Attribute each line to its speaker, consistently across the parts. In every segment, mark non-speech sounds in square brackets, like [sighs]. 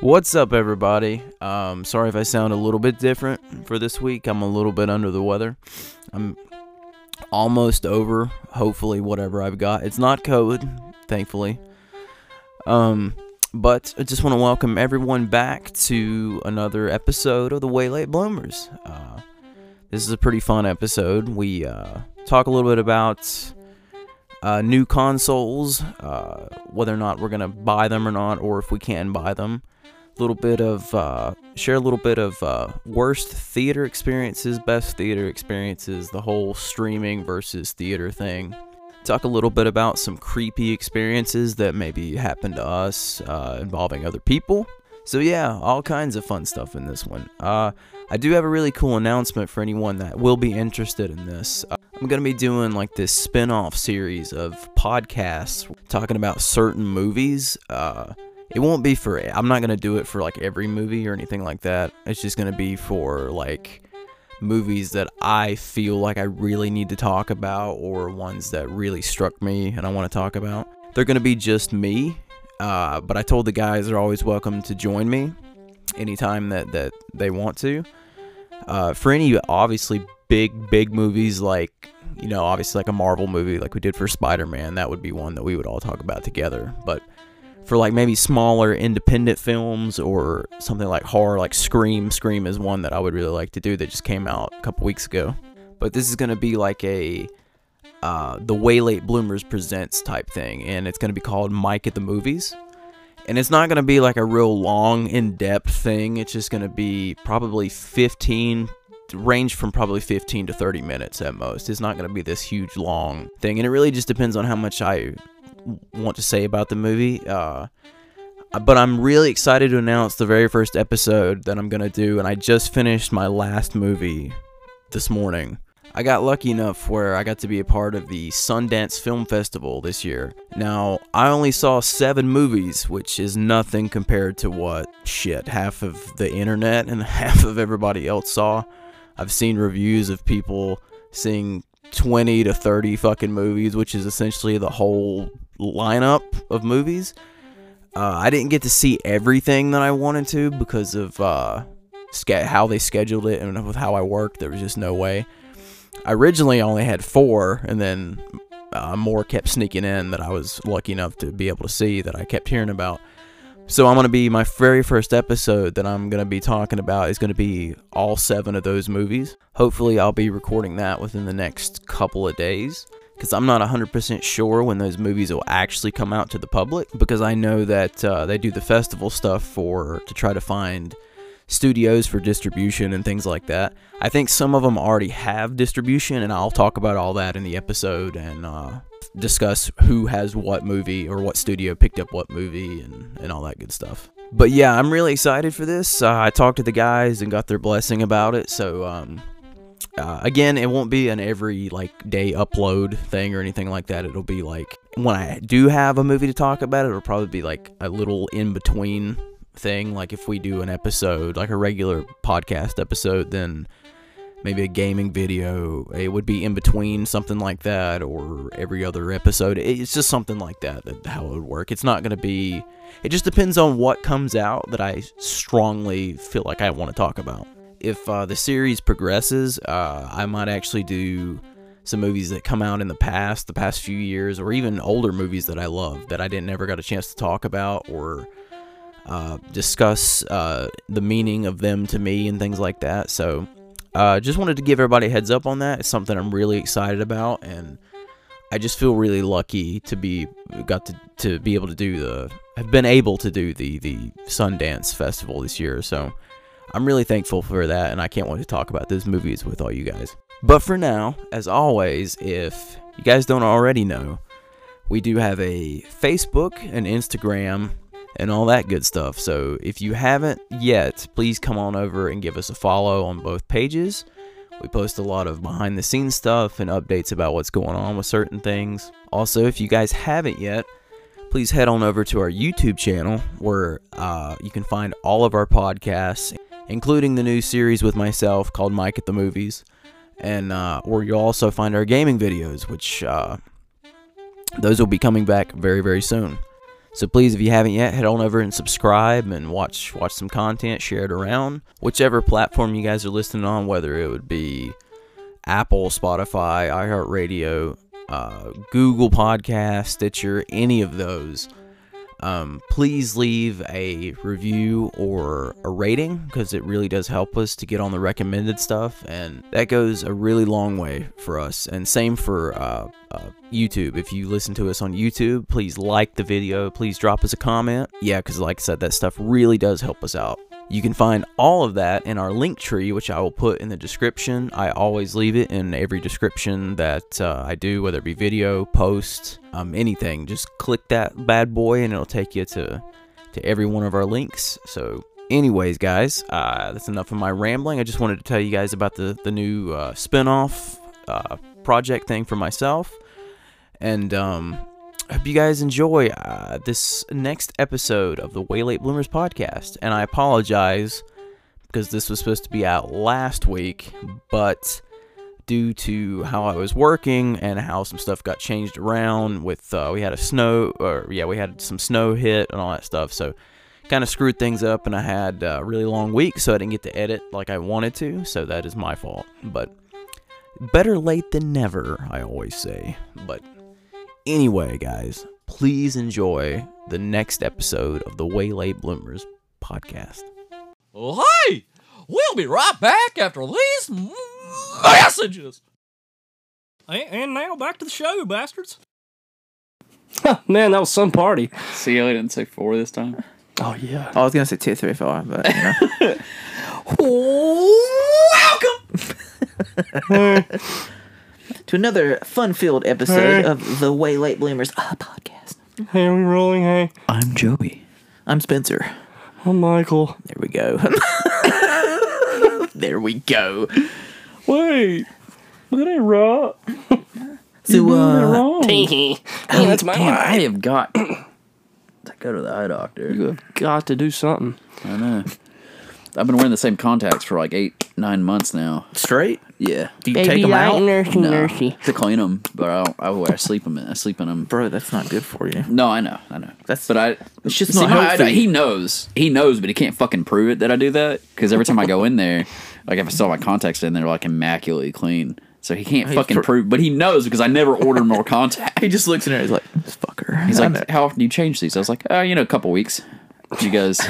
Speaker 1: What's up, everybody? Um, sorry if I sound a little bit different for this week. I'm a little bit under the weather. I'm almost over, hopefully, whatever I've got. It's not COVID, thankfully. Um, but I just want to welcome everyone back to another episode of the Way Late Bloomers. Uh, this is a pretty fun episode. We uh, talk a little bit about uh, new consoles, uh, whether or not we're going to buy them or not, or if we can buy them. Little bit of uh, share a little bit of uh, worst theater experiences, best theater experiences, the whole streaming versus theater thing. Talk a little bit about some creepy experiences that maybe happened to us uh, involving other people. So yeah, all kinds of fun stuff in this one. Uh, I do have a really cool announcement for anyone that will be interested in this. Uh, I'm going to be doing like this spin off series of podcasts talking about certain movies. Uh, it won't be for, I'm not going to do it for like every movie or anything like that. It's just going to be for like movies that I feel like I really need to talk about or ones that really struck me and I want to talk about. They're going to be just me, uh, but I told the guys they're always welcome to join me anytime that, that they want to. Uh, for any obviously big big movies like you know obviously like a marvel movie like we did for spider-man that would be one that we would all talk about together but for like maybe smaller independent films or something like horror like scream scream is one that i would really like to do that just came out a couple weeks ago but this is going to be like a uh, the way late bloomers presents type thing and it's going to be called mike at the movies and it's not going to be like a real long in-depth thing it's just going to be probably 15 range from probably 15 to 30 minutes at most it's not going to be this huge long thing and it really just depends on how much i want to say about the movie uh, but i'm really excited to announce the very first episode that i'm going to do and i just finished my last movie this morning I got lucky enough where I got to be a part of the Sundance Film Festival this year. Now, I only saw seven movies, which is nothing compared to what shit half of the internet and [laughs] half of everybody else saw. I've seen reviews of people seeing 20 to 30 fucking movies, which is essentially the whole lineup of movies. Uh, I didn't get to see everything that I wanted to because of uh, ske- how they scheduled it and with how I worked. There was just no way. I originally only had four, and then uh, more kept sneaking in that I was lucky enough to be able to see that I kept hearing about. So I'm gonna be my very first episode that I'm gonna be talking about is gonna be all seven of those movies. Hopefully, I'll be recording that within the next couple of days because I'm not 100% sure when those movies will actually come out to the public because I know that uh, they do the festival stuff for to try to find studios for distribution and things like that. I think some of them already have distribution, and I'll talk about all that in the episode and uh, discuss who has what movie or what studio picked up what movie and, and all that good stuff. But yeah, I'm really excited for this. Uh, I talked to the guys and got their blessing about it. So, um, uh, again, it won't be an every like day upload thing or anything like that. It'll be like when I do have a movie to talk about, it'll probably be like a little in between thing. Like if we do an episode, like a regular podcast episode, then maybe a gaming video. It would be in between something like that, or every other episode. It- It's just something like that. That how it would work. It's not going to be. It just depends on what comes out that I strongly feel like I want to talk about. If uh, the series progresses, uh, I might actually do some movies that come out in the past, the past few years, or even older movies that I love that I didn't ever got a chance to talk about or uh, discuss uh, the meaning of them to me and things like that. So, uh, just wanted to give everybody a heads up on that. It's something I'm really excited about, and I just feel really lucky to be got to, to be able to do the have been able to do the the Sundance Festival this year. So, I'm really thankful for that, and I can't wait to talk about those movies with all you guys. But for now, as always, if you guys don't already know, we do have a Facebook and Instagram and all that good stuff. So if you haven't yet, please come on over and give us a follow on both pages. We post a lot of behind the scenes stuff and updates about what's going on with certain things. Also, if you guys haven't yet, please head on over to our YouTube channel where uh, you can find all of our podcasts, including the new series with myself called Mike at the Movies. And uh, where you'll also find our gaming videos, which uh, those will be coming back very, very soon. So please, if you haven't yet, head on over and subscribe and watch watch some content, share it around. Whichever platform you guys are listening on, whether it would be Apple, Spotify, iHeartRadio, uh, Google Podcast, Stitcher, any of those, um, please leave a review or a rating because it really does help us to get on the recommended stuff, and that goes a really long way for us. And same for uh, uh, YouTube. If you listen to us on YouTube, please like the video, please drop us a comment. Yeah, because like I said, that stuff really does help us out. You can find all of that in our link tree, which I will put in the description. I always leave it in every description that uh, I do, whether it be video, post, um, anything. Just click that bad boy, and it'll take you to to every one of our links. So, anyways, guys, uh, that's enough of my rambling. I just wanted to tell you guys about the the new uh, spinoff uh, project thing for myself, and um, hope you guys enjoy uh, this next episode of the Way Late Bloomers podcast. And I apologize because this was supposed to be out last week, but due to how I was working and how some stuff got changed around with uh, we had a snow or yeah we had some snow hit and all that stuff, so kind of screwed things up and I had uh, a really long week, so I didn't get to edit like I wanted to. So that is my fault, but. Better late than never, I always say. But Anyway, guys, please enjoy the next episode of the Way Late Bloomers podcast.
Speaker 2: Well, hey, we'll be right back after these m- messages.
Speaker 3: And, and now back to the show, bastards.
Speaker 4: Man, that was some party.
Speaker 5: See how I didn't say four this time?
Speaker 4: Oh yeah.
Speaker 6: I was gonna say two, three, four, but you know.
Speaker 2: Oh. Welcome.
Speaker 6: [laughs] to another fun-filled episode of the Way Late Bloomers uh, podcast.
Speaker 4: Hey, we rolling. Hey,
Speaker 6: I'm Joey. I'm Spencer.
Speaker 4: I'm Michael.
Speaker 6: There we go. [laughs] there we go.
Speaker 4: Wait, that ain't right.
Speaker 6: So, uh,
Speaker 4: Wrong.
Speaker 5: Hey, that's my damn, I have
Speaker 4: [clears throat]
Speaker 5: got to go to the eye doctor.
Speaker 4: You have got to do something.
Speaker 5: I know. I've been wearing the same contacts for like eight, nine months now.
Speaker 6: straight.
Speaker 5: Yeah,
Speaker 6: Do you take them out,
Speaker 4: nursing,
Speaker 5: no, to clean them, but I, don't- I, wear- I sleep them. I sleep in them.
Speaker 6: bro? That's not good for you.
Speaker 5: No, I know, I know.
Speaker 6: That's-
Speaker 5: but I.
Speaker 6: it's just
Speaker 5: see,
Speaker 6: not
Speaker 5: my eye doc-
Speaker 6: healthy.
Speaker 5: he knows, he knows, but he can't fucking prove it that I do that because every time I go in there, like if I saw my contacts in, they're like immaculately clean. So he can't fucking
Speaker 6: pr-
Speaker 5: prove, but he knows because I never order
Speaker 6: [laughs]
Speaker 5: more contacts.
Speaker 6: He just looks in there. He's like, this fucker.
Speaker 5: He's like, "How often do you change these?" I was like, "Uh, you know, a couple weeks." He goes,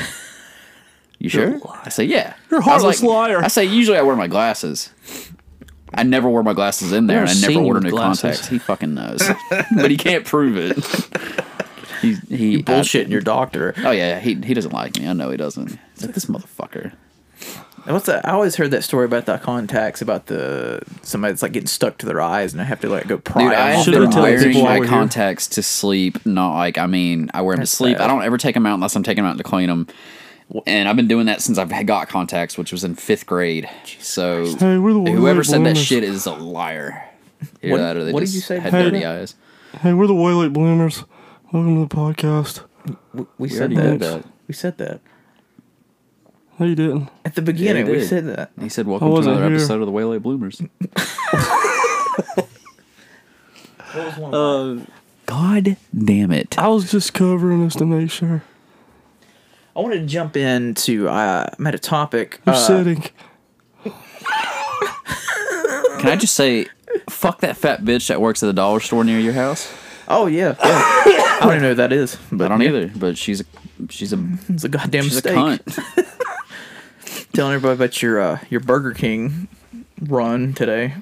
Speaker 5: "You sure?" I say, "Yeah." You're
Speaker 4: a heartless liar.
Speaker 5: I say, "Usually, I wear my glasses. I never wear my glasses in there, and
Speaker 4: I've
Speaker 5: I never
Speaker 4: seen you
Speaker 5: order
Speaker 4: with
Speaker 5: new
Speaker 4: glasses.
Speaker 5: contacts." He fucking knows, but he can't prove it. He, he you
Speaker 6: [laughs] bullshitting your doctor.
Speaker 5: oh yeah, he he doesn't like me. I know he doesn't. He's like this motherfucker.
Speaker 6: And what's that? I always heard that story about the contacts, about the somebody that's like getting stuck to their eyes, and I have to like go pry.
Speaker 5: Dude, I
Speaker 6: them off
Speaker 5: have
Speaker 4: should've
Speaker 6: their
Speaker 5: been
Speaker 4: been told
Speaker 6: eyes.
Speaker 4: telling
Speaker 5: wearing
Speaker 4: people
Speaker 5: my
Speaker 4: over here.
Speaker 5: contacts to sleep. Not like I mean, I wear them to
Speaker 6: That's
Speaker 5: sleep.
Speaker 6: bad.
Speaker 5: I don't ever take them out unless I'm taking them out to clean them. And I've been doing that since I've got contacts, which was in fifth grade. So
Speaker 4: Hey, we're the
Speaker 5: whoever
Speaker 4: late
Speaker 5: said that
Speaker 4: bloomers.
Speaker 5: shit is a liar. Either
Speaker 6: What-
Speaker 5: that or they
Speaker 6: what did
Speaker 5: just
Speaker 6: you say,
Speaker 5: Had
Speaker 6: Peter?
Speaker 5: dirty eyes.
Speaker 4: Hey, we're the way late bloomers. Welcome to the podcast.
Speaker 6: We said
Speaker 5: already did
Speaker 6: that.
Speaker 5: that.
Speaker 6: We said that
Speaker 4: No, you didn't.
Speaker 6: at the beginning.
Speaker 5: Yeah, we
Speaker 6: we
Speaker 5: did.
Speaker 6: said that.
Speaker 5: He said, "Welcome to
Speaker 4: wasn't
Speaker 5: another
Speaker 4: here.
Speaker 5: episode of the Way Late
Speaker 6: [laughs]
Speaker 5: Bloomers." God damn it!
Speaker 4: I was just covering us to make sure.
Speaker 6: I wanted to jump into. Uh, I'm at a topic.
Speaker 4: You're
Speaker 6: uh,
Speaker 4: sitting.
Speaker 5: Can I just say, fuck that fat bitch that works at the dollar store near your house?
Speaker 6: Oh yeah, yeah. I don't even know who that is, but
Speaker 5: I don't
Speaker 6: yeah,
Speaker 5: either, but she's a she's a
Speaker 6: [laughs] It's a goddamn
Speaker 5: she's a
Speaker 6: mistake. [laughs]
Speaker 5: cunt.
Speaker 6: Telling everybody about your uh, your Burger King run today.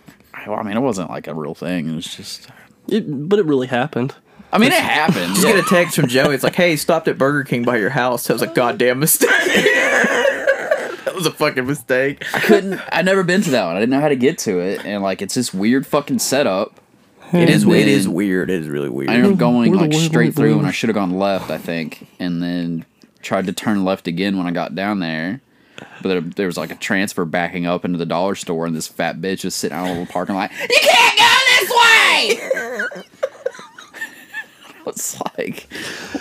Speaker 5: Well, I mean, it wasn't like a real thing. It was just.
Speaker 4: It, but it really happened.
Speaker 5: I mean, it
Speaker 6: [laughs]
Speaker 5: happened.
Speaker 6: Just get a text from Joey. It's like, hey, stopped at Burger King by your house. That was a goddamn mistake. [laughs] that was a fucking mistake.
Speaker 5: I couldn't. I'd never been to that one. I didn't know how to get to it, and like it's this weird fucking setup.
Speaker 6: It is.
Speaker 5: And
Speaker 6: It
Speaker 5: then
Speaker 6: is weird. It is really weird.
Speaker 5: I ended up going
Speaker 4: We're the
Speaker 5: like
Speaker 4: way-
Speaker 5: straight
Speaker 4: we're the
Speaker 5: through, and I
Speaker 4: way-
Speaker 5: should have gone left, I think, and then tried to turn left again when I got down there. But there, there was like a transfer backing up into the dollar store, and this fat bitch was sitting out in a little parking lot. You can't go this way. [laughs] It's like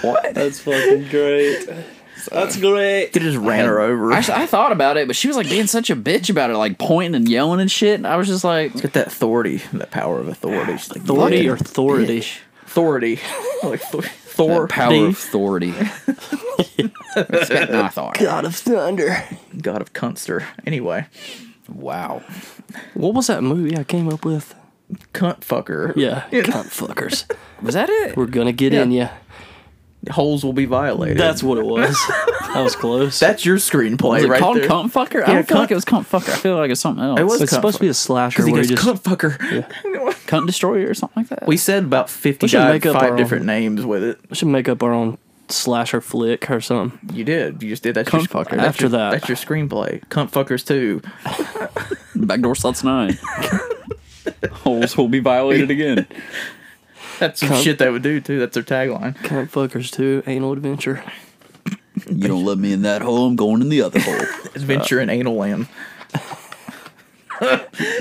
Speaker 5: what?
Speaker 3: That's fucking great. That's great.
Speaker 6: They just ran her over.
Speaker 5: I, I thought about it, but she was like being such a bitch about it, like pointing and yelling and shit. And I was just like,
Speaker 6: Get that authority, that power of authority. She's like,
Speaker 4: Authority
Speaker 6: "Yeah,
Speaker 4: or authority?
Speaker 6: authority. [laughs] like, th-
Speaker 5: That
Speaker 6: Thor.
Speaker 5: power
Speaker 6: D.
Speaker 5: of authority. [laughs] That's it, not Thor.
Speaker 6: God of Thunder. God of Cunster. Anyway,
Speaker 5: Wow.
Speaker 7: What was that movie I came up with?
Speaker 6: cunt fucker.
Speaker 7: Yeah, cunt fuckers.
Speaker 5: Was that it?
Speaker 7: We're gonna get in ya.
Speaker 6: Holes will be violated.
Speaker 7: That's what
Speaker 6: [laughs]
Speaker 7: it was. I was close.
Speaker 6: that's your screenplay
Speaker 5: Was it
Speaker 6: right
Speaker 5: called
Speaker 6: there.
Speaker 5: cunt fucker? I
Speaker 6: Yeah,
Speaker 5: don't feel like
Speaker 6: cunt-
Speaker 5: it was cunt fucker. I feel like it's something else.
Speaker 6: It was
Speaker 7: it's
Speaker 6: cunt
Speaker 7: supposed to be a slasher
Speaker 6: Because he
Speaker 7: where
Speaker 6: goes
Speaker 7: you just
Speaker 6: cunt fucker.
Speaker 5: cunt destroyer or something like that.
Speaker 6: We said about fifty
Speaker 7: We should
Speaker 6: five
Speaker 7: make up our own.
Speaker 6: different names with it.
Speaker 7: we should make up our own slasher flick or something.
Speaker 6: You did. You just did that.
Speaker 5: Cunt fucker.
Speaker 6: That's
Speaker 7: After
Speaker 6: your,
Speaker 7: that.
Speaker 6: that's your screenplay. Cunt fuckers too.
Speaker 5: backdoor sluts nine. Holes will be violated again.
Speaker 6: That's some
Speaker 7: Cunt-
Speaker 6: shit they would do too. That's their tagline.
Speaker 7: Cunt fuckers too. Anal adventure.
Speaker 5: You don't let me in that hole. I'm going in the other hole.
Speaker 6: Adventure in anal land.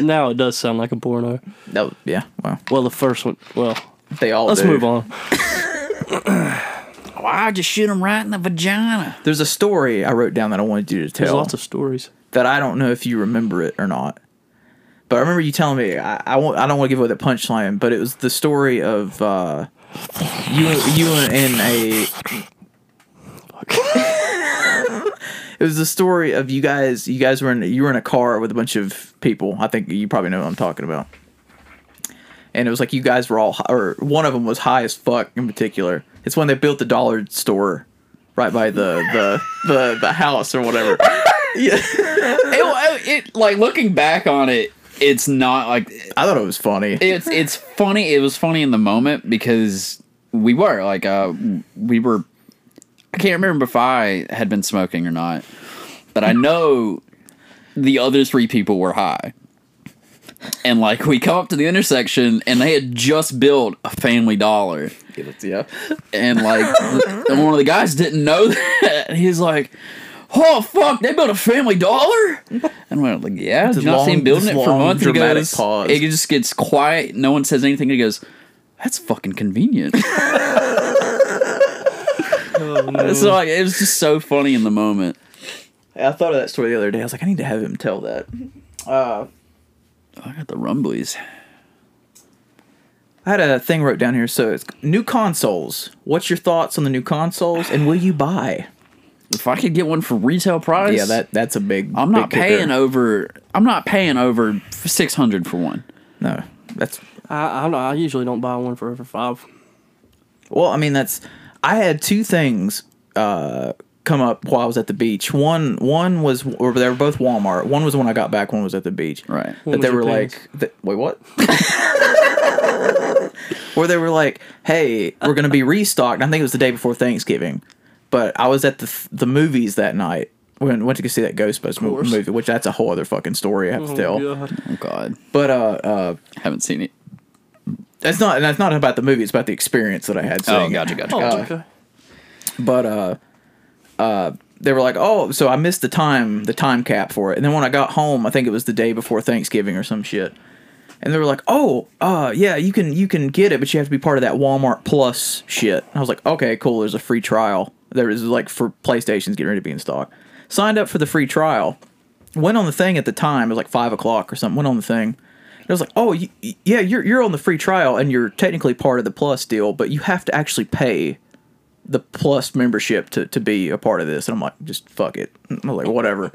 Speaker 7: Now it does sound like a porno.
Speaker 6: No, yeah. Well,
Speaker 7: Well, the first one. Well,
Speaker 6: they all.
Speaker 7: let's
Speaker 6: do.
Speaker 7: move on.
Speaker 5: Why'd you shoot him right in the [laughs] vagina?
Speaker 6: There's a story I wrote down that I wanted you to
Speaker 7: There's
Speaker 6: tell.
Speaker 7: lots of stories.
Speaker 6: that I don't know if you remember it or not. But I remember you telling me I I, won't, I don't want to give away the punchline, but it was the story of uh, you you and a. [laughs] it was the story of you guys. You guys were in you were in a car with a bunch of people. I think you probably know what I'm talking about. And it was like you guys were all, hi- or one of them was high as fuck in particular. It's when they built the dollar store right by the the the, the house or whatever.
Speaker 5: It, it- like looking back on it, it's not like
Speaker 6: I thought it was funny.
Speaker 5: it's it's funny. It was funny in the moment because we were like uh we were. I can't remember if I had been smoking or not, but I know the other three people were high. And like we come up to the intersection, and they had just built a Family Dollar.
Speaker 6: yeah.
Speaker 5: and like and one of the guys didn't know that. And he's like, "Oh fuck, they built a Family Dollar." And we're like, "Yeah, did you not see him
Speaker 6: long-
Speaker 5: building
Speaker 6: this
Speaker 5: it for
Speaker 6: long,
Speaker 5: months." He
Speaker 6: dramatic
Speaker 5: goes,
Speaker 6: pause.
Speaker 5: It just gets quiet. No one says anything. He goes, "That's fucking convenient."
Speaker 6: Oh,
Speaker 5: So like, it was just so funny in the moment.
Speaker 6: I thought of that story the other day. I was like, I need to have him tell that.
Speaker 5: I got the rumblies.
Speaker 6: I had a thing wrote down here. So it's new consoles. What's your thoughts on the new consoles, and will you buy?
Speaker 5: If I could get one for retail price,
Speaker 6: Yeah, that that's a big.
Speaker 5: I'm not
Speaker 6: big
Speaker 5: paying
Speaker 6: kicker.
Speaker 5: over. I'm not paying over six hundred for one.
Speaker 6: No, that's
Speaker 7: I I, don't know, I usually don't buy one for over five.
Speaker 6: well. I mean, that's. I had two things uh, come up while I was at the beach. One one was, or they were both Walmart. One was when I got back. One was at the beach.
Speaker 5: Right.
Speaker 6: That they
Speaker 7: was your
Speaker 6: were
Speaker 7: things?
Speaker 6: like, th- wait, what? [laughs] Where they were like, hey, we're gonna be restocked. And I think it was the day before Thanksgiving, but I was at the th- the movies that night. When went to go see that Ghostbusters mo-
Speaker 7: course.
Speaker 6: movie, which that's a whole other fucking story I have to tell.
Speaker 7: God.
Speaker 5: Oh God,
Speaker 6: But uh, uh,
Speaker 5: haven't seen it.
Speaker 6: that's not and that's not about the movie. It's about the experience that I had. Seeing
Speaker 5: Oh,
Speaker 6: it.
Speaker 5: gotcha, gotcha,
Speaker 7: Oh,
Speaker 5: gotcha.
Speaker 7: okay.
Speaker 6: but uh uh they were like oh so i missed the time the time cap for it and then when i got home i think it was the day before thanksgiving or some shit and they were like oh uh yeah you can you can get it but you have to be part of that walmart plus shit i was like okay cool there's a free trial there is like for playstations getting ready to be in stock signed up for the free trial went on the thing at the time it was like five o'clock or something went on the thing and I was like, "Oh, y y- yeah, you're you're on the free trial, and you're technically part of the plus deal, but you have to actually pay the plus membership to, to be a part of this and i'm like just fuck it [laughs] i'm like whatever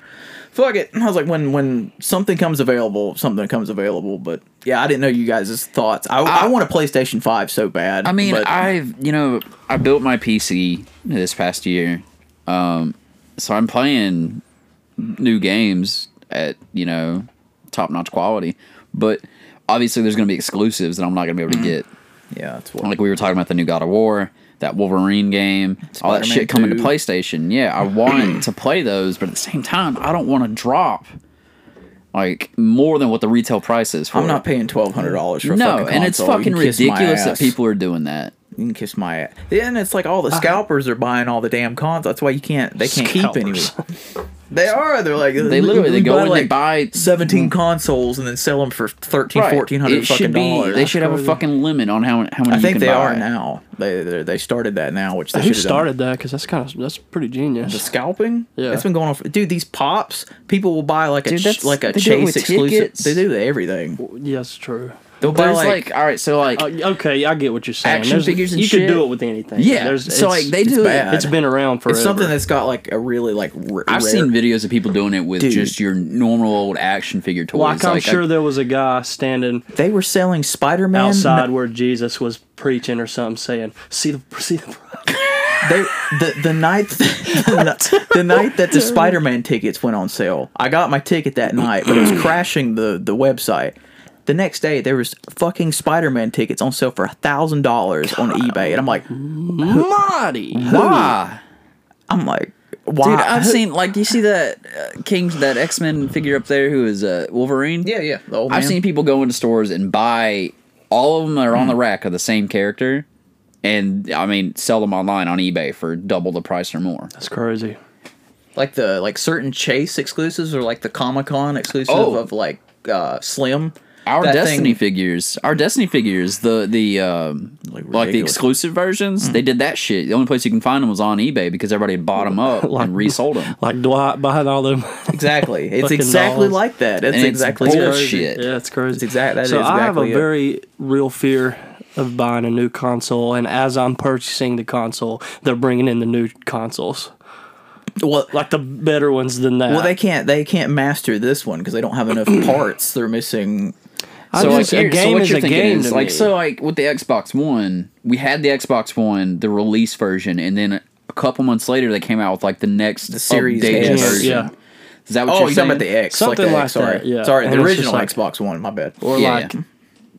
Speaker 6: fuck it i was like when when something comes available something comes available but yeah i didn't know you guys' thoughts i, I, want a playstation 5 so bad
Speaker 5: I mean,
Speaker 6: but
Speaker 5: I've you know, I built my PC this past year, um, so I'm playing new games at you know top notch quality, but obviously there's going to be exclusives that I'm not going to be able
Speaker 6: Mm-hmm.
Speaker 5: to get.
Speaker 6: yeah that's what
Speaker 5: Like we were talking about the new God of War, that Wolverine game, all that
Speaker 6: Spider-Man
Speaker 5: shit coming to
Speaker 6: 2.
Speaker 5: PlayStation. Yeah,
Speaker 6: [clears throat]
Speaker 5: I want to play those, but at the same time, I don't want to drop like more than what the retail price is for.
Speaker 6: i'm not
Speaker 5: it.
Speaker 6: paying $1200 for a
Speaker 5: no,
Speaker 6: fucking
Speaker 5: and it's
Speaker 6: console. You
Speaker 5: fucking
Speaker 6: can kiss my
Speaker 5: ridiculous that
Speaker 6: ass.
Speaker 5: people are doing that.
Speaker 6: you can kiss my ass yeah, and it's like all
Speaker 7: Uh-huh.
Speaker 6: the scalpers are buying all the damn cons that's why you can't they can't keep any
Speaker 7: Scalpers. [laughs]
Speaker 6: they are they're like
Speaker 5: They literally they go in, they buy
Speaker 6: 17
Speaker 7: Mm-hmm.
Speaker 6: consoles and then sell them for 13
Speaker 5: Right.
Speaker 6: 1400
Speaker 5: It should
Speaker 6: fucking
Speaker 5: be-
Speaker 6: dollars
Speaker 5: They should have a fucking limit on how how many.
Speaker 6: I
Speaker 5: you
Speaker 6: think
Speaker 5: can
Speaker 6: they
Speaker 5: buy.
Speaker 6: are now. They they they started that now, which they
Speaker 7: Who
Speaker 6: should have done.
Speaker 7: started that? Because that's kind of that's pretty genius.
Speaker 6: the scalping?
Speaker 7: Yeah.
Speaker 6: it's been going on. For, dude, these pops, people will buy like a
Speaker 5: Dude,
Speaker 6: ch-
Speaker 5: that's-
Speaker 6: like a
Speaker 5: they do it
Speaker 6: Chase
Speaker 5: with
Speaker 6: exclusive.
Speaker 5: tickets.
Speaker 6: They do everything.
Speaker 7: yes, true.
Speaker 6: They'll buy
Speaker 5: There's
Speaker 6: like,
Speaker 5: like, all right, so like,
Speaker 7: Uh, okay, I get what you're saying.
Speaker 5: Action
Speaker 7: There's-
Speaker 5: figures and
Speaker 7: you
Speaker 5: shit?
Speaker 7: could do it with anything.
Speaker 5: yeah.
Speaker 7: There's,
Speaker 5: so
Speaker 7: it's-
Speaker 5: like they do
Speaker 6: bad.
Speaker 5: it.
Speaker 7: it's been around forever.
Speaker 6: it's something that's got like a really like. R-
Speaker 5: I've
Speaker 6: rare-
Speaker 5: seen videos of people doing it with just your normal old action figure toys.
Speaker 7: like I'm
Speaker 5: Like, I-
Speaker 7: sure there was a guy standing
Speaker 6: they were selling Spider Man
Speaker 7: outside where Jesus was preaching or something, saying, "See the [laughs] see the."
Speaker 6: They, the the night [laughs] the, night that the Spider Man tickets went on sale, I got my ticket that night, but [clears throat] it was crashing the the website. The next day, there was fucking Spider Man tickets on sale for a thousand dollars on eBay, and I'm like,
Speaker 7: Marty.
Speaker 5: why?
Speaker 6: I'm like,
Speaker 5: Dude,
Speaker 6: why?
Speaker 5: I've seen like, do you see that uh, King, that X Men figure up there who is uh, Wolverine?
Speaker 6: yeah, yeah, the old
Speaker 5: I've
Speaker 6: man.
Speaker 5: seen people go into stores and buy all of them that are on the rack of the same character, and I mean sell them online on eBay for double the price or more.
Speaker 7: That's crazy.
Speaker 6: like the like certain Chase exclusives or like the Comic Con exclusive
Speaker 5: Oh.
Speaker 6: of like uh Slim.
Speaker 5: Our
Speaker 6: That
Speaker 5: Destiny
Speaker 6: thing-
Speaker 5: figures, our Destiny figures, the the um, like, the
Speaker 6: ridiculous. Hmm.
Speaker 5: exclusive versions, they did that shit. The only place you can find them was on eBay because everybody had bought them up
Speaker 6: [laughs]
Speaker 7: Like-
Speaker 5: and resold them.
Speaker 7: Like Dwight behind all them.
Speaker 6: Exactly, it's
Speaker 7: Fucking
Speaker 6: exactly
Speaker 7: dolls.
Speaker 6: like that. It's
Speaker 5: And it's
Speaker 6: exactly
Speaker 5: bullshit.
Speaker 7: Yeah, it's crazy.
Speaker 6: It's exact- that
Speaker 7: so
Speaker 6: is
Speaker 7: I have a
Speaker 6: exactly it.
Speaker 7: very real fear of buying a new console, and as I'm purchasing the console, they're bringing in the new consoles,
Speaker 6: Well,
Speaker 7: like the better ones than that.
Speaker 6: Well, they can't. They can't master this one because they don't have [clears throat] enough parts. They're missing.
Speaker 7: I
Speaker 5: So like,
Speaker 7: just-
Speaker 5: here, so what you're thinking is
Speaker 7: to
Speaker 5: like
Speaker 7: me.
Speaker 5: so like with the Xbox One, we had the Xbox One, the release version, and then a couple months later they came out with like the next the
Speaker 6: Series
Speaker 5: updated
Speaker 6: S.
Speaker 5: version.
Speaker 7: Yeah.
Speaker 5: Is that what
Speaker 6: Oh,
Speaker 5: you're saying?
Speaker 6: you're talking about the X?
Speaker 7: Something
Speaker 6: the
Speaker 7: like
Speaker 6: X, sorry,
Speaker 7: that, yeah.
Speaker 6: sorry,
Speaker 7: And
Speaker 6: the
Speaker 7: it's
Speaker 6: original
Speaker 7: just
Speaker 6: Xbox One. My bad.
Speaker 7: or
Speaker 5: Yeah,
Speaker 7: like
Speaker 5: yeah.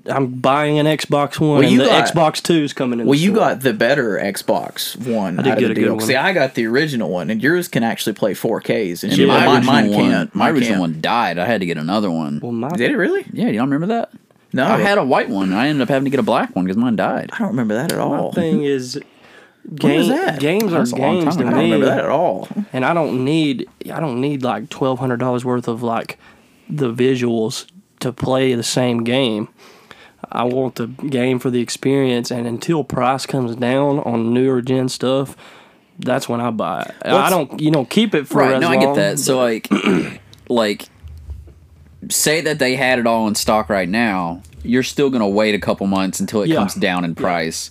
Speaker 7: I'm buying an Xbox One,
Speaker 6: Well,
Speaker 7: and
Speaker 6: you
Speaker 7: the
Speaker 6: got-
Speaker 7: Xbox Two's coming in.
Speaker 6: well,
Speaker 7: the
Speaker 6: you
Speaker 7: store.
Speaker 6: got the better Xbox One
Speaker 7: did
Speaker 6: out of
Speaker 7: get
Speaker 6: the
Speaker 7: a good
Speaker 6: deal.
Speaker 7: one.
Speaker 6: See, I got the original one, and yours can actually play 4Ks, and shit.
Speaker 5: my
Speaker 6: mine,
Speaker 5: original
Speaker 6: mine
Speaker 5: one,
Speaker 6: can't.
Speaker 5: my
Speaker 6: Mine
Speaker 5: original
Speaker 6: can't.
Speaker 5: one died. I had to get another one.
Speaker 7: Well, my
Speaker 6: Did it really?
Speaker 5: yeah, do y'all remember that?
Speaker 6: No,
Speaker 5: I had a white one. and I ended up having to get a black one because mine died.
Speaker 6: I don't remember that at all.
Speaker 7: thing is.
Speaker 6: was
Speaker 7: Game,
Speaker 6: that?
Speaker 7: games are
Speaker 5: That's a long
Speaker 7: games
Speaker 5: time ago.
Speaker 7: to
Speaker 6: I don't
Speaker 7: me,
Speaker 6: remember that at all.
Speaker 7: and I don't need I don't need like twelve hundred dollars worth of like the visuals to play the same game. I want the game for the experience, and until price comes down on newer gen stuff, that's when I buy it. I don't you know keep it for
Speaker 5: Right.
Speaker 7: as
Speaker 5: No, I get
Speaker 7: long.
Speaker 5: that. So like,
Speaker 6: [clears throat]
Speaker 5: like, say that they had it all in stock right now, you're still gonna wait a couple months until it
Speaker 7: Yeah.
Speaker 5: comes down in price.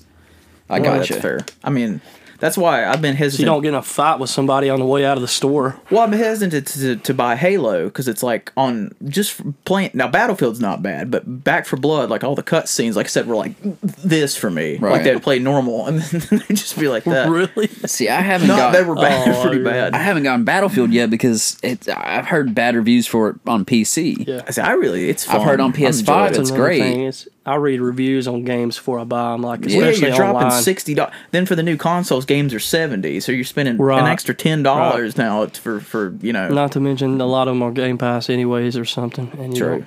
Speaker 5: I
Speaker 6: Well,
Speaker 5: gotcha.
Speaker 6: That's fair. I mean, that's why I've been hesitant.
Speaker 7: you don't get in a fight with somebody on the way out of the store.
Speaker 6: Well, I'm hesitant to, to buy Halo because it's like on just playing now. Battlefield's not bad, but Back for Blood, like all the cutscenes, like I said, were like this for me.
Speaker 5: Right.
Speaker 6: Like they'd play normal and then [laughs] they'd just be like that.
Speaker 7: Really?
Speaker 5: See, I haven't
Speaker 6: No,
Speaker 5: got.
Speaker 6: they were bad, [laughs]
Speaker 7: Oh,
Speaker 6: pretty
Speaker 7: yeah.
Speaker 5: I
Speaker 6: bad.
Speaker 5: haven't gotten Battlefield yet because it, I've heard bad reviews for it on PC.
Speaker 7: Yeah.
Speaker 6: I, said, I really, it's. Fun.
Speaker 5: I've heard on
Speaker 6: I'm enjoying
Speaker 5: PS5
Speaker 6: it.
Speaker 5: it's
Speaker 7: Another
Speaker 5: great.
Speaker 7: thing is, I read reviews on games before I buy them. Like
Speaker 5: Yeah,
Speaker 6: Yeah,
Speaker 7: especially
Speaker 6: you're dropping
Speaker 7: online.
Speaker 6: sixty dollars. Then for the new consoles, games are seventy, so you're spending an
Speaker 7: Right.
Speaker 6: extra ten dollars now. It's for for you know.
Speaker 7: Not to mention a lot of them are Game Pass anyways or something. And you
Speaker 6: True.
Speaker 7: don't-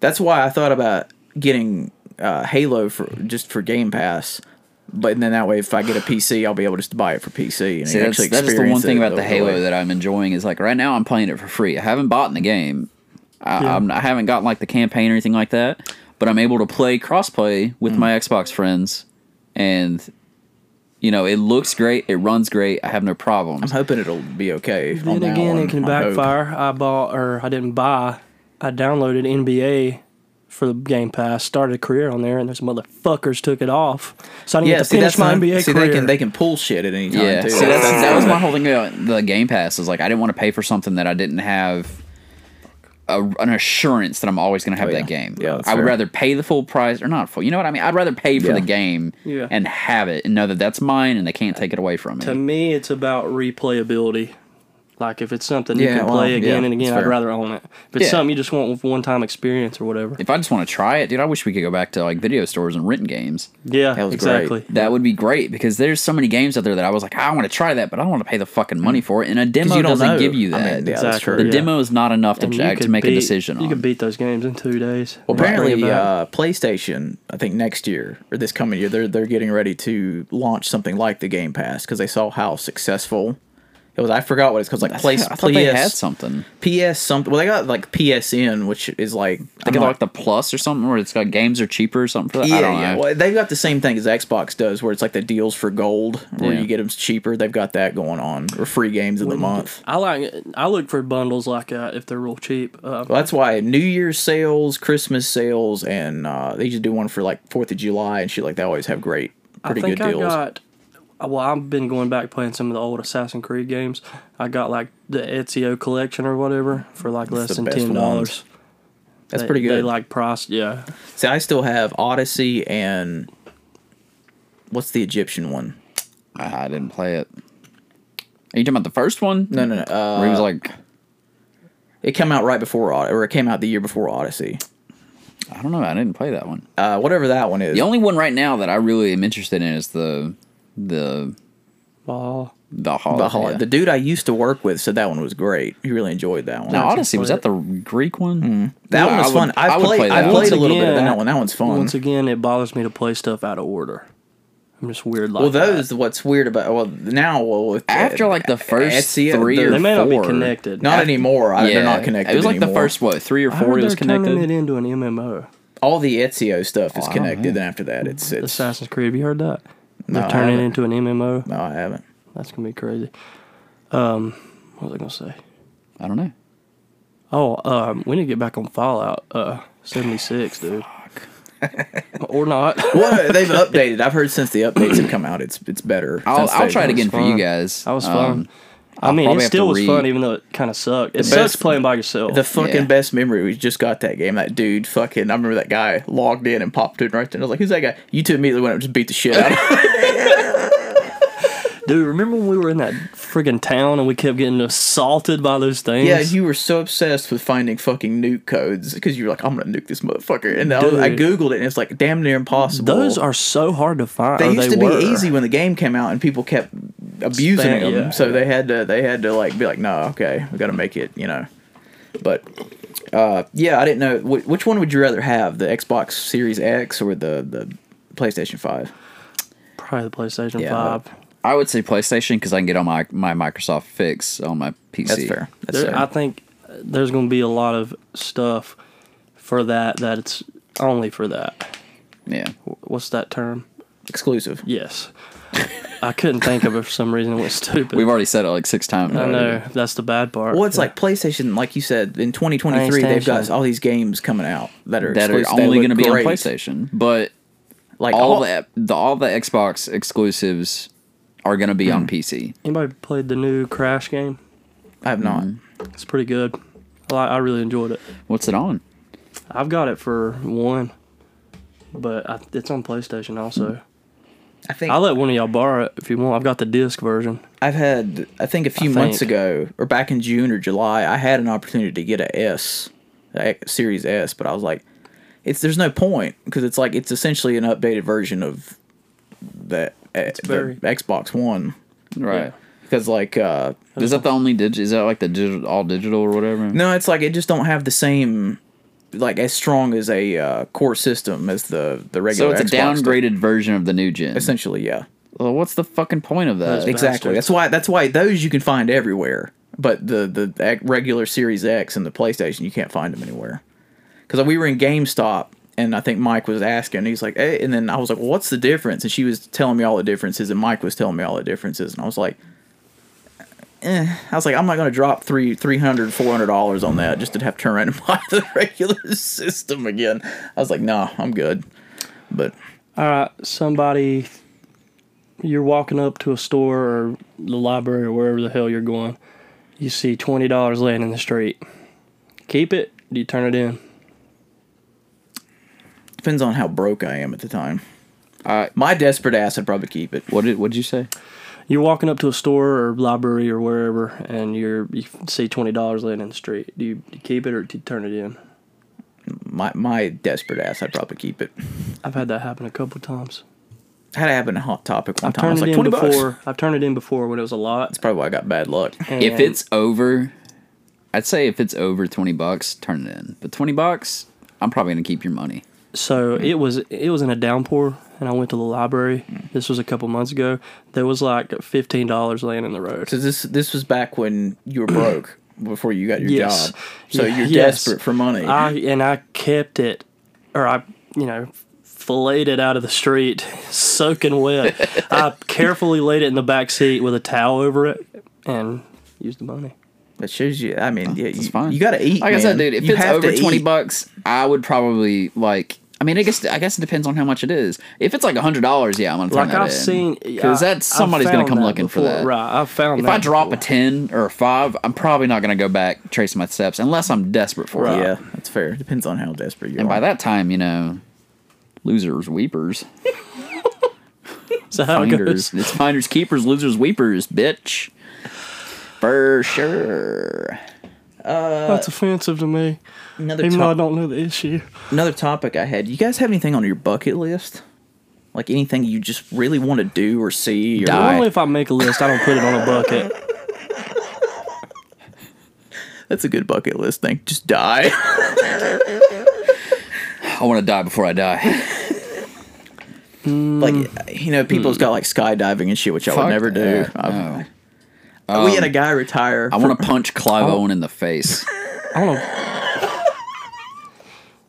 Speaker 6: That's why I thought about getting uh, Halo for just for Game Pass. But then that way, if I get a PC, I'll be able just to buy it for PC and
Speaker 5: See, that's,
Speaker 6: actually
Speaker 5: that's
Speaker 6: experience
Speaker 5: the one
Speaker 6: it
Speaker 5: thing about the Halo
Speaker 6: way.
Speaker 5: that I'm enjoying is like right now I'm playing it for free. I haven't bought the game. I, I'm, I haven't gotten like the campaign or anything like that, but I'm able to play crossplay
Speaker 6: Mm.
Speaker 5: with my Xbox friends, and you know it looks great, it runs great. I have no
Speaker 6: I'm
Speaker 5: problems.
Speaker 6: hoping it'll be okay. on
Speaker 7: Then
Speaker 6: that
Speaker 7: again,
Speaker 6: one,
Speaker 7: it can
Speaker 6: I hope.
Speaker 7: backfire. I bought or I didn't buy. I downloaded NBA for the Game Pass. Started a career on there, and those motherfuckers took it off. So I didn't
Speaker 6: Yeah,
Speaker 7: get to
Speaker 6: see,
Speaker 7: finish
Speaker 6: that's
Speaker 7: my
Speaker 6: not-
Speaker 7: NBA
Speaker 6: see,
Speaker 7: career.
Speaker 6: they can they can pull shit at any time
Speaker 5: Yeah,
Speaker 6: too.
Speaker 5: see, that's, that
Speaker 6: [laughs]
Speaker 5: was my whole thing about the Game Pass is like I didn't want to pay for something that I didn't have a, an assurance that I'm always going to have
Speaker 6: Oh, yeah.
Speaker 5: that game.
Speaker 6: Yeah, that's
Speaker 5: I would
Speaker 6: fair.
Speaker 5: rather pay the full price or not full. You know what I mean? I'd rather pay for
Speaker 6: Yeah.
Speaker 5: the game
Speaker 7: Yeah.
Speaker 5: and have it and know that that's mine and they can't take it away from me.
Speaker 7: to me, it's about replayability. Like if it's something you
Speaker 6: Yeah,
Speaker 7: can
Speaker 6: well,
Speaker 7: play again
Speaker 6: yeah,
Speaker 7: and again,
Speaker 6: that's
Speaker 7: I'd
Speaker 6: fair.
Speaker 7: rather own it. If it's
Speaker 5: Yeah.
Speaker 7: something you just want with one time experience or whatever.
Speaker 5: if I just want to try it, dude, I wish we could go back to like video stores and rent games.
Speaker 7: Yeah,
Speaker 6: was
Speaker 7: exactly.
Speaker 5: That would be great because there's so many games out there that I was like, "Ah, I want to try that, but I don't want to pay the fucking money for it. And a demo
Speaker 6: you don't
Speaker 5: doesn't
Speaker 6: know.
Speaker 5: give you
Speaker 6: I
Speaker 5: that.
Speaker 6: mean, yeah, that's
Speaker 7: Exactly.
Speaker 6: true.
Speaker 5: The
Speaker 7: yeah.
Speaker 5: demo is not enough to,
Speaker 7: And
Speaker 5: jack,
Speaker 7: could
Speaker 5: to make
Speaker 7: beat-
Speaker 5: a decision on.
Speaker 7: You could beat those games in two days.
Speaker 6: Well,
Speaker 7: Bring it
Speaker 6: apparently,
Speaker 7: back.
Speaker 6: uh, PlayStation, I think next year or this coming year, they're they're getting ready to launch something like the Game Pass because they saw how successful It was I forgot what it's called. Like [laughs] place
Speaker 5: I thought they had
Speaker 6: PS
Speaker 5: something.
Speaker 6: PS something. Well, they got like PSN, which is like
Speaker 5: They got like the plus or something where it's got games are cheaper or something for that.
Speaker 6: yeah,
Speaker 5: I don't
Speaker 6: yeah.
Speaker 5: know.
Speaker 6: E Well, they've got the same thing as Xbox does, where it's like the deals for gold, where
Speaker 5: Yeah.
Speaker 6: you get them cheaper. They've got that going on, or free games of the month.
Speaker 7: I like I look for bundles like that if they're real cheap. Uh,
Speaker 6: Well, that's why New Year's sales, Christmas sales, and uh, they just do one for like Fourth of July and shit like that. Always have great,
Speaker 7: I
Speaker 6: pretty
Speaker 7: think
Speaker 6: good
Speaker 7: I
Speaker 6: deals.
Speaker 7: got. Well, I've been going back playing some of the old Assassin's Creed games. I got like the Ezio collection or whatever for like less
Speaker 6: the
Speaker 7: than
Speaker 6: best
Speaker 7: ten dollars.
Speaker 6: ones. that's pretty good.
Speaker 7: They like price, yeah.
Speaker 6: See, I still have Odyssey and what's the Egyptian one?
Speaker 5: I didn't play it. Are you talking about the first one?
Speaker 6: No, no, no. Uh,
Speaker 5: Where he was like,
Speaker 6: It came out right before Odyssey, or it came out the year before Odyssey.
Speaker 5: I don't know. I didn't play that one.
Speaker 6: Uh, whatever that one is.
Speaker 5: The only one right now that I really am interested in is the the
Speaker 7: Well,
Speaker 5: the
Speaker 6: The,
Speaker 5: holiday.
Speaker 6: hol- the dude I used to work with said that one was great. He really enjoyed that one.
Speaker 5: now Odyssey was that the Greek one? Yeah,
Speaker 6: that one
Speaker 5: I
Speaker 6: was
Speaker 5: would-
Speaker 6: fun. I,
Speaker 5: I would
Speaker 6: played.
Speaker 5: play
Speaker 6: I
Speaker 5: that.
Speaker 6: played
Speaker 7: Once
Speaker 6: a little bit of
Speaker 7: again-
Speaker 6: that one. That one's fun.
Speaker 7: once again, it bothers me to play stuff out of order. I'm just weird like
Speaker 6: well,
Speaker 7: that.
Speaker 6: those what's weird about well now well with,
Speaker 5: After like the first
Speaker 6: Etsy,
Speaker 5: three
Speaker 6: they're-
Speaker 5: or
Speaker 7: they may not
Speaker 5: four.
Speaker 7: be connected.
Speaker 6: not anymore. I, Uh, They're not connected.
Speaker 5: It was like the
Speaker 6: anymore.
Speaker 5: first what three or
Speaker 7: I heard
Speaker 5: four. It
Speaker 7: they're
Speaker 5: was
Speaker 7: turning it
Speaker 5: connected.
Speaker 7: into an MMO.
Speaker 6: All the Ezio stuff
Speaker 5: Oh, I
Speaker 6: is
Speaker 5: don't
Speaker 6: connected.
Speaker 5: know.
Speaker 6: Then after that, it's it's.
Speaker 7: Assassin's Creed. Have you heard that? They're
Speaker 6: I
Speaker 7: turning
Speaker 6: haven't.
Speaker 7: it into an MMO.
Speaker 6: No, I haven't.
Speaker 7: That's gonna be crazy. Um, what was I gonna say?
Speaker 5: I don't know.
Speaker 7: Oh, um, we need to get back on Fallout uh, 76, dude. or
Speaker 6: [laughs]
Speaker 7: not.
Speaker 6: Well, they've updated. I've heard since the updates have come out, it's it's better.
Speaker 5: I'll,
Speaker 6: since
Speaker 5: I'll
Speaker 6: they've-
Speaker 5: try it again for you
Speaker 7: fun.
Speaker 5: guys.
Speaker 7: That was
Speaker 5: Um,
Speaker 7: fun. I
Speaker 5: probably
Speaker 7: mean, it
Speaker 5: have to
Speaker 7: still was fun,
Speaker 5: re-
Speaker 7: even though it kind of sucked. It
Speaker 6: best-
Speaker 7: sucks playing by yourself.
Speaker 6: The fucking
Speaker 5: Yeah.
Speaker 6: best memory. We just got that game. That dude, fucking. I remember that guy logged in and popped in right there. And I was like, "Who's that guy?" You two immediately went up and just beat the shit out. of him.
Speaker 7: dude, remember when we were in that friggin' town and we kept getting assaulted by those
Speaker 6: [laughs] [laughs]
Speaker 7: things?
Speaker 6: yeah, you were so obsessed with finding fucking nuke codes because you were like, "I'm gonna nuke this motherfucker." And I, was- I
Speaker 7: Dude.
Speaker 6: googled it, and it's like damn near impossible.
Speaker 7: Those are so hard to find.
Speaker 6: They
Speaker 7: or
Speaker 6: used to
Speaker 7: were.
Speaker 6: be easy when the game came out, and people kept abusing
Speaker 7: Spam-
Speaker 6: them.
Speaker 7: yeah.
Speaker 6: So they had to they had to like be like, no, okay, we got to make it, you know. But uh, yeah, I didn't know wh- which one would you rather have, the Xbox Series X or the the PlayStation Five?
Speaker 7: Probably the PlayStation
Speaker 6: Yeah,
Speaker 7: 5.
Speaker 5: I would say PlayStation because I can get on my my Microsoft fix on my PC.
Speaker 6: That's fair. That's
Speaker 7: There,
Speaker 6: fair.
Speaker 7: I think there's going to be a lot of stuff for that that it's only for that.
Speaker 5: Yeah.
Speaker 7: What's that term?
Speaker 6: Exclusive.
Speaker 7: Yes. I couldn't think of it for some reason. It was stupid.
Speaker 5: We've already said it like six times.
Speaker 7: I
Speaker 5: already.
Speaker 7: know that's the bad part.
Speaker 6: Well, it's like PlayStation, like you said, in 2023, they've got
Speaker 7: PlayStation.
Speaker 6: all these games coming out that are
Speaker 5: that are
Speaker 6: exclusive. They
Speaker 5: only
Speaker 6: look
Speaker 5: going to be
Speaker 6: great.
Speaker 5: on PlayStation, but
Speaker 6: Like
Speaker 5: all
Speaker 6: all that.
Speaker 5: the, the all the Xbox exclusives are going to be
Speaker 7: Hmm.
Speaker 5: on PC.
Speaker 7: anybody played the new Crash game?
Speaker 6: I have not.
Speaker 5: Mm-hmm.
Speaker 7: It's pretty good. I, li- I really enjoyed it.
Speaker 5: What's it on?
Speaker 7: I've got it for one, but I, it's on PlayStation also.
Speaker 6: I think
Speaker 7: I'll let one of y'all borrow it if you want. I've got the disc version.
Speaker 6: I've had, I think a few
Speaker 7: I
Speaker 6: months
Speaker 7: think.
Speaker 6: ago, or back in June or July, I had an opportunity to get a S, a X- Series S, but I was like, it's there's no point because it's like it's essentially an updated version of the, uh,
Speaker 7: very-
Speaker 6: the Xbox One
Speaker 5: Right.
Speaker 6: because like uh,
Speaker 5: Is that the only dig? Is that like the digital, all digital or whatever?
Speaker 6: no, it's like it just don't have the same like as strong as a uh, core system as the
Speaker 5: So
Speaker 6: the regular.
Speaker 5: it's a
Speaker 6: Xbox stuff.
Speaker 5: downgraded version of the new gen.
Speaker 6: essentially, yeah.
Speaker 5: Well, what's the fucking point of that?
Speaker 7: That's
Speaker 6: Exactly.
Speaker 7: bastards.
Speaker 6: That's why. That's why those you can find everywhere, but the the ac- regular Series X and the PlayStation you can't find them anywhere. Because we were in GameStop, and I think Mike was asking. He's like, "Hey," and then I was like, well, "What's the difference?" And she was telling me all the differences, and Mike was telling me all the differences, and I was like. Eh. I was like, I'm not going to drop three, three hundred, four hundred dollars on that just to have to turn around and [laughs] buy the regular system again. I was like, no, I'm good. But
Speaker 7: All right, somebody, you're walking up to a store or the library or wherever the hell you're going. You see twenty dollars laying in the street. Keep it. Do you turn it in?
Speaker 6: depends on how broke I am at the time.
Speaker 5: Uh,
Speaker 6: My desperate ass would probably keep it.
Speaker 5: What did What did you say?
Speaker 7: You're walking up to a store or library or wherever, and you're you see twenty dollars laying in the street. Do you, do you keep it or do you turn it in?
Speaker 6: my my desperate ass, I'd probably keep it.
Speaker 7: I've had that happen a couple times.
Speaker 6: Had it happen a hot topic one
Speaker 7: I've
Speaker 6: time. I
Speaker 7: turned
Speaker 6: was
Speaker 7: it
Speaker 6: like
Speaker 7: in
Speaker 6: twenty
Speaker 7: before.
Speaker 6: bucks.
Speaker 7: I've turned it in before when it was a lot.
Speaker 6: That's probably why I got bad luck.
Speaker 5: If
Speaker 7: and-
Speaker 5: it's over, I'd say if it's over twenty bucks, turn it in. But twenty bucks, I'm probably gonna keep your money.
Speaker 7: so it was it was in a downpour and I went to the library. This was a couple months ago. There was like fifteen dollars laying in the road.
Speaker 6: So this this was back when you
Speaker 5: [clears throat]
Speaker 6: were broke before you got your
Speaker 7: Yes.
Speaker 6: job. So
Speaker 7: Yeah,
Speaker 6: you're
Speaker 7: yes.
Speaker 6: desperate for money.
Speaker 7: I and I kept it, or I, you know, filleted it out of the street, [laughs] soaking wet.
Speaker 5: [laughs]
Speaker 7: I carefully laid it in the back seat with a towel over it, and used the money.
Speaker 6: that shows you. I mean, yeah,
Speaker 5: Oh, That's
Speaker 6: you,
Speaker 5: fine.
Speaker 6: you got to eat.
Speaker 5: Like I said,
Speaker 6: man.
Speaker 5: dude, if
Speaker 6: You
Speaker 5: it's
Speaker 6: have
Speaker 5: over
Speaker 6: to
Speaker 5: twenty
Speaker 6: eat.
Speaker 5: bucks, I would probably like. I mean, I guess I guess it depends on how much it is. If it's like hundred dollars, yeah, I'm gonna throw
Speaker 7: Like
Speaker 5: that
Speaker 7: I've seen,
Speaker 5: because
Speaker 7: I-
Speaker 5: that's
Speaker 7: I
Speaker 5: somebody's gonna
Speaker 7: found
Speaker 5: come
Speaker 7: that
Speaker 5: looking for
Speaker 7: before.
Speaker 5: that.
Speaker 7: Right, I found.
Speaker 5: If
Speaker 7: that
Speaker 5: I drop a
Speaker 7: before.
Speaker 5: ten or a five, I'm probably not gonna go back trace my steps unless I'm desperate for it.
Speaker 6: Yeah, that's fair. Depends on how desperate you
Speaker 5: And
Speaker 6: are.
Speaker 5: by that time, you know, losers
Speaker 7: [laughs]
Speaker 5: weepers,
Speaker 7: Is that how it goes?
Speaker 5: finders. It's finders keepers, losers weepers, bitch. For sure.
Speaker 7: That's offensive to me,
Speaker 6: another
Speaker 7: even though I
Speaker 6: top,
Speaker 7: don't know the issue.
Speaker 6: another topic I had. You guys have anything on your bucket list? Like anything you just really want to do or see? Or
Speaker 5: Die.
Speaker 7: Only if I make a list, I don't put it on a bucket.
Speaker 6: That's a good bucket list thing. Just die. [laughs]
Speaker 5: I want to die before I die.
Speaker 6: like you know, people's got like skydiving and shit, which I would
Speaker 5: Mm. Fuck
Speaker 6: never do.
Speaker 5: that,
Speaker 6: I've-
Speaker 5: no.
Speaker 6: we had a guy retire.
Speaker 5: I want to punch Clive Owen in the face.
Speaker 7: I want to.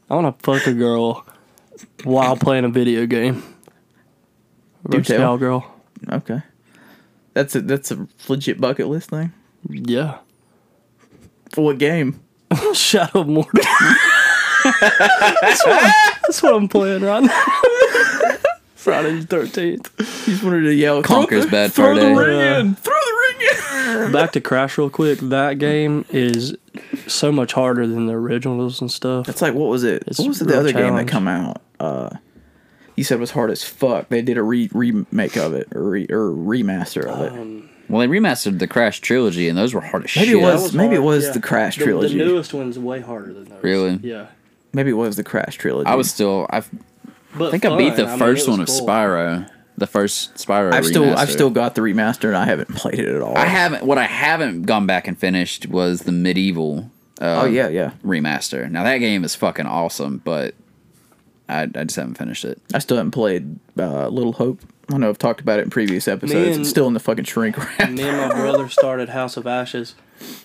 Speaker 7: I want to fuck a girl while playing a video game.
Speaker 6: Do
Speaker 7: Roast
Speaker 6: tell.
Speaker 7: cowgirl.
Speaker 6: from- okay. That's a that's a legit bucket list thing.
Speaker 7: Yeah.
Speaker 6: For what game?
Speaker 7: Shadow of Mordor. that's, what I'm, that's what I'm playing right now. Friday the 13th.
Speaker 6: He just wanted to yell.
Speaker 5: Conker's Bad Fur Day.
Speaker 6: Throw the ring in. Throw the ring in.
Speaker 7: Back to Crash real quick. That game is so much harder than the originals and stuff.
Speaker 6: It's like what was it?
Speaker 7: It's
Speaker 6: what was the
Speaker 7: real
Speaker 6: other game that
Speaker 7: challenge.
Speaker 6: come out? Uh, you said was hard as fuck. They did a re- remake of it or re- or remaster of it.
Speaker 5: Well, they remastered the Crash trilogy, and those were hard as
Speaker 6: maybe
Speaker 5: shit.
Speaker 6: it was, maybe it was the Crash trilogy.
Speaker 7: The, newest one's way harder than those.
Speaker 5: Really?
Speaker 7: Yeah.
Speaker 6: maybe it was the Crash trilogy.
Speaker 5: I was still. I've-
Speaker 7: But
Speaker 5: I think I beat the first one of
Speaker 7: Spy.
Speaker 5: Spyro. The first Spyro.
Speaker 6: I've still I've
Speaker 5: remaster.
Speaker 6: still got the remaster and I haven't played it at all.
Speaker 5: I haven't. What I haven't gone back and finished was the medieval. Uh,
Speaker 6: Oh yeah, yeah.
Speaker 5: Remaster. Now that game is fucking awesome, but I, I just haven't finished it.
Speaker 6: I still haven't played uh, Little Hope. I know I've talked about it in previous episodes.
Speaker 7: and-
Speaker 6: it's still in the fucking shrink [laughs] wrap.
Speaker 7: Me and my brother started House of Ashes,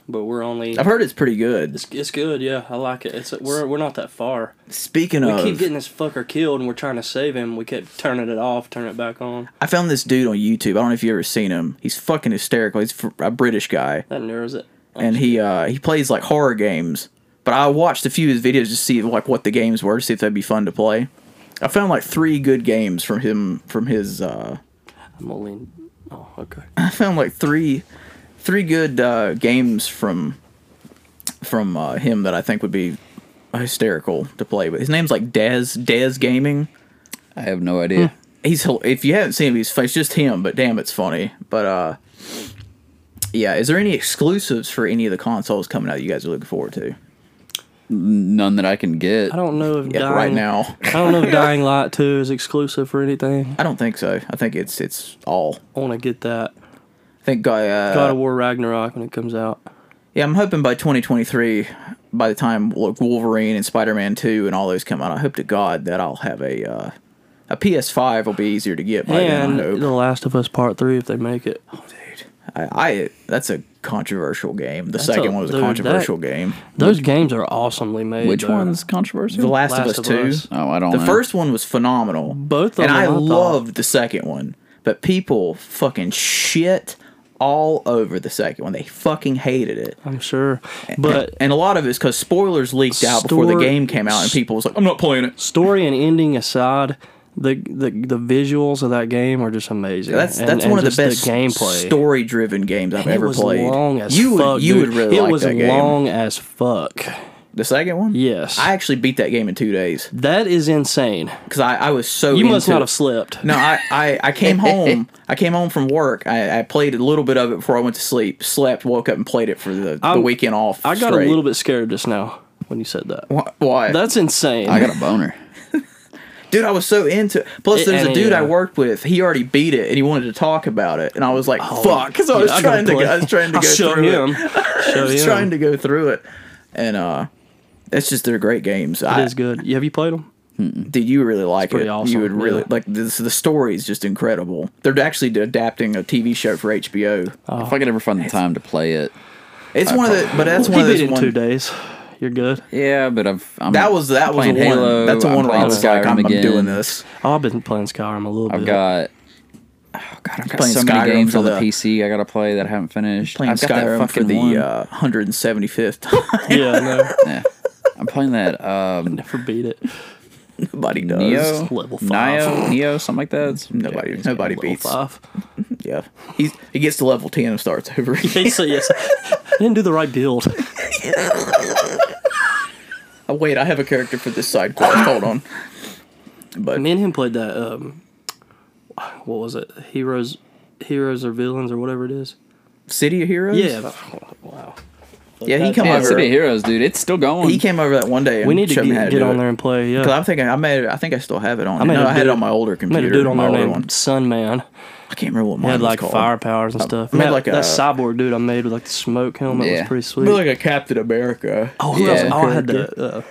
Speaker 7: but we're only
Speaker 6: I've heard it's pretty good.
Speaker 7: it's, it's good. Yeah, I like it. It's we're we're not that far.
Speaker 6: Speaking
Speaker 7: We
Speaker 6: of,
Speaker 7: keep getting this fucker killed, and we're trying to save him. We kept turning it off, turning it back on.
Speaker 6: I found this dude on YouTube. I don't know if you ever seen him. He's fucking hysterical. He's fr- a British guy.
Speaker 7: That nerves it.
Speaker 6: and he uh he plays like horror games. But I watched a few of his videos to see like what the games were, to see if they'd be fun to play. I found like three good games from him from his uh
Speaker 7: I'm only. Oh, okay.
Speaker 6: [laughs] I found like three three good uh games from from uh him that I think would be hysterical to play with. His name's like Daz Daz Gaming.
Speaker 5: I have no idea.
Speaker 6: He's hil- if you haven't seen him, he's it's just him, but damn it's funny. But uh yeah, is there any exclusives for any of the consoles coming out you guys are looking forward to?
Speaker 5: None that I can get.
Speaker 7: I don't know if
Speaker 6: Yeah,
Speaker 7: dying
Speaker 6: right now.
Speaker 7: I don't
Speaker 6: [laughs]
Speaker 7: know if Dying Light Two is exclusive for anything.
Speaker 6: I don't think so. I think it's it's all.
Speaker 7: I want to get that
Speaker 6: I think uh,
Speaker 7: God of War Ragnarok when it comes out.
Speaker 6: yeah, I'm hoping by 2023, by the time like Wolverine and Spider-Man 2 and all those come out, I hope to God that I'll have a uh, a PS5 will be easier to get by
Speaker 7: and
Speaker 6: then. I
Speaker 7: The
Speaker 6: hope.
Speaker 7: Last of Us Part Three, if they make it.
Speaker 6: I, I that's a controversial game. The
Speaker 7: That's
Speaker 6: second
Speaker 7: a-
Speaker 6: one was a
Speaker 7: dude, that-
Speaker 6: controversial game.
Speaker 7: Those games are awesomely made.
Speaker 5: Which
Speaker 7: though.
Speaker 5: one's
Speaker 6: The
Speaker 5: controversial?
Speaker 6: Last, of Us 2.
Speaker 5: oh, I don't.
Speaker 6: The
Speaker 5: know.
Speaker 6: first one was phenomenal.
Speaker 7: Both of
Speaker 6: and
Speaker 7: them, I
Speaker 6: I
Speaker 7: thought.
Speaker 6: loved the second one, but people fucking shit all over the second one. They fucking hated it.
Speaker 7: I'm sure, but
Speaker 6: and a lot of it's because spoilers leaked out before the
Speaker 7: Store-
Speaker 6: game came out, and people was like, "I'm not playing it."
Speaker 7: story and ending aside, the the, the visuals of that game are just amazing.
Speaker 6: That's
Speaker 7: And-
Speaker 6: that's
Speaker 7: and
Speaker 6: one of
Speaker 7: just
Speaker 6: the best
Speaker 7: gameplay.
Speaker 6: story-driven games I've
Speaker 7: And
Speaker 6: ever
Speaker 7: it was
Speaker 6: played.
Speaker 7: long as
Speaker 6: you
Speaker 7: fuck.
Speaker 6: would you
Speaker 7: dude.
Speaker 6: would really
Speaker 7: it
Speaker 6: like
Speaker 7: was
Speaker 6: that game.
Speaker 7: long as fuck.
Speaker 6: The second one,
Speaker 7: Yes,
Speaker 6: I actually beat that game in two days
Speaker 7: that is insane.
Speaker 6: because I, I was so.
Speaker 7: You must
Speaker 6: into
Speaker 7: not
Speaker 6: it.
Speaker 7: have slept.
Speaker 6: No, I, I, I
Speaker 7: [laughs]
Speaker 6: came home. I came home from work. I, I played a little bit of it before I went to sleep. Slept, woke up, and played it for the, the
Speaker 7: I'm-
Speaker 6: weekend off.
Speaker 7: I got
Speaker 6: straight.
Speaker 7: a little bit scared just now when you said that.
Speaker 6: Wh- Why?
Speaker 7: That's
Speaker 5: [laughs]
Speaker 7: insane.
Speaker 5: I got a boner.
Speaker 6: dude, I was so into. Plus,
Speaker 7: It-
Speaker 6: there's a
Speaker 7: and,
Speaker 6: dude
Speaker 7: yeah.
Speaker 6: I worked with. He already beat it, and he wanted to talk about it, and I was like, "Fuck!" Because I was
Speaker 7: Oh, Yeah, I gotta
Speaker 6: trying to, go,
Speaker 7: play.
Speaker 6: I was trying to
Speaker 7: [laughs] [laughs] I'll
Speaker 6: go
Speaker 7: show
Speaker 6: through
Speaker 7: him.
Speaker 6: [laughs] it.
Speaker 7: Show him.
Speaker 6: trying to go through it, and uh, it's just they're great games.
Speaker 7: It
Speaker 6: I,
Speaker 7: is good. Have you played them?
Speaker 6: Dude, you really like
Speaker 7: pretty
Speaker 6: it.
Speaker 7: awesome,
Speaker 6: You would really
Speaker 7: yeah.
Speaker 6: like this. The story is just incredible. They're actually adapting a TV show for HBO.
Speaker 7: Oh.
Speaker 5: If I could ever find the time to play it,
Speaker 6: It's one of the, but that's one
Speaker 7: you
Speaker 6: of
Speaker 7: beat
Speaker 6: those
Speaker 7: it in
Speaker 6: one.
Speaker 7: two days. You're good.
Speaker 5: yeah, but I've I'm
Speaker 6: That was that was the
Speaker 5: playing
Speaker 6: one.
Speaker 5: Halo,
Speaker 6: that's the
Speaker 5: I'm
Speaker 6: one where I
Speaker 5: playing
Speaker 6: was like,
Speaker 5: Skyrim
Speaker 6: I'm, I'm
Speaker 5: again.
Speaker 6: doing this.
Speaker 7: Oh, I've been playing Skyrim a little
Speaker 5: I've
Speaker 7: bit.
Speaker 5: got oh god, I've got
Speaker 6: Playing
Speaker 5: so
Speaker 6: Skyrim
Speaker 5: many games
Speaker 6: for
Speaker 5: on the,
Speaker 6: the-
Speaker 5: PC I gotta play that I haven't finished.
Speaker 6: Playing
Speaker 5: I've got that
Speaker 6: Skyrim for
Speaker 5: fucking one.
Speaker 6: the uh, 175th [laughs] time.
Speaker 7: yeah, [laughs] no,
Speaker 5: [laughs] Yeah. I'm playing that
Speaker 6: [laughs]
Speaker 5: um,
Speaker 7: never beat it.
Speaker 6: Nobody does.
Speaker 5: Neo,
Speaker 7: level five.
Speaker 5: Neo, Neo, something like that. It's-
Speaker 6: Nobody, nobody
Speaker 7: Level
Speaker 6: beats.
Speaker 7: five.
Speaker 6: Yeah, he's, he gets to level ten and starts over. [laughs] again.
Speaker 7: He said yes. [laughs] I didn't do the right build.
Speaker 6: oh, wait, I have a character for this side quest. Hold on. But
Speaker 7: Me and him played that. Um, what was it? Heroes, heroes or villains or whatever it is.
Speaker 6: City of Heroes.
Speaker 7: Yeah. Wow.
Speaker 6: yeah. He come
Speaker 5: Yeah,
Speaker 6: over.
Speaker 5: City of Heroes, dude. It's still going.
Speaker 6: He came over that one day. And
Speaker 7: We need to
Speaker 6: showed me how to
Speaker 7: get, get
Speaker 6: do
Speaker 7: on
Speaker 6: it.
Speaker 7: there and play.
Speaker 6: Because
Speaker 7: Yeah.
Speaker 6: I'm thinking I made. I think I still have it on. I,
Speaker 7: made
Speaker 6: no,
Speaker 7: a
Speaker 6: I had it
Speaker 7: dude-
Speaker 6: on my older
Speaker 7: Made
Speaker 6: computer.
Speaker 7: a dude on
Speaker 6: my
Speaker 7: there
Speaker 6: older
Speaker 7: named
Speaker 6: one.
Speaker 7: Sun Man.
Speaker 6: I can't remember what
Speaker 7: He
Speaker 6: mine
Speaker 7: had
Speaker 6: was
Speaker 7: like
Speaker 6: called. uh,
Speaker 7: fire powers and stuff.
Speaker 6: made
Speaker 7: Man,
Speaker 6: like a-
Speaker 7: that cyborg dude I made with like the smoke helmet
Speaker 5: Yeah.
Speaker 7: was pretty sweet.
Speaker 6: More like a Captain America.
Speaker 7: oh, who else?
Speaker 5: Yeah.
Speaker 7: Oh, I had the uh,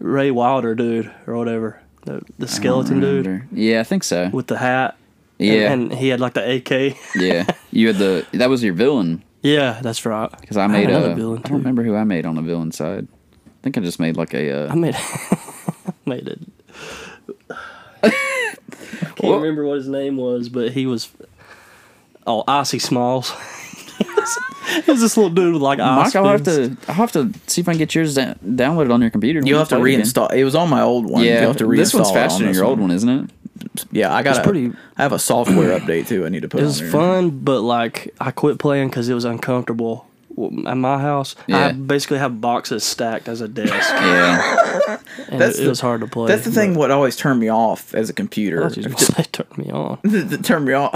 Speaker 7: Ray Wilder dude or whatever, the, the skeleton dude
Speaker 5: yeah, I think so.
Speaker 7: with the hat. And-
Speaker 5: yeah,
Speaker 7: and, he had like the AK.
Speaker 6: [laughs]
Speaker 5: yeah. You had the that was your villain
Speaker 7: [laughs] yeah, that's right.
Speaker 5: because I made
Speaker 7: had
Speaker 5: a.
Speaker 7: a villain
Speaker 5: I
Speaker 7: too.
Speaker 5: don't remember who I made on the villain side. I think I just made like a.
Speaker 7: I
Speaker 5: Uh,
Speaker 7: made [laughs] made it. I can't
Speaker 5: Well-
Speaker 7: remember what his name was, but he was oh Icy Smalls. [laughs] he was this little dude with like ice.
Speaker 5: Mike, I'll have
Speaker 7: fins.
Speaker 5: to. I'll have to see if I can get yours down, downloaded on your computer. and we
Speaker 6: You'll
Speaker 5: can
Speaker 6: have to
Speaker 5: play it again.
Speaker 6: reinstall. It was on my old one.
Speaker 5: Yeah,
Speaker 6: You'll have to reinstall.
Speaker 5: this one's
Speaker 6: it
Speaker 5: faster
Speaker 6: on
Speaker 5: than
Speaker 6: this
Speaker 5: your old one, isn't it?
Speaker 6: Yeah, I got.
Speaker 7: pretty-
Speaker 6: I have
Speaker 5: [clears throat]
Speaker 6: a software update too. I need to put.
Speaker 7: It
Speaker 6: on
Speaker 7: was
Speaker 6: there.
Speaker 7: fun, but like I quit playing because it was uncomfortable. Well, At my house,
Speaker 5: Yeah.
Speaker 7: I basically have boxes stacked as
Speaker 6: [laughs]
Speaker 7: a desk,
Speaker 5: Yeah,
Speaker 7: and
Speaker 6: That's
Speaker 7: it,
Speaker 6: the-
Speaker 7: was hard to play.
Speaker 6: That's the thing. What always turned me off as a
Speaker 5: Oh,
Speaker 6: computer. [laughs]
Speaker 7: [laughs] That turned me on.
Speaker 6: that turned me off.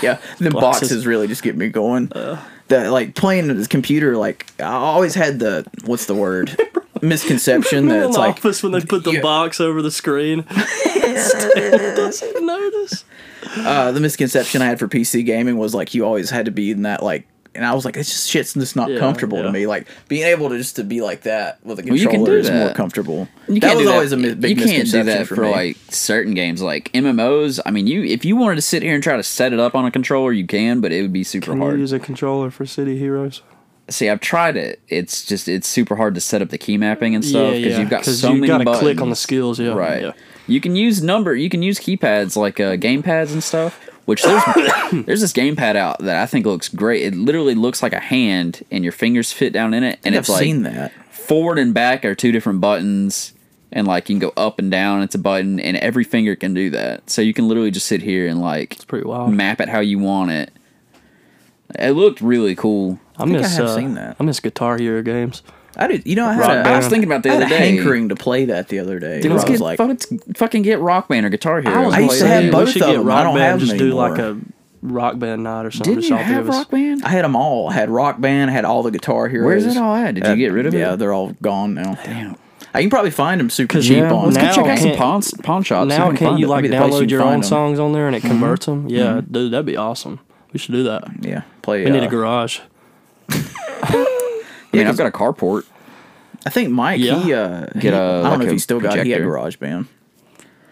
Speaker 6: [laughs]
Speaker 5: [laughs]
Speaker 6: yeah, the boxes.
Speaker 7: Boxes.
Speaker 6: really just get me going.
Speaker 5: Uh.
Speaker 6: that like playing this computer, like I always had the what's the word
Speaker 5: [laughs]
Speaker 6: misconception that
Speaker 7: in
Speaker 6: it's
Speaker 7: the
Speaker 6: like
Speaker 7: office when they put
Speaker 6: [laughs]
Speaker 7: the
Speaker 6: Yeah.
Speaker 7: box over
Speaker 6: [laughs]
Speaker 7: the screen, [laughs] doesn't notice.
Speaker 6: uh, the misconception I had for PC gaming was like you always had to be in that like. And I was like, it's just shit's just not
Speaker 7: Yeah,
Speaker 6: comfortable to
Speaker 7: yeah.
Speaker 6: me. Like being able to just to be like that with a
Speaker 5: you
Speaker 6: controller
Speaker 5: can do
Speaker 6: is more
Speaker 5: that.
Speaker 6: comfortable.
Speaker 5: you
Speaker 6: that
Speaker 5: can't
Speaker 6: was
Speaker 5: do
Speaker 6: always
Speaker 5: that.
Speaker 6: a mi- big
Speaker 5: you can't do
Speaker 6: misconception
Speaker 5: that for,
Speaker 6: for, me.
Speaker 5: like certain games, like MMOs. I mean, you if you wanted to sit here and try to set it up on a controller, you can, but it would be super
Speaker 7: Can you
Speaker 5: hard.
Speaker 7: use a controller for City Heroes?
Speaker 5: See, I've tried it. It's just it's super hard to set up the key mapping and stuff because you've got so
Speaker 7: you
Speaker 5: many
Speaker 7: gotta
Speaker 5: buttons.
Speaker 7: click on the skills. Yeah,
Speaker 5: right.
Speaker 7: Yeah.
Speaker 5: You can use number. You can use keypads like uh, game pads and stuff. Which there's there's this game pad out that I think looks great. It literally looks like a hand, and your fingers fit down in it, and
Speaker 6: I've
Speaker 5: it's like
Speaker 6: seen that.
Speaker 5: forward and back are two different buttons and like you can go up and down it's a button and every finger can do that so you can literally just sit here and like
Speaker 7: pretty wild.
Speaker 5: map it how you want it it looked really cool
Speaker 7: I,
Speaker 6: think I
Speaker 7: miss.
Speaker 6: have
Speaker 7: uh,
Speaker 6: seen that.
Speaker 7: I miss Guitar Hero games.
Speaker 6: I did. You know, I
Speaker 5: I,
Speaker 6: had, a,
Speaker 5: I was thinking about the
Speaker 6: I had
Speaker 5: other
Speaker 6: a
Speaker 5: day
Speaker 6: hankering to play that the other day.
Speaker 5: Dude,
Speaker 6: where
Speaker 5: let's
Speaker 6: I was
Speaker 5: get,
Speaker 6: like,
Speaker 5: let's fucking get rock band or guitar here
Speaker 6: I used to
Speaker 7: Like,
Speaker 6: have
Speaker 7: we
Speaker 6: both
Speaker 7: should
Speaker 6: of
Speaker 7: get
Speaker 6: them. I
Speaker 7: Rock
Speaker 6: don't
Speaker 7: Band.
Speaker 6: have
Speaker 7: just
Speaker 6: them
Speaker 7: do like
Speaker 6: anymore.
Speaker 7: a Rock Band night or something.
Speaker 5: didn't
Speaker 7: just
Speaker 5: you
Speaker 7: all three
Speaker 5: have
Speaker 7: of us.
Speaker 5: rock band
Speaker 6: I had them all. I had Rock Band. I had all the Guitar Heroes.
Speaker 5: where's it all at did
Speaker 6: Uh,
Speaker 5: you get rid of
Speaker 6: Yeah,
Speaker 5: it
Speaker 6: they're all gone now.
Speaker 5: Damn.
Speaker 6: I Uh, can probably find them super
Speaker 7: 'Cause
Speaker 6: cheap
Speaker 7: now-
Speaker 6: on.
Speaker 7: now-
Speaker 5: Let's go check out some
Speaker 7: can't-
Speaker 5: pawn, pawn shops.
Speaker 7: Now
Speaker 5: and
Speaker 7: can't
Speaker 5: find
Speaker 7: you
Speaker 5: it.
Speaker 7: like
Speaker 6: That'd be the place
Speaker 7: download
Speaker 6: you'd
Speaker 7: your own
Speaker 6: find 'em.
Speaker 7: songs on there and it converts them? Yeah, dude, that'd be awesome. We should do that.
Speaker 6: yeah, play.
Speaker 7: We need
Speaker 6: uh,
Speaker 7: a garage.
Speaker 5: I mean, I've got a carport.
Speaker 6: I think Mike.
Speaker 7: Yeah.
Speaker 6: He uh,
Speaker 5: Get
Speaker 6: he-
Speaker 5: a,
Speaker 6: I don't
Speaker 5: like
Speaker 6: know if
Speaker 5: a
Speaker 6: he still got. He had
Speaker 5: projector.
Speaker 6: Garage Band.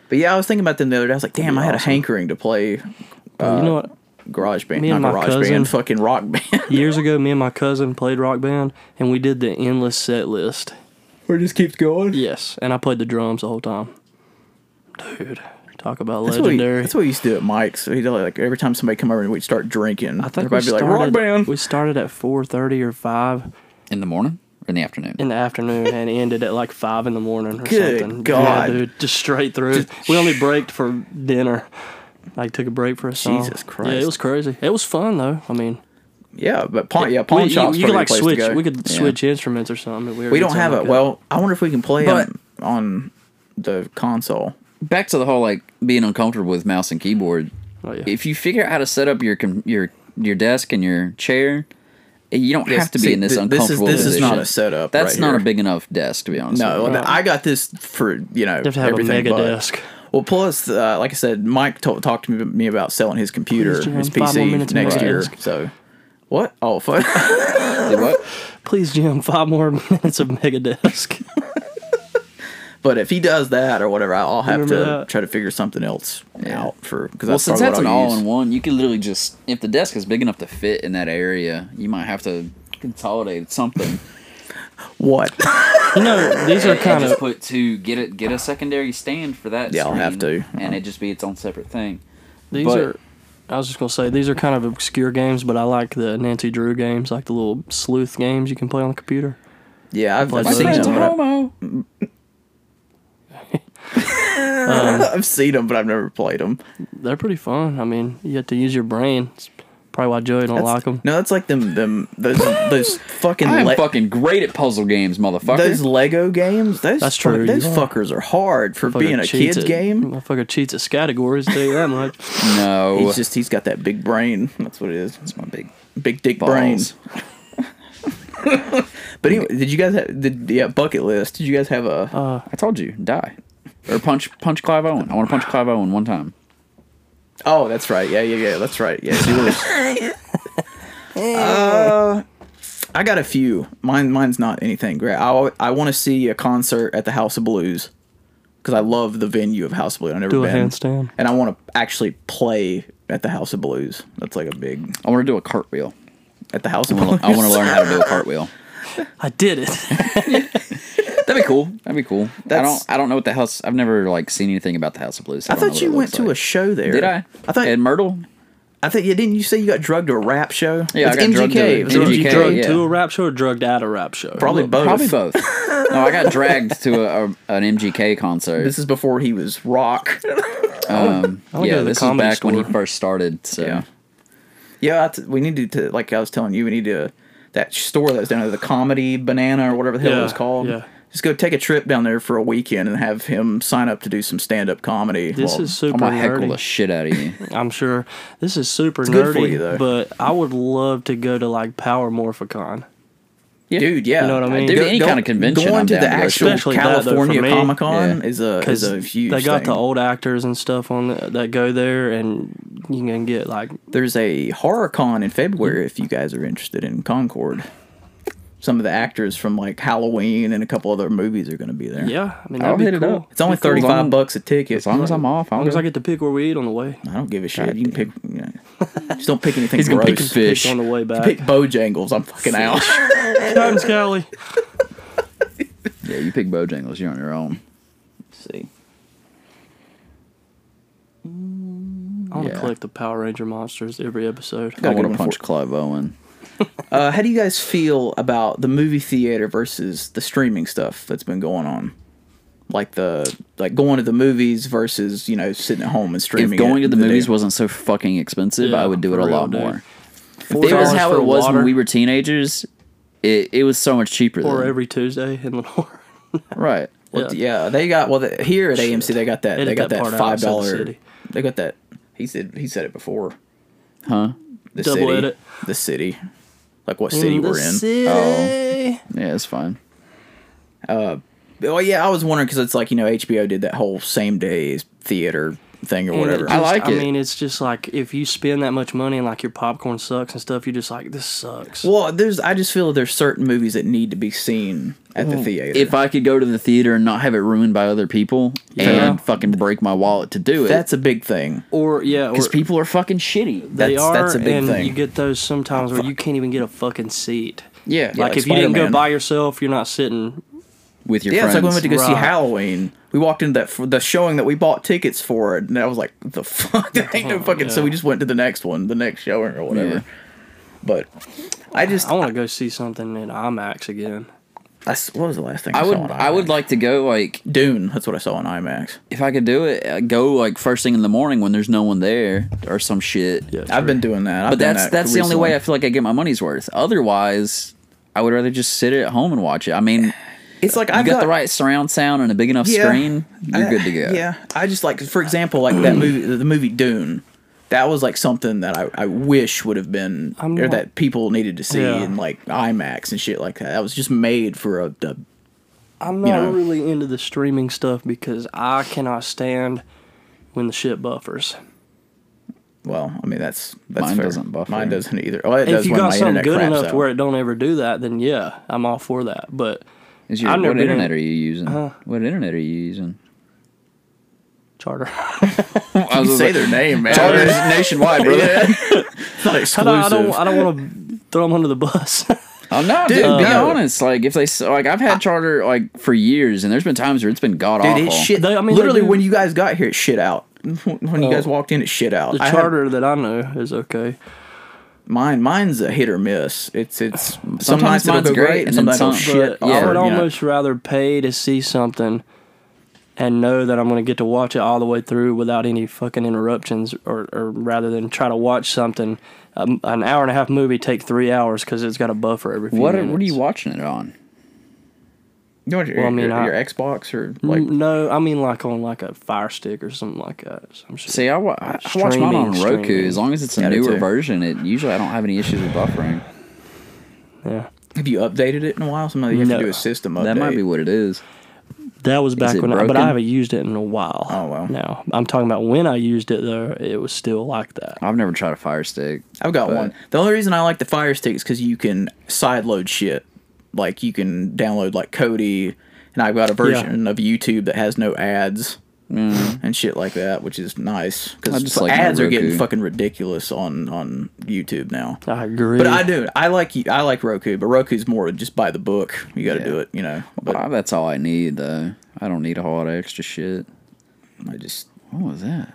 Speaker 6: But yeah, I was thinking about them the other day. I was like, damn, I had a hankering to play Uh,
Speaker 7: you know what?
Speaker 6: Garage Band,
Speaker 7: me
Speaker 6: not
Speaker 7: and my
Speaker 6: Garage
Speaker 7: cousin-
Speaker 6: Band, fucking Rock Band. [laughs]
Speaker 7: Years ago, me and my cousin played Rock Band, and we did the endless set list.
Speaker 6: Where it just keeps going.
Speaker 7: Yes, and I played the drums the whole time. Dude, talk about
Speaker 6: That's what, we,
Speaker 7: legendary.
Speaker 6: that's what we used to do at Mike's. He'd like every time somebody come over and we'd start drinking.
Speaker 7: I think we
Speaker 6: everybody be like rock
Speaker 7: started-
Speaker 6: band.
Speaker 7: We started at four thirty or five
Speaker 5: In the morning or in the afternoon?
Speaker 7: in the afternoon and ended at like five in the morning or
Speaker 6: Good
Speaker 7: something.
Speaker 6: God.
Speaker 7: yeah, dude, just straight through. we only braked for dinner. Like took a break for a song.
Speaker 6: Jesus
Speaker 7: Yeah,
Speaker 6: Christ.
Speaker 7: it was crazy. It was fun though. I mean,
Speaker 6: Yeah, but pawn yeah pawn
Speaker 7: we-
Speaker 6: shops.
Speaker 7: You, you could
Speaker 6: probably
Speaker 7: like
Speaker 6: the place to
Speaker 7: switch.
Speaker 6: go.
Speaker 7: We could
Speaker 5: Yeah.
Speaker 7: switch instruments or something.
Speaker 6: We don't have
Speaker 7: a
Speaker 6: it. Well, I wonder if we can play
Speaker 5: But-
Speaker 6: it on the console.
Speaker 5: back to the whole like being uncomfortable with mouse and keyboard.
Speaker 7: Oh, yeah.
Speaker 5: If you figure out how to set up your com- your your desk and your chair, eh, you don't have to be
Speaker 6: See,
Speaker 5: in this
Speaker 6: th- this is-
Speaker 5: uncomfortable
Speaker 6: this is not
Speaker 5: position.
Speaker 6: a setup
Speaker 5: That's
Speaker 6: right
Speaker 5: not
Speaker 6: here.
Speaker 5: a big enough desk to be honest.
Speaker 6: No,
Speaker 5: with
Speaker 6: th- I got this for you know
Speaker 7: have to have a
Speaker 6: everything
Speaker 7: mega
Speaker 6: but-
Speaker 7: desk.
Speaker 6: Well, plus, uh, like I said, Mike to- talked to me, me about selling his computer,
Speaker 7: Please, Jim,
Speaker 6: his
Speaker 7: five more
Speaker 6: PC
Speaker 7: minutes,
Speaker 6: next
Speaker 7: mega
Speaker 6: year.
Speaker 7: desk.
Speaker 6: So, what? Oh, [laughs] fuck.
Speaker 5: you. Did what?
Speaker 7: [laughs]
Speaker 6: [laughs]
Speaker 7: Please, Jim, five more minutes of Mega Desk.
Speaker 6: But if he does that or whatever, I'll have
Speaker 7: Remember
Speaker 6: to
Speaker 7: that?
Speaker 6: try to figure something else out for because
Speaker 5: Well,
Speaker 6: that's
Speaker 5: since
Speaker 6: probably
Speaker 5: that's
Speaker 6: what
Speaker 5: an
Speaker 6: I'll use.
Speaker 5: all-in-one, you can literally just if the desk is big enough to fit in that area, you might have to consolidate
Speaker 6: [laughs]
Speaker 5: something.
Speaker 6: What? [laughs]
Speaker 7: You know, these are kind
Speaker 5: just
Speaker 7: of
Speaker 5: put to get it get a secondary stand for that.
Speaker 6: Yeah, I'll have
Speaker 5: screen,
Speaker 6: to.
Speaker 5: and it just be its own separate thing.
Speaker 7: these
Speaker 5: but-
Speaker 7: are. I was just gonna say these are kind of obscure games, but I like the Nancy Drew games, like the little sleuth games you can play on the computer.
Speaker 6: Yeah, I've, I've
Speaker 7: My
Speaker 6: seen
Speaker 7: friend's
Speaker 6: them.
Speaker 7: a
Speaker 6: but I- [laughs] I've seen them, but I've never played them.
Speaker 7: They're pretty fun. I mean, you have to use your brain. It's probably why Joey don't like them.
Speaker 6: No, that's like them them those
Speaker 7: [laughs]
Speaker 6: those fucking,
Speaker 5: I'm
Speaker 6: le-
Speaker 5: fucking great at puzzle games, motherfucker.
Speaker 6: those Lego games. Those
Speaker 7: That's
Speaker 6: fuck-
Speaker 7: true, you
Speaker 6: Those
Speaker 7: are.
Speaker 6: fuckers are hard for being a kids game.
Speaker 7: Motherfucker cheats at categories. Tell you
Speaker 6: [laughs]
Speaker 7: that much.
Speaker 5: no,
Speaker 6: He's just he's got that big brain. That's what it is. That's my big big dick brain.
Speaker 5: Balls.
Speaker 7: [laughs]
Speaker 6: But anyway, did you guys have did yeah bucket list? Did you guys have a?
Speaker 7: Uh,
Speaker 5: I told you, die or punch punch Clive Owen. I want to punch Clive Owen one time.
Speaker 6: oh, that's right. Yeah, yeah, yeah. That's right. Yeah. you
Speaker 5: [laughs]
Speaker 6: were- uh, I got a few. Mine mine's not anything great. I al- I want to see a concert at the House of Blues because I love the venue of House of Blues. I've never
Speaker 7: Do a
Speaker 6: been.
Speaker 7: handstand.
Speaker 6: and I want to actually play at the House of Blues. That's like a big
Speaker 5: I want to do a cartwheel.
Speaker 6: at the House of
Speaker 5: I
Speaker 6: Blues.
Speaker 5: want to learn how to do a cartwheel.
Speaker 7: I did it.
Speaker 5: That'd be cool. That'd be cool. I
Speaker 6: That's-
Speaker 5: don't. I don't know what the house. I've never like seen anything about the House of Blues.
Speaker 6: I thought you went to a show there.
Speaker 5: Did I?
Speaker 6: I thought
Speaker 5: Ed Myrtle.
Speaker 6: I think yeah, didn't you say you got drugged to a rap show?
Speaker 5: Yeah, I
Speaker 6: it's
Speaker 5: got
Speaker 6: MGK.
Speaker 5: drugged to it.
Speaker 6: It was
Speaker 5: It
Speaker 7: Did
Speaker 5: was
Speaker 7: you
Speaker 5: MGK,
Speaker 7: drugged
Speaker 5: yeah.
Speaker 7: to a rap show or drugged at a rap show?
Speaker 6: probably both.
Speaker 5: Probably
Speaker 6: [laughs]
Speaker 5: both. no, I got dragged to a, a an MGK concert.
Speaker 6: This is before he was rock.
Speaker 5: um,
Speaker 7: I wanna go
Speaker 5: yeah,
Speaker 7: to the
Speaker 5: this was
Speaker 7: comedy
Speaker 5: back when
Speaker 7: store.
Speaker 5: he first started. So
Speaker 6: Yeah. yeah, that's, we needed to like I was telling you, we need to that store that was down there, the Comedy Banana or whatever the hell it
Speaker 7: Yeah,
Speaker 6: was called.
Speaker 7: yeah.
Speaker 6: Just go take a trip down there for a weekend and have him sign up to do some stand up comedy.
Speaker 7: This
Speaker 6: while-
Speaker 7: is
Speaker 5: I'm
Speaker 7: super
Speaker 5: gonna heckle the
Speaker 7: nerdy.
Speaker 5: shit out of you.
Speaker 7: I'm sure this is super
Speaker 6: good for
Speaker 7: nerdy,
Speaker 6: you, though.
Speaker 7: but I would love to go to like Power Morphicon.
Speaker 6: dude, yeah.
Speaker 7: You know what I mean?
Speaker 5: Dude,
Speaker 7: Go-
Speaker 5: any
Speaker 6: Go-
Speaker 5: kind of convention,
Speaker 6: Going
Speaker 5: I'm
Speaker 6: to
Speaker 5: down
Speaker 6: the
Speaker 5: to go
Speaker 6: actual
Speaker 5: to.
Speaker 7: Especially that, though, for
Speaker 6: California
Speaker 7: me.
Speaker 6: Comic Con
Speaker 5: Yeah.
Speaker 6: is a is a huge.
Speaker 7: they got
Speaker 6: thing.
Speaker 7: the old actors and stuff on the, that go there, and you can get like
Speaker 6: There's a horror con in February if you guys are interested in Concord. Some of the actors from like Halloween and a couple other movies are going to be there.
Speaker 7: yeah. I mean,
Speaker 5: I'll
Speaker 7: that'd be
Speaker 5: hit it
Speaker 7: cool.
Speaker 5: up.
Speaker 6: It's only
Speaker 5: As long as
Speaker 6: 35
Speaker 5: I'm-
Speaker 6: bucks a ticket.
Speaker 5: As long as I'm off,
Speaker 7: As
Speaker 5: I'll
Speaker 7: long as
Speaker 5: go.
Speaker 7: I get to pick where we eat on the way.
Speaker 6: I don't give a shit. You can pick. You know, just don't pick [laughs] anything.
Speaker 5: He's gonna pick
Speaker 6: gross.
Speaker 5: fi- Fish.
Speaker 7: Pick on
Speaker 6: [laughs]
Speaker 7: the way back.
Speaker 6: Pick Bojangles. I'm fucking [laughs] out.
Speaker 7: Times Cali.
Speaker 5: yeah, you pick Bojangles. You're on your own.
Speaker 6: See,
Speaker 7: I want to
Speaker 5: Yeah.
Speaker 7: collect the Power Ranger monsters every episode.
Speaker 5: I
Speaker 6: Gotta get
Speaker 5: want
Speaker 6: one
Speaker 5: to punch
Speaker 6: for-
Speaker 5: Clive Owen.
Speaker 6: uh, how do you guys feel about the movie theater versus the streaming stuff that's been going on? Like the like going to the movies versus you know sitting at home and streaming.
Speaker 5: If going
Speaker 6: it
Speaker 5: to the
Speaker 6: the
Speaker 5: movies
Speaker 6: day.
Speaker 5: wasn't so fucking expensive,
Speaker 7: Yeah,
Speaker 5: I would do it a
Speaker 7: for real,
Speaker 5: lot
Speaker 7: dude.
Speaker 5: more.
Speaker 7: Four
Speaker 5: If it was
Speaker 7: dollars
Speaker 5: how
Speaker 7: for
Speaker 5: it was
Speaker 7: water
Speaker 5: when we were teenagers, it, it was so much cheaper.
Speaker 7: or
Speaker 5: then.
Speaker 7: every Tuesday in Lenore. [laughs]
Speaker 5: right.
Speaker 6: Well, yeah. they got well the, here at AMC they got that
Speaker 7: Edit
Speaker 6: they got
Speaker 7: that
Speaker 6: that,
Speaker 7: part out.
Speaker 6: five
Speaker 7: It's in the
Speaker 6: dollar
Speaker 7: city.
Speaker 6: they got that he said he said it before
Speaker 5: Huh?
Speaker 6: the
Speaker 7: Double
Speaker 6: city
Speaker 7: edit.
Speaker 6: the city like what city we're in
Speaker 5: Oh. Yeah, it's fine.
Speaker 6: oh yeah I was wondering because it's like you know HBO did that whole same day theater thing or
Speaker 7: And it
Speaker 6: whatever
Speaker 5: I
Speaker 7: just-
Speaker 5: like
Speaker 7: I
Speaker 5: it.
Speaker 7: mean, it's just like if you spend that much money and like your popcorn sucks and stuff, you're just like, this sucks.
Speaker 6: well there's I just feel there's certain movies that need to be seen at
Speaker 7: Mm.
Speaker 6: the theater
Speaker 5: If I could go to the theater and not have it ruined by other people and fucking break my wallet to do it,
Speaker 6: that's a big thing
Speaker 7: or yeah, or
Speaker 5: because people are fucking shitty.
Speaker 7: they
Speaker 6: that's-
Speaker 7: are,
Speaker 6: that's a big
Speaker 7: and
Speaker 6: thing.
Speaker 7: you get those sometimes where you can't even get a fucking seat.
Speaker 5: Yeah,
Speaker 7: like
Speaker 6: like
Speaker 7: if you didn't go
Speaker 6: Spider-Man.
Speaker 7: by yourself, you're not sitting.
Speaker 5: with your
Speaker 6: yeah
Speaker 5: friends.
Speaker 6: it's like when we went to go see
Speaker 7: Right.
Speaker 6: Halloween we walked into that for the showing that we bought tickets for and I was like the fuck [laughs] there ain't no fucking so
Speaker 7: yeah.
Speaker 6: we just went to the next one the next showing or whatever.
Speaker 5: Oh, Yeah.
Speaker 6: But I just
Speaker 7: I want to go see something in IMAX again.
Speaker 6: That's what was the last thing I,
Speaker 5: I would
Speaker 6: Saw on
Speaker 5: I would
Speaker 6: IMAX?
Speaker 5: like to go like
Speaker 6: Dune. That's what I saw on IMAX.
Speaker 5: if I could do it, uh, go like first thing in the morning when there's no one there or some shit.
Speaker 7: Yeah,
Speaker 6: I've been doing that. I've
Speaker 5: but
Speaker 6: done
Speaker 5: that's
Speaker 6: that
Speaker 5: that's the only
Speaker 6: recently.
Speaker 5: way I feel like I get my money's worth. Otherwise, I would rather just sit at home and watch it. I mean,
Speaker 6: It's like
Speaker 5: you
Speaker 6: I've
Speaker 5: got, the right surround sound and a big enough
Speaker 6: Yeah.
Speaker 5: screen, you're good to go.
Speaker 6: Yeah, I just like, for example, like that movie, the movie Dune. That was like something that I, I wish would have been,
Speaker 7: I'm
Speaker 6: or
Speaker 7: not-
Speaker 6: that people needed to see
Speaker 7: Yeah.
Speaker 6: in like IMAX and shit like that. That was just made for a. a
Speaker 7: I'm not
Speaker 6: know.
Speaker 7: really into the streaming stuff because I cannot stand when the shit buffers.
Speaker 6: well, I mean that's that's
Speaker 5: Mine
Speaker 6: fair.
Speaker 5: doesn't buffer.
Speaker 6: Mine doesn't either. Well, it does
Speaker 7: if you
Speaker 6: when
Speaker 7: got
Speaker 6: my
Speaker 7: something
Speaker 6: internet
Speaker 7: good
Speaker 6: craps
Speaker 7: enough
Speaker 6: out.
Speaker 7: to where it don't ever do that, then yeah, I'm all for that. But
Speaker 5: Is your
Speaker 7: I've never
Speaker 5: what
Speaker 7: been in-
Speaker 5: internet are you using? what internet are you
Speaker 7: [laughs]
Speaker 5: using?
Speaker 7: Charter.
Speaker 5: I was
Speaker 6: You
Speaker 5: just
Speaker 6: say
Speaker 5: like,
Speaker 6: their name, man.
Speaker 5: Charter's [laughs] nationwide, brother.
Speaker 7: [laughs]
Speaker 6: It's not
Speaker 7: [laughs] I
Speaker 6: exclusive.
Speaker 7: don't, I don't, I don't want to throw them under the bus. [laughs]
Speaker 5: I'm not, dude.
Speaker 6: Dude,
Speaker 5: be
Speaker 6: no.
Speaker 5: honest. Like, if they s- like, I've had charter like for years, and there's been times where it's been god awful.
Speaker 6: Dude, it shit.
Speaker 7: They- I mean, they
Speaker 6: literally,
Speaker 7: do-
Speaker 6: when you guys got here, it shit out. [laughs] When
Speaker 5: Oh.
Speaker 6: you guys walked in, it shit out.
Speaker 7: The
Speaker 6: I had-
Speaker 7: charter that I know is okay.
Speaker 6: mine, mine's a hit or miss. It's it's some
Speaker 5: Sometimes
Speaker 6: nights it'll
Speaker 5: mine's
Speaker 6: go
Speaker 5: great, and
Speaker 6: great, and
Speaker 5: then
Speaker 6: some nights it'll
Speaker 5: some-
Speaker 6: shit.
Speaker 5: but
Speaker 6: all
Speaker 5: yeah.
Speaker 7: I would
Speaker 6: over, you know.
Speaker 7: almost rather pay to see something and know that I'm going to get to watch it all the way through without any fucking interruptions, or, or rather than try to watch something um, an hour and a half movie take three hours because it's got a buffer every. Few
Speaker 5: what are,
Speaker 7: minutes.
Speaker 5: what are you watching it on?
Speaker 6: You want your,
Speaker 7: Well, I mean,
Speaker 6: your,
Speaker 7: I- Mm.
Speaker 6: your Xbox or like
Speaker 7: Like, no, I mean like on like a Fire Stick or something like that. Some shit.
Speaker 5: See, I, wa- I I watch mine on
Speaker 7: Streaming,
Speaker 5: Roku.
Speaker 7: streaming.
Speaker 5: As long as it's a
Speaker 6: Yeah, I do
Speaker 5: newer
Speaker 6: too.
Speaker 5: version, it usually I don't have any issues with buffering.
Speaker 7: yeah,
Speaker 6: have you updated it in a while? Somebody you have
Speaker 7: No.
Speaker 6: to do a system update.
Speaker 5: That might be what it is.
Speaker 7: that was back
Speaker 5: it
Speaker 7: when, I, but
Speaker 5: broken?
Speaker 7: I haven't used it in a while.
Speaker 6: Oh, well.
Speaker 7: Now I'm talking about when I used it though. It was still like that.
Speaker 5: I've never tried a Fire Stick.
Speaker 6: I've got
Speaker 5: but-
Speaker 6: one. The only reason I like the Fire Stick is because you can sideload shit. Like you can download like Cody, and I've got a version of YouTube that has no ads and shit like that, which is nice
Speaker 5: I
Speaker 6: because
Speaker 5: just like my
Speaker 6: ads are getting
Speaker 5: Roku.
Speaker 6: fucking ridiculous on on YouTube now.
Speaker 7: I agree.
Speaker 6: But I do. I like I like Roku, but Roku's more just by the book. You got to do it, you know. But
Speaker 5: Ah, that's all I need though. I don't need a whole lot of extra shit.
Speaker 6: I just
Speaker 5: What was that?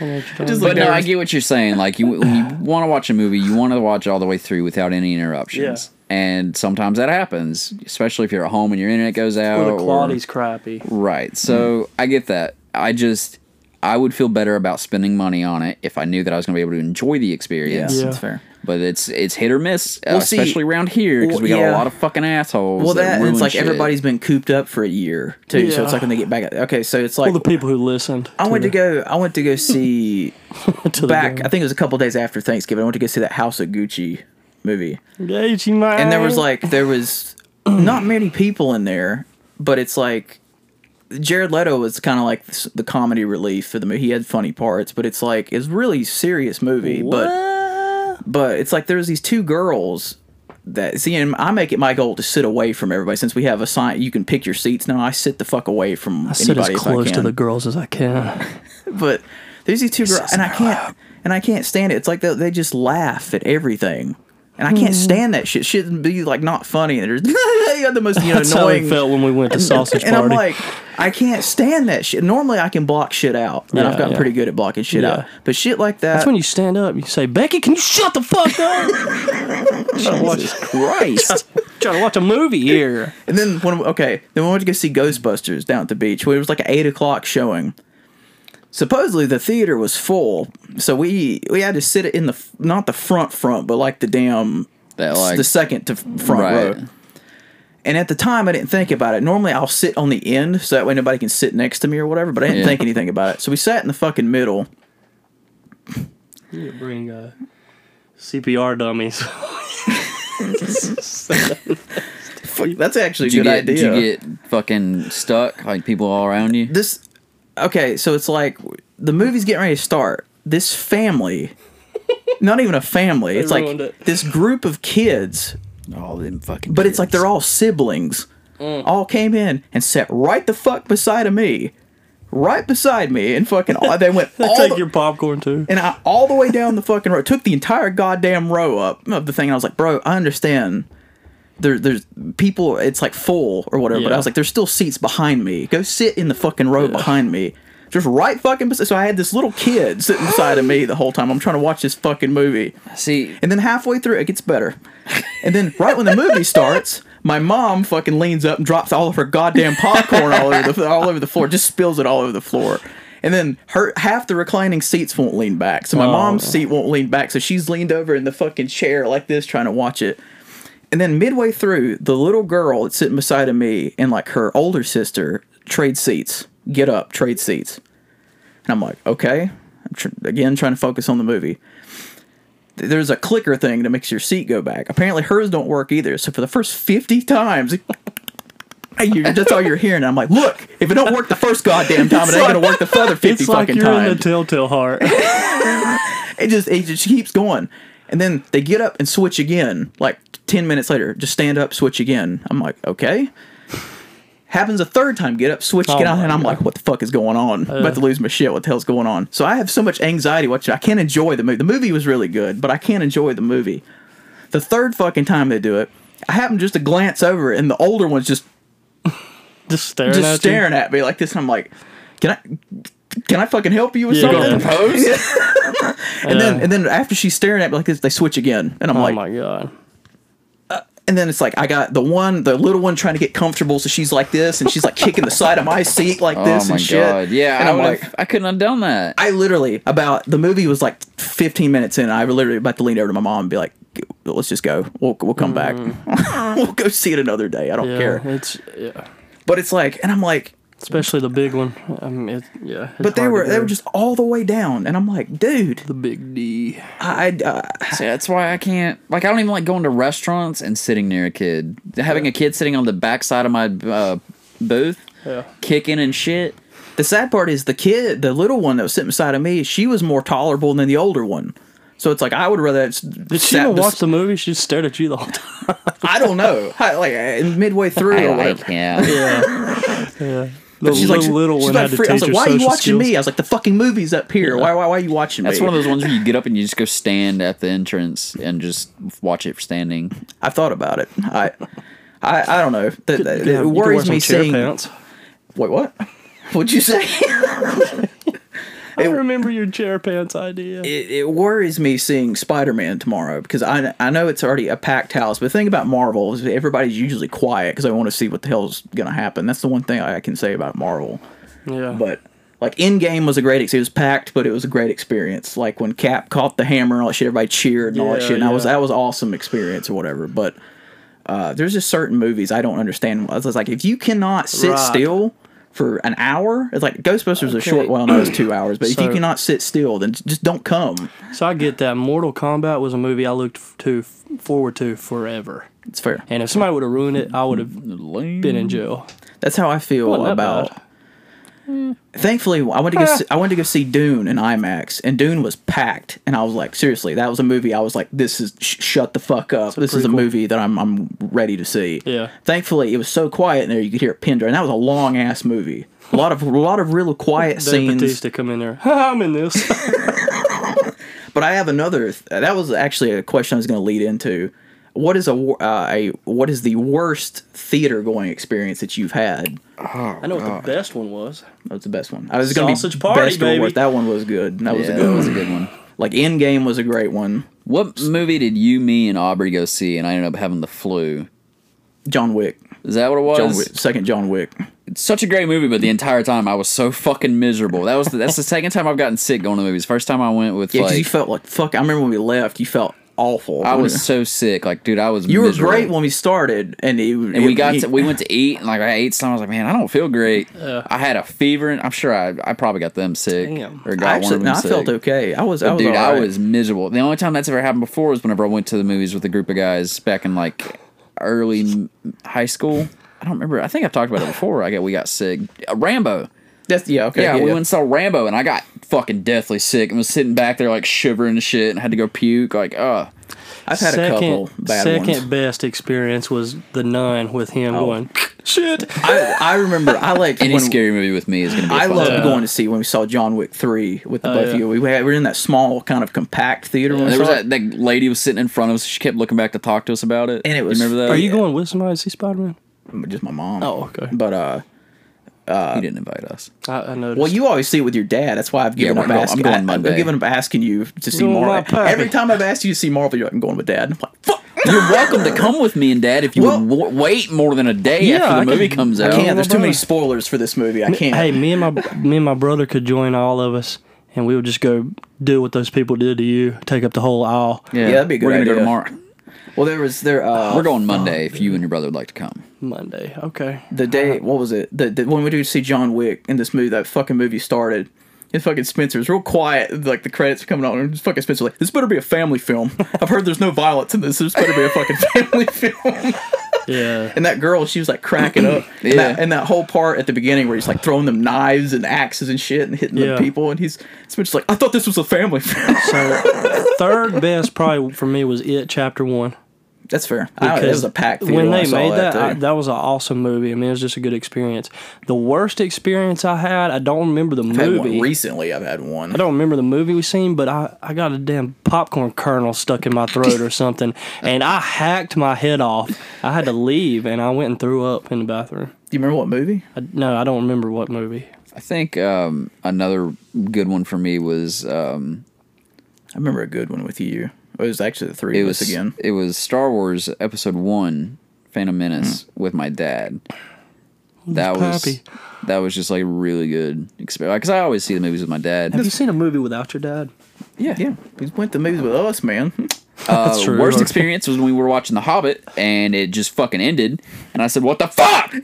Speaker 7: I
Speaker 5: But no, I get what you're saying. Like you, when you want to watch a movie, you want to watch all the way through without any interruptions. And sometimes that happens, especially if you're at home and your internet goes out.
Speaker 7: the
Speaker 6: oh,
Speaker 5: or-
Speaker 7: quality's crappy.
Speaker 6: Mm.
Speaker 5: right. So I get that. I just, I would feel better about spending money on it if I knew that I was going to be able to enjoy the
Speaker 6: yeah,
Speaker 5: experience.
Speaker 7: Yeah.
Speaker 6: that's fair.
Speaker 5: But it's it's hit or miss, uh,
Speaker 6: Well, see-
Speaker 5: especially around here because
Speaker 6: well,
Speaker 5: we got a
Speaker 6: yeah.
Speaker 5: lot of fucking assholes.
Speaker 6: Well, that, and
Speaker 5: ruin
Speaker 6: it's like
Speaker 5: shit.
Speaker 6: everybody's been cooped up for a year too, so
Speaker 7: Yeah.
Speaker 6: it's like when they get back. Okay, so it's like
Speaker 7: Well, the people who listened.
Speaker 6: I went to go. I went to go
Speaker 7: [laughs]
Speaker 6: see
Speaker 7: go to the
Speaker 6: back.
Speaker 7: game.
Speaker 6: I think it was a couple days after Thanksgiving. I went to go see that House of Gucci movie,
Speaker 7: Gucci man.
Speaker 6: and there was like there
Speaker 7: [clears throat]
Speaker 6: was not many people in there, but it's like Jared Leto was kind of like s- the comedy relief for the movie. He had funny parts, but it's like it's really serious movie. But but it's like there's these two girls. That see, and I make it my goal to sit away from everybody since we have a sign. You can pick your seats now. I sit the fuck away from anybody
Speaker 7: I sit as
Speaker 6: if I
Speaker 7: close to
Speaker 6: can
Speaker 7: the girls as I can.
Speaker 6: [laughs] but there's these two girls, and I can't, and I can't stand it. It's like they, they just laugh at everything, and I
Speaker 7: Mm-hmm.
Speaker 6: can't stand that shit. Shouldn't be like not funny. And they're just- [laughs] they got the most you know
Speaker 7: That's how
Speaker 6: annoying.
Speaker 7: it felt when we went to sausage
Speaker 6: and
Speaker 7: party.
Speaker 6: I'm like, I can't stand that shit. Normally, I can block shit out, and
Speaker 7: Yeah,
Speaker 6: I've gotten
Speaker 7: yeah.
Speaker 6: pretty good at blocking shit
Speaker 7: Yeah.
Speaker 6: out. But shit like that,
Speaker 7: That's when you stand up. You say, Becky, can you shut the
Speaker 6: [laughs]
Speaker 7: fuck up? trying to watch, [laughs]
Speaker 5: Christ.
Speaker 7: trying to watch a movie here.
Speaker 6: And then when okay, then we went to go see Ghostbusters down at the beach. Well, It was like an eight o'clock showing. Supposedly the theater was full, so we we had to sit in the f- not the front front, but like the damn
Speaker 5: That, like-
Speaker 6: the second to f- front
Speaker 5: Right.
Speaker 6: row. And at the time, I didn't think about it. Normally, I'll sit on the end so that way nobody can sit next to me or whatever. But I didn't
Speaker 5: Yeah.
Speaker 6: think anything about it. So we sat in the fucking middle.
Speaker 7: You bring uh, CPR dummies. [laughs]
Speaker 6: Fuck, that's actually a
Speaker 5: Did you
Speaker 6: good
Speaker 5: get
Speaker 6: idea.
Speaker 5: did you get fucking stuck like people all around you?
Speaker 6: this okay so it's like the movie's getting ready to start this
Speaker 7: [laughs]
Speaker 6: family not even a family it's like
Speaker 7: ruined it.
Speaker 6: this group of kids
Speaker 5: All them fucking.
Speaker 6: but it's like they're all siblings
Speaker 7: Mm.
Speaker 6: all came in and sat right the fuck beside of me right beside me and fucking all, they
Speaker 7: [laughs]
Speaker 6: went all
Speaker 7: Take
Speaker 6: the-
Speaker 7: your popcorn too.
Speaker 6: and I all the way down the fucking row took the entire goddamn row up of the thing. And I was like, bro, I understand. There, there's people. It's like full or whatever. But I
Speaker 7: Yeah.
Speaker 6: was like, there's still seats behind me. Go sit in the fucking row behind me. Just right fucking. Beside. So I had this little kid sitting beside of me the whole time. I'm trying to watch this fucking movie.
Speaker 5: See,
Speaker 6: And then halfway through, it gets better. And then right when the movie starts, my mom fucking leans up and drops all of her goddamn popcorn all over the all over the floor, just spills it all over the floor. And then her half the reclining seats won't lean back, so my mom's seat won't lean back. So she's leaned over in the fucking chair like this, trying to watch it. And then midway through, the little girl that's sitting beside of me and like her older sister trade seats. Get up, trade seats. And I'm like, okay. I'm tr- again, trying to focus on the movie there's a clicker thing that makes your seat go back. Apparently hers don't work either. So for the first 50 times, [laughs] you're, that's all you're hearing. I'm like, look, if it don't work the first goddamn time, it ain't gonna work the other 50
Speaker 7: It's like
Speaker 6: fucking
Speaker 7: you're in the
Speaker 6: times.
Speaker 7: telltale heart.
Speaker 6: it just it just keeps going. And then they get up and switch again, like 10 minutes later. Just stand up, switch again. I'm like, okay. Happens a third time, get up, switch,
Speaker 7: Oh
Speaker 6: get out,
Speaker 7: my Uh.
Speaker 6: and I'm like, what the fuck is going on? I'm about to lose my shit. What the hell's going on? So I have so much anxiety watching. I can't enjoy the movie. The movie was really good, but I can't enjoy the movie. The third fucking time they do it, I happen just to glance over, and the older one's just
Speaker 7: Just staring
Speaker 6: just
Speaker 7: at you.
Speaker 6: staring at me like this. And I'm like, can I, can I fucking help you with
Speaker 7: Yeah.
Speaker 6: something?
Speaker 7: [laughs] Yeah.
Speaker 6: [laughs] And then
Speaker 7: Yeah.
Speaker 6: and then after she's staring at me like this, they switch again, and I'm
Speaker 7: Oh
Speaker 6: like,
Speaker 7: my god.
Speaker 6: and then it's like I got the one, the little one trying to get comfortable, so she's like this, and she's like kicking the side of my seat
Speaker 7: [laughs]
Speaker 6: like
Speaker 5: Oh
Speaker 6: this
Speaker 5: my
Speaker 6: and shit.
Speaker 5: god! Yeah,
Speaker 6: and
Speaker 5: I
Speaker 6: I'm
Speaker 5: would've-
Speaker 6: like.
Speaker 5: I couldn't have done that.
Speaker 6: I literally about the movie was like 15 minutes in. And I was literally about to lean over to my mom and be like, "Let's just go. We'll we'll come back. [laughs] we'll go see it another day. I don't
Speaker 7: Mm. Yeah,
Speaker 6: care."
Speaker 7: it's yeah.
Speaker 6: But it's like, and I'm like,
Speaker 7: especially the big one. I mean, it, yeah. it's
Speaker 6: but they
Speaker 7: hard to
Speaker 6: were they
Speaker 7: do.
Speaker 6: were just all the way down, and I'm like, dude,
Speaker 7: the big D.
Speaker 6: I, I uh,
Speaker 5: See, that's why I can't. Like, I don't even like going to restaurants and sitting near a kid. Having a kid sitting on the backside of my uh, booth,
Speaker 7: Yeah.
Speaker 5: kicking and shit.
Speaker 6: The sad part is the kid, the little one that was sitting beside of me, she was more tolerable than the older one. So it's like I would rather.
Speaker 7: Did she even watch the movie? She just stared at you the whole time.
Speaker 6: I don't
Speaker 7: [laughs]
Speaker 6: know. I, like in midway through,
Speaker 5: I
Speaker 6: or
Speaker 5: like
Speaker 6: whatever. [laughs]
Speaker 5: him.
Speaker 7: Yeah. yeah. The
Speaker 6: [laughs] But she's like,
Speaker 7: little, little
Speaker 6: she's
Speaker 7: one
Speaker 6: about
Speaker 7: had to
Speaker 6: free- I was
Speaker 7: teach
Speaker 6: like,
Speaker 7: her
Speaker 6: "Why are you
Speaker 7: social
Speaker 6: watching
Speaker 7: skills.
Speaker 6: me?" I was like, "The fucking movie's up here. Why, why, why are you watching
Speaker 5: That's
Speaker 6: me?"
Speaker 5: one of those ones where you get up and you just go stand at the entrance and just watch it standing.
Speaker 6: I thought about it.
Speaker 7: [laughs]
Speaker 6: I, I, I don't know. That- that-
Speaker 7: Yeah, you
Speaker 6: it
Speaker 7: can wear
Speaker 6: worries
Speaker 7: some
Speaker 6: me
Speaker 7: chair
Speaker 6: seeing. [laughs]
Speaker 7: pants.
Speaker 6: Wait, what? [laughs] What'd you say?
Speaker 7: I remember your chair pants idea.
Speaker 6: it, it worries me seeing Spider-Man tomorrow because I I know it's already a packed house, but the thing about Marvel is everybody's usually quiet because I want to see what the hell's gonna happen. That's the one thing I can say about Marvel.
Speaker 7: yeah.
Speaker 6: But like Endgame was a great ex- it was packed, but it was a great experience. Like when Cap caught the hammer and all that shit, everybody cheered and all that
Speaker 7: Yeah,
Speaker 6: shit. And I was
Speaker 7: yeah.
Speaker 6: that was awesome experience or whatever. But uh, there's just certain movies I don't understand. It's like if you cannot sit
Speaker 7: Right.
Speaker 6: still for an hour, it's like Ghostbusters is a short
Speaker 7: Okay.
Speaker 6: well, no, it's two hours. But if you
Speaker 7: So-
Speaker 6: cannot sit still, then just don't come.
Speaker 7: so I get that. Mortal Kombat was a movie I looked f- to forward to forever.
Speaker 6: It's fair.
Speaker 7: And if somebody would have ruined it, I would have been in jail.
Speaker 6: That's how I feel
Speaker 7: Wasn't that
Speaker 6: about. Thankfully, I went to go see, I went to go see Dune in IMAX, and Dune was packed, and I was like, seriously, that was a movie. I was like, this is sh- shut the fuck up. This is a
Speaker 7: prequel.
Speaker 6: movie that I'm I'm ready to see.
Speaker 7: Yeah.
Speaker 6: Thankfully, it was so quiet in there you could hear it pinned, and that was a long ass movie. A lot of a lot of real quiet
Speaker 7: Dave
Speaker 6: scenes.
Speaker 7: Batista come in there. [laughs] I'm
Speaker 6: [laughs]
Speaker 7: in this.
Speaker 6: But I have another. th- That was actually a question I was going to lead into. What is a, wor- uh, a what is the worst theater going experience that you've had?
Speaker 7: I know
Speaker 6: Oh.
Speaker 7: what the best one was.
Speaker 6: That's the best one. I was going to be
Speaker 7: Sausage Party,
Speaker 6: best or
Speaker 7: baby.
Speaker 6: worst. That one was good. That was a
Speaker 5: Yeah,
Speaker 6: good
Speaker 5: that
Speaker 6: one.
Speaker 5: was a good one.
Speaker 6: Like Endgame was a great one.
Speaker 5: What movie did you, me, and Aubrey go see, and I ended up having the flu?
Speaker 6: John Wick.
Speaker 5: Is that what it was?
Speaker 6: John Wick. Second John Wick.
Speaker 5: It's such a great movie, but the entire time I was so fucking miserable. That was the, that's the second time I've gotten sick going to movies. First time I went with
Speaker 6: Yeah, because
Speaker 5: like
Speaker 6: you felt like fuck. I remember when we left, you felt awful.
Speaker 5: I was so sick. Like, dude, I was.
Speaker 6: You were
Speaker 5: miserable.
Speaker 6: great when we started, and it,
Speaker 5: And we got to, we went to eat and like I ate some. I was like, man, I don't feel great. I had a fever and I'm sure I, I probably got them sick
Speaker 7: Damn.
Speaker 5: or
Speaker 6: I
Speaker 5: got one
Speaker 6: actually,
Speaker 5: of them
Speaker 6: no, I
Speaker 5: sick.
Speaker 6: felt okay. I was, I was
Speaker 5: Dude, I
Speaker 6: alright.
Speaker 5: was miserable. The only time that's ever happened before was whenever I went to the movies with a group of guys back in like early m- high school. I don't remember. I think I've talked about it before. I got we got sick. Uh, Rambo.
Speaker 6: That's yeah, okay.
Speaker 5: Yeah, we went and saw Rambo, and I got fucking deathly sick and was sitting back there like shivering and shit, and had to go puke. Like, uh,
Speaker 6: I've had a couple bad
Speaker 7: second
Speaker 6: ones. Oh.
Speaker 7: best experience was the nun with him going [laughs] shit.
Speaker 6: I, I remember. I
Speaker 5: [laughs]
Speaker 6: like
Speaker 5: any
Speaker 6: when
Speaker 5: scary movie with me is gonna be.
Speaker 6: I
Speaker 5: fun.
Speaker 6: loved going to see when we saw John Wick three with the both of
Speaker 7: Oh, yeah.
Speaker 6: you. We, had, we were in that small kind of compact theater. when we
Speaker 5: There was
Speaker 6: saw it.
Speaker 5: that, that lady was sitting in front of us. She kept looking back to talk to us about it.
Speaker 6: And it
Speaker 5: You
Speaker 6: was-
Speaker 5: remember that?
Speaker 7: Are you going with somebody to see Spider Man?
Speaker 6: just my mom.
Speaker 7: Oh, okay.
Speaker 6: But uh,
Speaker 5: you didn't invite us.
Speaker 7: I, I noticed.
Speaker 6: well, you always see it with your dad. That's why I've given
Speaker 5: we're
Speaker 6: up
Speaker 5: go-
Speaker 6: asking.
Speaker 5: I'm going
Speaker 6: I, have
Speaker 5: Monday.
Speaker 6: given up asking you to see
Speaker 7: Going with my
Speaker 6: Marvel.
Speaker 7: puppy.
Speaker 6: Every time I've asked you to see Marvel, you're like, I'm going with dad. I'm like, fuck.
Speaker 5: You're welcome to come with me and Dad if you would w- wait more than a day
Speaker 7: Yeah,
Speaker 5: after the
Speaker 7: I
Speaker 5: movie
Speaker 7: can-
Speaker 5: comes
Speaker 6: I
Speaker 5: out.
Speaker 6: can't. There's too many
Speaker 7: brother.
Speaker 6: spoilers for this movie. I can't.
Speaker 7: hey, me and my me and my brother could join all of us, and we would just go do what those people did to you, take up the whole aisle.
Speaker 6: Yeah, that'd be a good
Speaker 5: We're gonna
Speaker 6: idea.
Speaker 5: go tomorrow.
Speaker 6: well, there was there. Uh,
Speaker 5: We're going Monday if you and your brother would like to come.
Speaker 7: Monday, okay.
Speaker 6: the day. What was it? The, the when we did see John Wick in this movie, that fucking movie started. And fucking Spencer was real quiet, like the credits were coming on. And fucking
Speaker 5: [laughs]
Speaker 6: Spencer [laughs] was like, this better be a family film. I've heard there's no violence in this. This better be a fucking family film.
Speaker 7: Yeah.
Speaker 6: And that girl, she was like cracking [clears throat] up.
Speaker 5: Yeah.
Speaker 6: And, that, and that whole part at the beginning where he's like throwing them knives and axes and shit and hitting
Speaker 7: Yeah.
Speaker 6: the people, and he's it's just like, I thought this was a family [laughs] film.
Speaker 7: So third best probably for me was it chapter one.
Speaker 6: That's fair. I, Oh, it was a packed theater
Speaker 7: when they
Speaker 6: I saw
Speaker 7: made that, I-
Speaker 6: too.
Speaker 7: that was an awesome movie. I mean, it was just a good experience. The worst experience I had, I don't remember the
Speaker 6: I've had one
Speaker 7: movie.
Speaker 6: recently, I've had one.
Speaker 7: I don't remember the movie we seen, but I, I got a damn popcorn kernel stuck in my throat or [laughs] something, and I hacked my head off. I had to leave, and I went and threw up in the bathroom.
Speaker 6: Do you remember what movie?
Speaker 7: I, no, I don't remember what movie.
Speaker 5: I think um, another good one for me was um,
Speaker 6: I remember a good one with you. It was actually the three
Speaker 5: it
Speaker 6: of
Speaker 5: was
Speaker 6: us again.
Speaker 5: it was Star Wars Episode One, Phantom Menace
Speaker 6: Hmm.
Speaker 5: with my dad. That was
Speaker 7: Pappy.
Speaker 5: that was just like a really good experience because I always see the movies with my dad.
Speaker 7: Have you seen a movie without your dad?
Speaker 6: Yeah, yeah. We went to movies with us, man.
Speaker 5: Uh,
Speaker 7: true.
Speaker 5: Worst experience was when we were watching The Hobbit and it just fucking ended, and I said, "What the fuck?"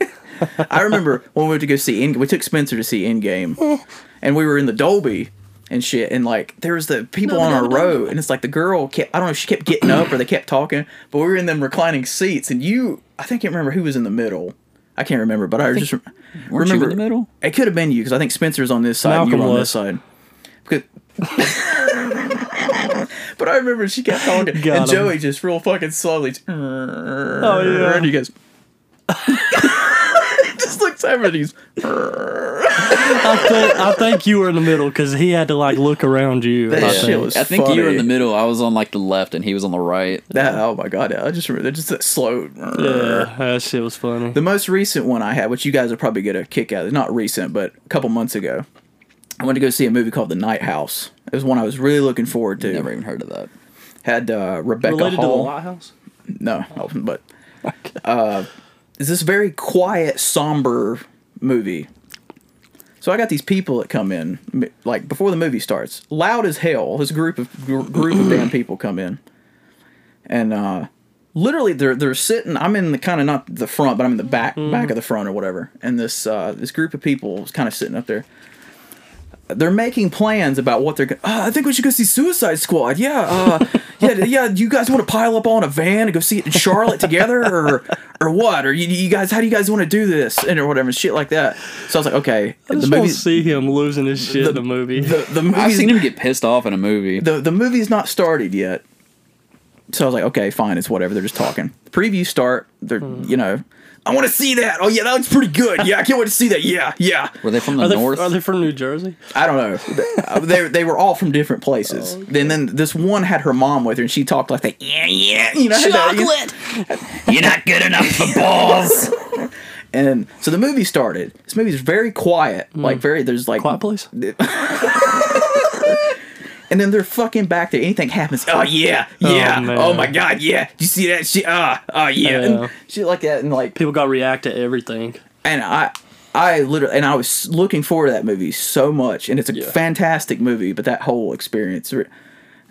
Speaker 6: I remember when we went to go see Endgame. We took Spencer to see Endgame, and we were in the Dolby and shit. And like, there was the people on our row, and it's like the girl kept. I don't know if she kept getting up or they kept talking, but we were in them reclining seats, and you. I think I remember who was in the middle. I can't remember, but I, just rem-
Speaker 5: Weren't you in
Speaker 6: remember
Speaker 5: the middle?
Speaker 6: It could have been you because I think Spencer's on this side and you
Speaker 7: Malcolm
Speaker 6: were on
Speaker 7: was.
Speaker 6: this side. Because- [laughs] but I remember she kept talking, and
Speaker 7: Got him.
Speaker 6: Joey just real fucking slowly. Oh
Speaker 7: yeah.
Speaker 6: and he goes. [laughs] just looks over and he's.
Speaker 7: I think, I think you were in the middle because he had to like look around you.
Speaker 6: That
Speaker 7: I
Speaker 5: [laughs]
Speaker 6: shit
Speaker 7: think.
Speaker 6: was
Speaker 5: I think you were in
Speaker 6: funny.
Speaker 5: the middle. I was on like the left, and he was on the right.
Speaker 6: That oh my god! I just remember just that slow.
Speaker 7: yeah, that shit was funny.
Speaker 6: The most recent one I had, which you guys will probably get a kick out of, not recent, but a couple months ago, I went to go see a movie called The Night House. It was one I was really looking forward to.
Speaker 5: Never even heard of that.
Speaker 6: Had uh, Rebecca
Speaker 7: Related to the
Speaker 6: Hall.
Speaker 7: lighthouse.
Speaker 6: no,
Speaker 5: [laughs]
Speaker 6: but uh, it's this very quiet, somber movie. So I got these people that come in, m- like before the movie starts, loud as hell. This group of gr- group of damn people come in, and uh, literally they're they're sitting. I'm in the kind of not the front, but I'm in the back
Speaker 7: Mm-hmm.
Speaker 6: back of the front or whatever. And this uh, this group of people is kind of sitting up there. They're making plans about what they're. Go- uh, I think we should go see Suicide Squad. Yeah, uh, [laughs] yeah, yeah. Do you guys want to pile up on a van and go see it in Charlotte together, or or what? Or you, you guys? How do you guys want to do this and or whatever shit like that? So I was like, okay,
Speaker 7: I just
Speaker 6: the
Speaker 7: want
Speaker 6: movie.
Speaker 7: to see him losing his shit
Speaker 6: the-
Speaker 7: in the movie. [laughs]
Speaker 6: The, the
Speaker 5: I've
Speaker 6: movie's
Speaker 5: seen him get pissed off in a movie.
Speaker 6: the the movie's not started yet. So I was like, okay, fine, it's whatever. They're just talking. Previews start. They're you know, I want to see that. Oh yeah, that looks pretty good. Yeah, I can't wait to see that. Yeah, yeah.
Speaker 5: Were they from the
Speaker 7: are, they,
Speaker 5: north?
Speaker 7: are they from New Jersey?
Speaker 6: I don't know. they they were all from different places. Then then this one had her mom with her, and she talked like that. Yeah, yeah, you know, had that- [laughs]
Speaker 5: You're not good enough for balls.
Speaker 6: And so the movie started. This movie's very quiet. Like very there's like
Speaker 7: Quiet Place?
Speaker 6: [laughs] And then they're fucking back there. Anything happens. Oh yeah, yeah.
Speaker 7: man.
Speaker 6: Oh, my god, yeah. Did you see that shit? Ah, oh yeah.
Speaker 7: Yeah.
Speaker 6: And shit like that. And like
Speaker 7: People got to react to everything.
Speaker 6: and I I literally and I was looking forward to that movie so much, and it's a fantastic movie. But that whole experience, re-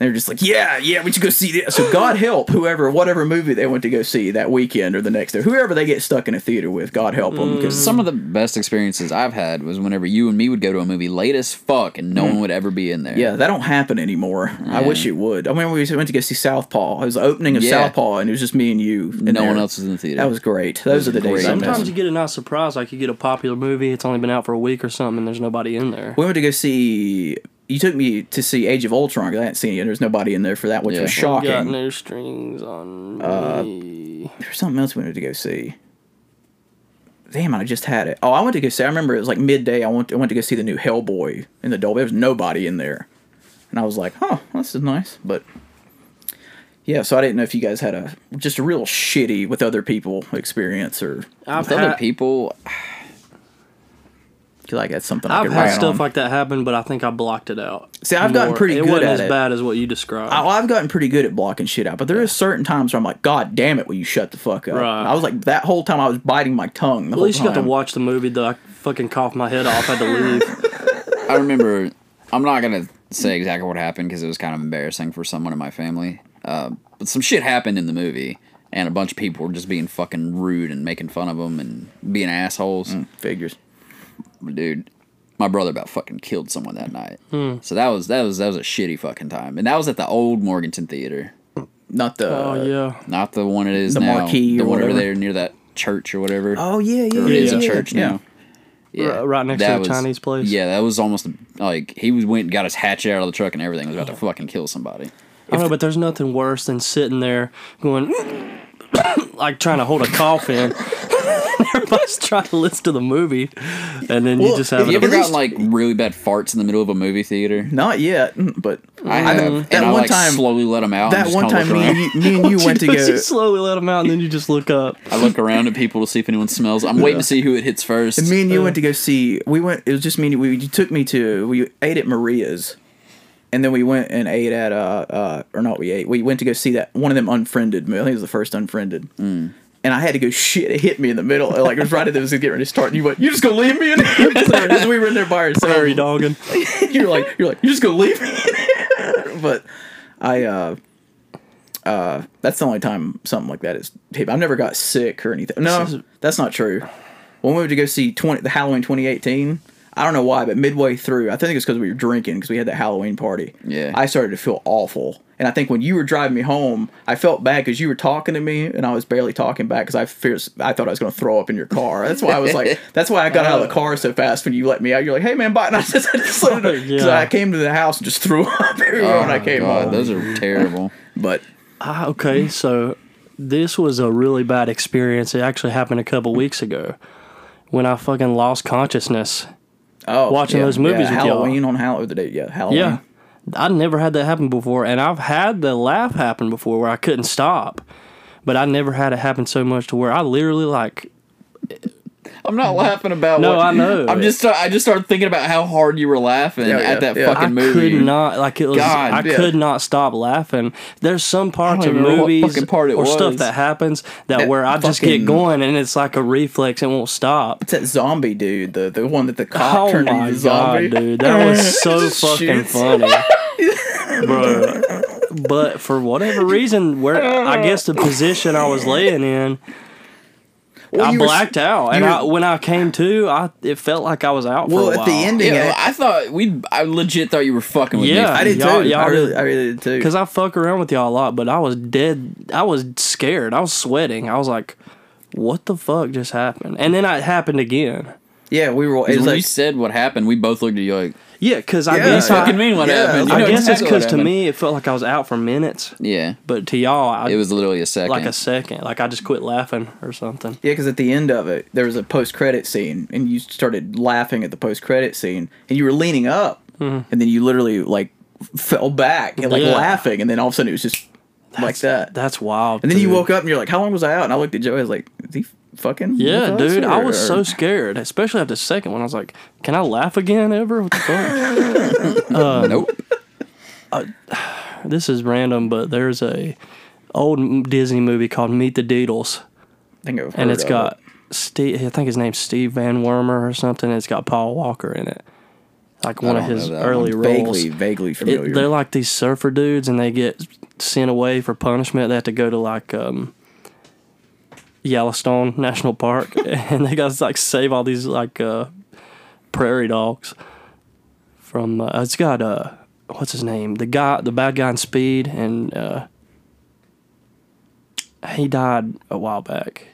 Speaker 6: they're just like, yeah, yeah, we should go see this. So God help whoever, whatever movie they went to go see that weekend or the next day, whoever they get stuck in a theater with, God help them because
Speaker 5: Some of the best experiences I've had was whenever you and me would go to a movie late as fuck and no one would ever be in there.
Speaker 6: Hmm. Yeah, that don't happen anymore. I wish it would. I mean, we went to go see Southpaw. It was the opening of
Speaker 5: Yeah.
Speaker 6: Southpaw, and it was just me and you. in
Speaker 5: No one
Speaker 6: there.
Speaker 5: else was in the theater.
Speaker 6: That was great. Those are the days.
Speaker 5: great.
Speaker 6: I miss.
Speaker 7: Sometimes you get a nice surprise, like you get a popular movie, it's only been out for a week or something, and there's nobody in there.
Speaker 6: we went to go see. You took me to see Age of Ultron. 'cause I hadn't seen it. There was nobody in there for that, which
Speaker 5: Yeah.
Speaker 6: was
Speaker 7: Got
Speaker 6: shocking.
Speaker 7: no strings on me.
Speaker 6: There's something else we wanted to go see. Damn, I just had it. Oh, I went to go see. I remember it was like midday. I went. I went to go see the new Hellboy in the Dolby. There was nobody in there, and I was like, "Huh, this is nice." But yeah, so I didn't know if you guys had a just a real shitty with other people experience or
Speaker 7: I've
Speaker 5: With other
Speaker 7: had,
Speaker 5: people,
Speaker 6: because I got something. I
Speaker 7: I've
Speaker 6: could
Speaker 7: had
Speaker 6: rant
Speaker 7: stuff
Speaker 6: on.
Speaker 7: like that happen, but I think I blocked it out.
Speaker 6: See, I've gotten pretty good
Speaker 7: It wasn't
Speaker 6: at
Speaker 7: as
Speaker 6: it.
Speaker 7: bad as what you described.
Speaker 6: I, well, I've gotten pretty good at blocking shit out, but there is certain times where I'm like, "God damn it, will you shut the fuck up?"
Speaker 7: Right.
Speaker 6: I was like that whole time. I was biting my tongue. The
Speaker 7: At
Speaker 6: whole
Speaker 7: least you got to
Speaker 6: time.
Speaker 7: watch the movie, though. I fucking coughed my head off, had
Speaker 6: [laughs]
Speaker 7: to leave.
Speaker 5: I remember, I'm not going to say exactly what happened because it was kind of embarrassing for someone in my family. Uh, but some shit happened in the movie and a bunch of people were just being fucking rude and making fun of them and being assholes.
Speaker 6: Mm. figures.
Speaker 5: dude my brother about fucking killed someone
Speaker 6: Hmm.
Speaker 5: that night so that was that was that was a shitty fucking time and that was at the old morganton theater
Speaker 6: not the.
Speaker 7: Oh yeah,
Speaker 5: Not the one it is
Speaker 6: The
Speaker 5: now.
Speaker 6: marquee
Speaker 5: the
Speaker 6: or
Speaker 5: one over
Speaker 6: whatever.
Speaker 5: there near that church or whatever.
Speaker 6: Oh yeah, yeah,
Speaker 5: Or
Speaker 6: yeah,
Speaker 5: it is
Speaker 6: yeah,
Speaker 5: a church
Speaker 6: yeah.
Speaker 5: now. Yeah,
Speaker 7: R- right next to the Chinese place.
Speaker 5: Yeah, that was almost like he was went and got his hatchet out of the truck and everything. was about to fucking kill somebody.
Speaker 7: I don't know, but there's nothing worse than sitting there going [coughs] like trying to hold a cough in. [laughs] Everybody's trying to listen to the movie, and then you just have
Speaker 5: Have you
Speaker 7: it.
Speaker 5: ever
Speaker 6: at
Speaker 5: gotten
Speaker 6: least-
Speaker 5: like really bad farts in the middle of a movie theater?
Speaker 6: Not yet, mm, but
Speaker 5: I have, and
Speaker 6: that
Speaker 5: I
Speaker 6: one
Speaker 5: like
Speaker 6: time-
Speaker 5: slowly let them out. and
Speaker 6: that
Speaker 5: just
Speaker 6: one
Speaker 5: kinda
Speaker 6: time
Speaker 5: look
Speaker 6: me
Speaker 5: around.
Speaker 6: and you, me and you
Speaker 7: [laughs]
Speaker 6: went to
Speaker 7: You
Speaker 6: go.
Speaker 7: slowly let them out, and then you just look up.
Speaker 5: I look around at people to see if anyone smells. I'm waiting to see who it hits first.
Speaker 6: Me and you went to go see. We went. It was just me. and you- We you took me to. We ate at Maria's, and then we went and ate at uh uh or not. We ate. We went to go see that one of them unfriended. mo- I think it was the first unfriended. And I had to go. Shit! It hit me in the middle. Like it was right at the it was getting ready to start. And you went.
Speaker 7: [laughs]
Speaker 6: You just gonna leave me in here? [laughs] Because we were in there by ourselves.
Speaker 7: Prairie dogging.
Speaker 6: [laughs] you're like you're like you're just gonna leave [laughs] me. but I uh uh that's the only time something like that is hit. I've never got sick or anything.
Speaker 7: This is-
Speaker 6: No, that's not true. When we went to go see twenty the Halloween 2018, I don't know why, but midway through, I think it's because we were drinking because we had that Halloween party.
Speaker 5: Yeah.
Speaker 6: I started to feel awful. And I think when you were driving me home, I felt bad because you were talking to me, and I was barely talking back because I fear I thought I was going to throw up in your car. That's why I was like, that's why I got out of the car so fast when you let me out. You're like, hey man, bye. [laughs] And I just, I just let it,
Speaker 7: Yeah.
Speaker 6: so I came to the house and just [laughs] threw up everywhere when I
Speaker 5: Oh,
Speaker 6: came
Speaker 5: God,
Speaker 6: home.
Speaker 5: Those are terrible.
Speaker 6: But
Speaker 7: Ah, okay, so this was a really bad experience. It actually happened a couple weeks ago when I fucking lost consciousness.
Speaker 6: oh,
Speaker 7: Watching those movies with y'all.
Speaker 6: Halloween on Halloween the day, yeah, Halloween.
Speaker 7: Yeah. I never had that happen before, and I've had the laugh happen before where I couldn't stop, but I never had it happen so much to where I literally like
Speaker 5: I'm not laughing about.
Speaker 7: No,
Speaker 5: what,
Speaker 7: I [laughs] know.
Speaker 5: I'm just. I just started thinking about how hard you were laughing
Speaker 6: Yeah,
Speaker 5: at
Speaker 6: yeah,
Speaker 5: that
Speaker 6: yeah.
Speaker 5: fucking
Speaker 7: I
Speaker 5: movie.
Speaker 7: could not like it was.
Speaker 5: God,
Speaker 7: I
Speaker 5: yeah.
Speaker 7: could not stop laughing. There's some parts
Speaker 5: I
Speaker 7: of
Speaker 5: don't even know what
Speaker 7: movies
Speaker 5: fucking part it
Speaker 7: or stuff
Speaker 5: was.
Speaker 7: that happens that,
Speaker 6: That
Speaker 7: where I just
Speaker 6: fucking-
Speaker 7: get going and it's like a reflex and won't stop.
Speaker 6: It's that zombie dude, the the one that the cop
Speaker 7: Oh
Speaker 6: turned
Speaker 7: my
Speaker 6: into a zombie.
Speaker 7: god, dude, that was so fucking
Speaker 6: shoots.
Speaker 7: funny, bro. But for whatever reason, where I guess the position I was laying in,
Speaker 6: [laughs] Well,
Speaker 7: I
Speaker 6: you were s-
Speaker 7: blacked out, and
Speaker 6: you
Speaker 7: I,
Speaker 6: were-
Speaker 7: when I came to, I it felt like I was out
Speaker 6: Well,
Speaker 7: for a
Speaker 6: at the
Speaker 7: while.
Speaker 6: ending,
Speaker 5: Yeah,
Speaker 6: I-
Speaker 5: I thought we. I legit thought you were fucking with
Speaker 7: Yeah.
Speaker 5: me.
Speaker 6: I did
Speaker 7: Y'all-
Speaker 6: too.
Speaker 7: y'all
Speaker 6: I really,
Speaker 7: did-
Speaker 6: I really did too.
Speaker 7: Because I fuck around with y'all a lot, but I was dead. I was scared. I was sweating. I was like, what the fuck just happened? And then it happened again.
Speaker 6: yeah, we were. It
Speaker 5: Because
Speaker 6: was
Speaker 5: when
Speaker 6: like,
Speaker 5: you said what happened, we both looked at you like,
Speaker 7: Yeah, because I
Speaker 6: Yeah,
Speaker 7: guess,
Speaker 6: yeah.
Speaker 7: I,
Speaker 5: "Fucking mean what
Speaker 6: Yeah,
Speaker 5: happened?"
Speaker 7: I
Speaker 5: You know
Speaker 7: guess it's
Speaker 5: exactly
Speaker 7: because
Speaker 5: what
Speaker 7: to
Speaker 5: happened.
Speaker 7: me, it felt like I was out for minutes.
Speaker 5: yeah,
Speaker 7: But to y'all, I,
Speaker 5: it was literally a second.
Speaker 7: like a second. Like I just quit laughing or something.
Speaker 6: Yeah, because at the end of it, there was a post-credit scene, and you started laughing at the post-credit scene, and you were leaning up, and then you literally like fell back and like
Speaker 7: Mm-hmm. Yeah.
Speaker 6: laughing, and then all of a sudden it was just like that.
Speaker 7: That's wild.
Speaker 6: and then you
Speaker 7: dude.
Speaker 6: woke up and you're like, "How long was I out?" And I looked at Joey, I was like, "Is he fucking?"
Speaker 7: Yeah,
Speaker 6: with us,
Speaker 7: dude, I was
Speaker 6: or-
Speaker 7: so scared, especially after the second one. I was like, "Can I laugh again ever?" What the
Speaker 6: [laughs]
Speaker 7: fuck?
Speaker 5: nope.
Speaker 7: this is random, but there's a old Disney movie called Meet the Deedles,
Speaker 6: I think I've
Speaker 7: and
Speaker 6: heard
Speaker 7: it's
Speaker 6: of
Speaker 7: got Steve. I think his name's Steve Van Wormer or something. and It's got Paul Walker in it, like one of
Speaker 5: don't know
Speaker 7: his
Speaker 5: that
Speaker 7: early
Speaker 6: it.
Speaker 7: roles.
Speaker 6: vaguely, vaguely
Speaker 7: It-
Speaker 6: familiar.
Speaker 7: they're like these surfer dudes, and they get sent away for punishment. They have to go to like um, Yellowstone
Speaker 6: [laughs]
Speaker 7: National Park, and they got to like save all these like uh, prairie dogs from. Uh, it's got uh, what's his name? The guy, the bad guy in Speed, and uh, he died a while back.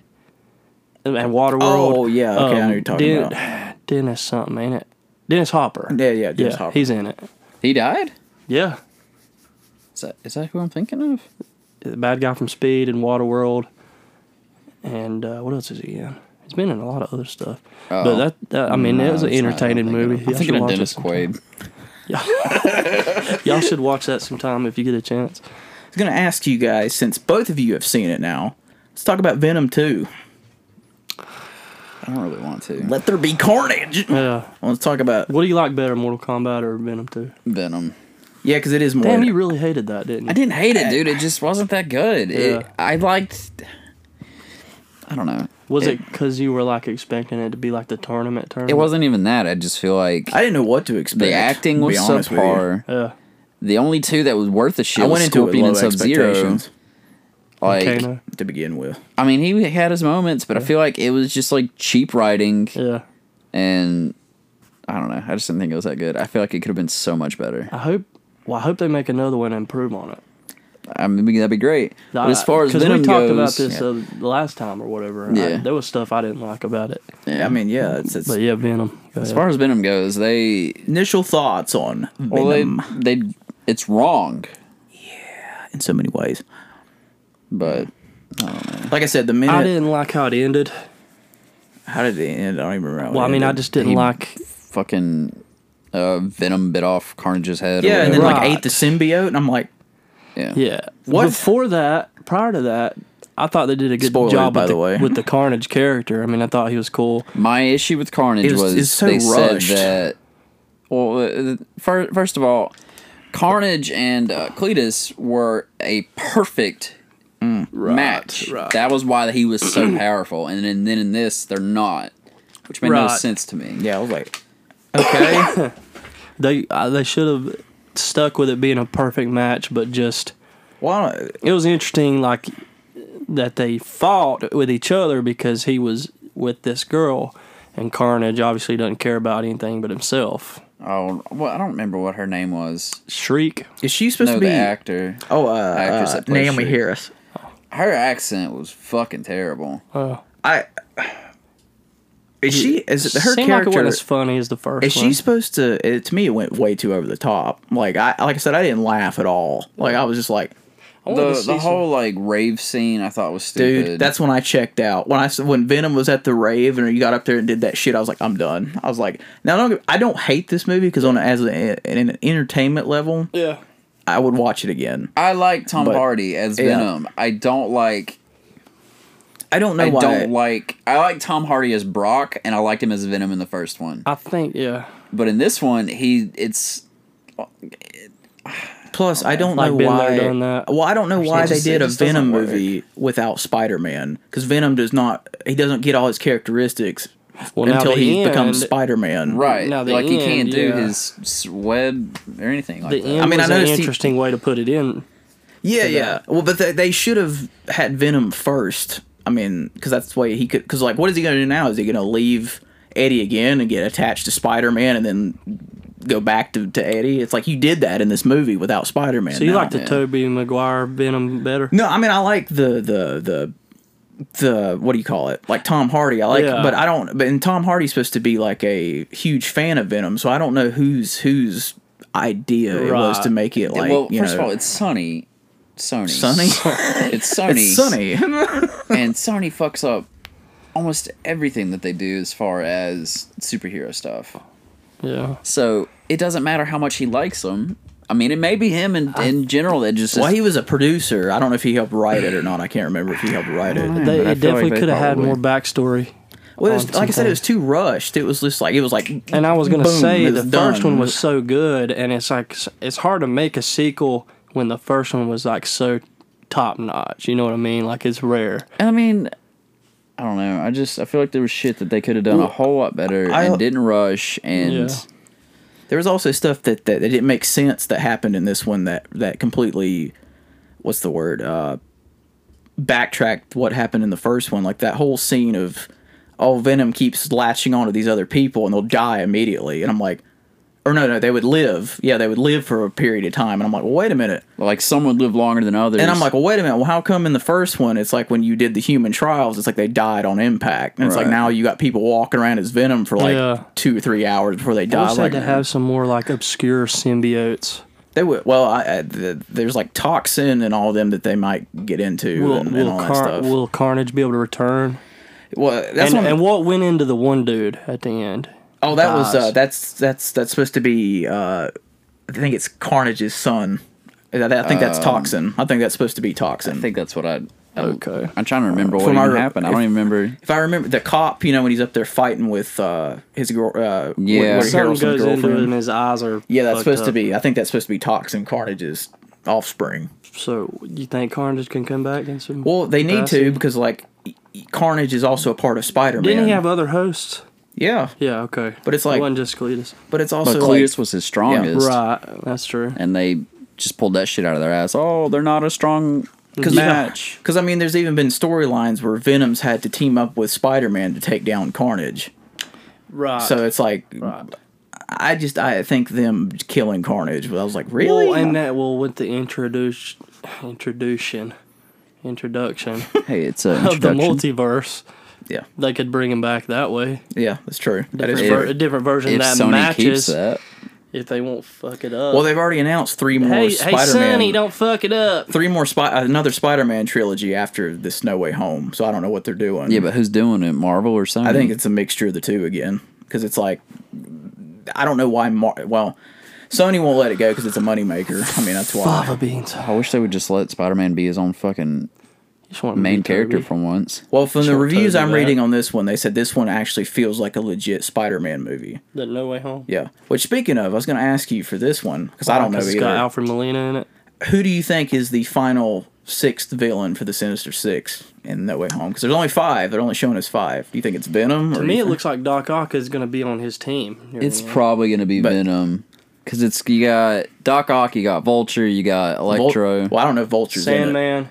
Speaker 7: And and Waterworld.
Speaker 6: Oh, yeah, okay, I know who you're talking
Speaker 7: about. [sighs] Dennis something, ain't it? Dennis Hopper.
Speaker 6: Yeah, yeah, Dennis Hopper.
Speaker 7: He's in it.
Speaker 5: He died.
Speaker 7: Yeah.
Speaker 5: Is that is that who I'm thinking of?
Speaker 7: the bad guy from Speed and Waterworld, and uh, what else is he in? He's been in a lot of other stuff. But
Speaker 5: Oh.
Speaker 7: that, that I mean, it was an
Speaker 5: it's not-
Speaker 7: entertaining
Speaker 5: I'm thinking of-
Speaker 7: movie. Y'all
Speaker 5: I'm
Speaker 7: should
Speaker 5: thinking of
Speaker 7: watch it
Speaker 5: Dennis
Speaker 7: sometime.
Speaker 5: Quaid.
Speaker 7: Y'all should watch that sometime if you get a chance.
Speaker 6: I was going to ask you guys, since both of you have seen it now, let's talk about Venom Two.
Speaker 5: I don't really want to.
Speaker 6: Let there be carnage.
Speaker 7: Yeah.
Speaker 6: Let's talk about
Speaker 7: What do you like better, Mortal Kombat or Venom 2?
Speaker 5: Venom.
Speaker 6: yeah, because it is more.
Speaker 7: Damn,
Speaker 6: than-
Speaker 7: you really hated that, didn't you?
Speaker 5: I didn't hate it, dude. It just wasn't that good. It,
Speaker 7: Yeah.
Speaker 5: I liked. I don't know.
Speaker 7: Was it because you were like expecting it to be like the tournament tournament?
Speaker 5: It wasn't even that. I just feel like
Speaker 6: I didn't know what to expect.
Speaker 5: the acting
Speaker 6: to be
Speaker 5: was
Speaker 6: honest with you.
Speaker 5: subpar.
Speaker 7: Yeah.
Speaker 5: The only two that was worth a shit
Speaker 6: I
Speaker 5: was
Speaker 6: went into it with
Speaker 5: Scorpion
Speaker 6: low
Speaker 5: and Sub Zero.
Speaker 6: expectations
Speaker 5: Like,
Speaker 7: Kano.
Speaker 6: to begin with.
Speaker 5: I mean, he had his moments, but I feel like it was just like cheap writing,
Speaker 7: Yeah.
Speaker 5: and I don't know. I just didn't think it was that good. I feel like it could have been so much better.
Speaker 7: I hope. Well, I hope they make another one and improve on it.
Speaker 5: I mean, that'd be great. But as far as
Speaker 7: because
Speaker 5: Venom
Speaker 7: Uh, we talked about
Speaker 5: goes-
Speaker 7: this uh, the last time or whatever, and I-
Speaker 5: Yeah.
Speaker 7: there was stuff I didn't like about it.
Speaker 6: I mean, yeah, it's, it's
Speaker 7: But yeah, Venom. Go
Speaker 5: As
Speaker 7: ahead.
Speaker 5: far as Venom goes, they
Speaker 6: initial thoughts on
Speaker 5: well, they,
Speaker 6: Venom
Speaker 5: they it's wrong,
Speaker 6: in so many ways.
Speaker 5: but
Speaker 6: Like I said, the
Speaker 7: I
Speaker 6: minute
Speaker 7: didn't like how it ended.
Speaker 6: how did it end? I don't even remember.
Speaker 7: Well, I mean, I just didn't
Speaker 5: He-
Speaker 7: like.
Speaker 5: fucking uh, Venom bit off Carnage's head. or
Speaker 6: yeah, and then
Speaker 5: whatever.
Speaker 6: like
Speaker 7: Right.
Speaker 6: ate the symbiote, and I'm like,
Speaker 5: yeah,
Speaker 7: Yeah.
Speaker 6: What?
Speaker 7: [laughs] Before that, prior to that, I thought they did a good
Speaker 6: Spoiler,
Speaker 7: job
Speaker 6: by
Speaker 7: with
Speaker 6: the way.
Speaker 7: with the Carnage character. I mean, I thought he was cool.
Speaker 5: My issue with Carnage
Speaker 6: It was-
Speaker 5: was,
Speaker 6: it's so
Speaker 5: they
Speaker 6: rushed.
Speaker 5: said that. Well, first, first of all, Carnage and uh, Cletus were a perfect
Speaker 6: Mm.
Speaker 5: match. That was why he was so [clears throat] powerful, and then, then in this, they're not, which made no
Speaker 7: Right.
Speaker 5: sense to me.
Speaker 6: yeah, I was like, okay, [coughs]
Speaker 7: They uh, they should have stuck with it being a perfect match, but just
Speaker 6: well,
Speaker 7: it was interesting like that they fought with each other because he was with this girl, and Carnage obviously doesn't care about anything but himself.
Speaker 5: Oh, well, I don't remember what her name was.
Speaker 7: Shriek.
Speaker 6: is she supposed
Speaker 5: No,
Speaker 6: to be?
Speaker 5: the actor.
Speaker 6: oh, uh,
Speaker 5: actress
Speaker 6: uh
Speaker 5: that plays
Speaker 6: Naomi
Speaker 5: Shriek.
Speaker 6: Harris.
Speaker 5: Her accent was fucking terrible.
Speaker 6: I is she is her
Speaker 7: Seemed like it
Speaker 6: character
Speaker 7: wasn't as funny as the first
Speaker 6: is
Speaker 7: one.
Speaker 6: she supposed to? It, to me, it went way too over the top. Like I like I said, I didn't laugh at all. Like I was just like,
Speaker 7: I wanted to
Speaker 5: The
Speaker 7: see
Speaker 5: the
Speaker 7: some-
Speaker 5: whole like rave scene I thought was
Speaker 6: dude,
Speaker 5: stupid.
Speaker 6: that's when I checked out. When I s- when Venom was at the rave and he got up there and did that shit, I was like, I'm done. I was like, now I don't I don't hate this movie because on a- as a, an entertainment level,
Speaker 7: yeah.
Speaker 6: I would watch it again.
Speaker 5: I like Tom
Speaker 6: But-
Speaker 5: Hardy as
Speaker 6: yeah.
Speaker 5: Venom. I don't like
Speaker 6: I don't know
Speaker 5: I
Speaker 6: why.
Speaker 5: don't like. I like Tom Hardy as Brock, and I liked him as Venom in the first one.
Speaker 7: I think yeah.
Speaker 5: But in this one, he it's
Speaker 6: Plus, I don't
Speaker 7: Like
Speaker 6: know
Speaker 7: been
Speaker 6: why.
Speaker 7: there, done that.
Speaker 6: Well, I don't know why they
Speaker 5: just- it
Speaker 6: did a
Speaker 5: just doesn't
Speaker 6: Venom
Speaker 5: work.
Speaker 6: movie without Spider Man because Venom does not. He doesn't get all his characteristics
Speaker 7: Well, now
Speaker 6: until
Speaker 7: the
Speaker 6: he becomes
Speaker 7: end-
Speaker 6: Spider Man.
Speaker 5: right.
Speaker 7: Now, the
Speaker 5: like he can't
Speaker 7: end,
Speaker 5: do
Speaker 7: yeah.
Speaker 5: his s- web or anything like
Speaker 7: The
Speaker 5: that.
Speaker 7: end
Speaker 6: I mean, I
Speaker 7: was an
Speaker 6: noticed he-
Speaker 7: interesting way to put it in.
Speaker 6: Yeah, yeah. Well, but they, they should have had Venom first. I mean, because that's the way he could. Because like, what is he going to do now? Is he going to leave Eddie again and get attached to Spider Man and then go back to, to Eddie? It's like you did that in this movie without Spider Man.
Speaker 7: So you like the
Speaker 5: man.
Speaker 7: Toby Maguire Venom better?
Speaker 6: No, I mean I like the the the the what do you call it? Like Tom Hardy. I like
Speaker 7: Yeah.
Speaker 6: but I don't but and Tom Hardy's supposed to be like a huge fan of Venom, so I don't know whose whose idea it was
Speaker 7: Right.
Speaker 6: to make it like
Speaker 5: well,
Speaker 6: you
Speaker 5: first
Speaker 6: know
Speaker 5: of all, it's Sony. Sony.
Speaker 6: Sunny.
Speaker 5: [laughs] It's Sony.
Speaker 6: it's [laughs] sunny.
Speaker 5: and Sony fucks up almost everything that they do as far as superhero stuff.
Speaker 7: Yeah.
Speaker 5: So it doesn't matter how much he likes them. I mean, it may be him in, in general that just.
Speaker 6: well, he was a producer. I don't know if he helped write it or not. I can't remember if he helped write it.
Speaker 7: They,
Speaker 5: but I
Speaker 7: it
Speaker 5: feel like
Speaker 7: definitely
Speaker 5: they
Speaker 7: could have had
Speaker 5: probably-
Speaker 7: more backstory.
Speaker 6: Well, it was,
Speaker 7: on
Speaker 6: like I said,
Speaker 7: something.
Speaker 6: it was too rushed. It was just like it was like.
Speaker 7: And I was gonna
Speaker 6: boom,
Speaker 7: say
Speaker 6: it
Speaker 7: the
Speaker 6: was
Speaker 7: first
Speaker 6: done.
Speaker 7: one was so good, and it's like s- it's hard to make a sequel when the first one was like so top notch. You know what I mean? Like it's rare.
Speaker 5: I mean, I don't know. I just I feel like there was shit that they could have done a whole lot better
Speaker 6: I-
Speaker 5: and didn't rush
Speaker 7: Yeah.
Speaker 5: and
Speaker 6: There was also stuff that, that that didn't make sense that happened in this one that that completely what's the word uh backtracked what happened in the first one like that whole scene of oh Venom keeps latching onto these other people and they'll die immediately and I'm like or no no they would live yeah they would live for a period of time and I'm like well wait a minute
Speaker 5: like some would live longer than others.
Speaker 6: and I'm like well wait a minute well how come in the first one it's like when you did the human trials it's like they died on impact and it's like
Speaker 5: Right.
Speaker 6: now you got people walking around as Venom for like
Speaker 7: Yeah.
Speaker 6: two or three hours before they
Speaker 7: I
Speaker 6: die
Speaker 7: wish
Speaker 6: like
Speaker 7: like to have some more like obscure symbiotes.
Speaker 6: They would. Well, I, I, the, there's like toxin and all of them that they might get into
Speaker 7: Will,
Speaker 6: and, and
Speaker 7: will,
Speaker 6: all that
Speaker 7: Car-
Speaker 6: stuff.
Speaker 7: will Carnage be able to return?
Speaker 6: well, that's
Speaker 7: And,
Speaker 6: what I'm-
Speaker 7: and what went into the one dude at the end?
Speaker 6: oh, that was uh,
Speaker 7: dies.
Speaker 6: that's that's that's supposed to be. Uh, I think it's Carnage's son. I, I think
Speaker 7: Um,
Speaker 6: that's toxin. I think that's supposed to be toxin.
Speaker 5: I think that's what I. I
Speaker 7: Okay.
Speaker 5: I'm trying to remember what
Speaker 6: From
Speaker 5: even
Speaker 6: our-
Speaker 5: happened. I don't even remember.
Speaker 6: if I remember, the cop, you know, when he's up there fighting with uh, his girl, uh,
Speaker 5: Yeah.
Speaker 6: Woody
Speaker 7: Something
Speaker 6: Harrelson's
Speaker 7: goes into it,
Speaker 6: girlfriend.
Speaker 7: and his eyes are
Speaker 6: Yeah, that's
Speaker 7: fucked
Speaker 6: supposed to
Speaker 7: up.
Speaker 6: be. I think that's supposed to be toxin Carnage's offspring.
Speaker 7: So you think Carnage can come back and some?
Speaker 6: Well, they need to
Speaker 7: capacity?
Speaker 6: because like e, Carnage is also a part of Spider-Man.
Speaker 7: Didn't he have other hosts?
Speaker 6: yeah,
Speaker 7: Yeah, okay.
Speaker 6: But it's like-
Speaker 7: it wasn't just Cletus.
Speaker 6: but it's
Speaker 5: But
Speaker 6: also like,
Speaker 5: Cletus was his strongest,
Speaker 7: Right, that's true.
Speaker 5: and they just pulled that shit out of their ass. Oh, they're not a strong match.
Speaker 6: Because I mean, there's even been storylines where Venom's had to team up with Spider-Man to take down Carnage.
Speaker 7: Right.
Speaker 6: So it's like, I just I think them killing Carnage. But I was like, really?
Speaker 7: Well, and that will with the introduce introduction, introduction
Speaker 5: Hey, it's a
Speaker 7: of [laughs] the
Speaker 5: introduction.
Speaker 7: multiverse.
Speaker 6: Yeah.
Speaker 7: They could bring him back that way.
Speaker 6: Yeah, that's true. That is
Speaker 7: Different ver-
Speaker 6: true.
Speaker 7: a different version
Speaker 5: if
Speaker 7: that
Speaker 5: Sony keeps
Speaker 7: matches
Speaker 5: that,
Speaker 7: if they won't fuck it up.
Speaker 6: Well, they've already announced three more
Speaker 7: hey, hey,
Speaker 6: Spider-Man.
Speaker 7: Sonny, don't fuck it up.
Speaker 6: three more spy- another Spider-Man trilogy after this No Way Home. So I don't know what they're doing.
Speaker 5: yeah, but who's doing it? Marvel or Sony?
Speaker 6: I
Speaker 7: mm.
Speaker 6: think it's a mixture of the two again because it's like I don't know why. Mar- well, Sony won't let it go because it's a moneymaker. I mean, that's why.
Speaker 7: Lava beans.
Speaker 5: I wish they would just let Spider-Man be his own fucking
Speaker 7: Just want to
Speaker 5: main
Speaker 7: be
Speaker 5: character
Speaker 7: Toby.
Speaker 5: for once.
Speaker 6: Well, from the
Speaker 7: Short
Speaker 6: reviews
Speaker 7: toes
Speaker 6: I'm
Speaker 7: of that.
Speaker 6: reading on this one, they said this one actually feels like a legit Spider-Man movie.
Speaker 7: the No Way Home.
Speaker 6: Yeah. Which, speaking of, I was going to ask you for this one because I don't know
Speaker 7: 'Cause It's
Speaker 6: either.
Speaker 7: got Alfred Molina in it.
Speaker 6: Who do you think is the final sixth villain for the Sinister Six in No Way Home? Because there's only five. They're only showing us five. Do you think it's Venom? Or
Speaker 7: To
Speaker 6: do
Speaker 7: me,
Speaker 6: you
Speaker 7: it
Speaker 6: think-
Speaker 7: looks like Doc Ock is going to be on his team. near the
Speaker 5: It's
Speaker 7: end.
Speaker 5: probably gonna be
Speaker 6: But-
Speaker 5: Venom because it's you got Doc Ock, you got Vulture, you got
Speaker 6: Vul-
Speaker 5: Electro.
Speaker 6: well, I don't know if Vulture's in it.
Speaker 7: Sandman,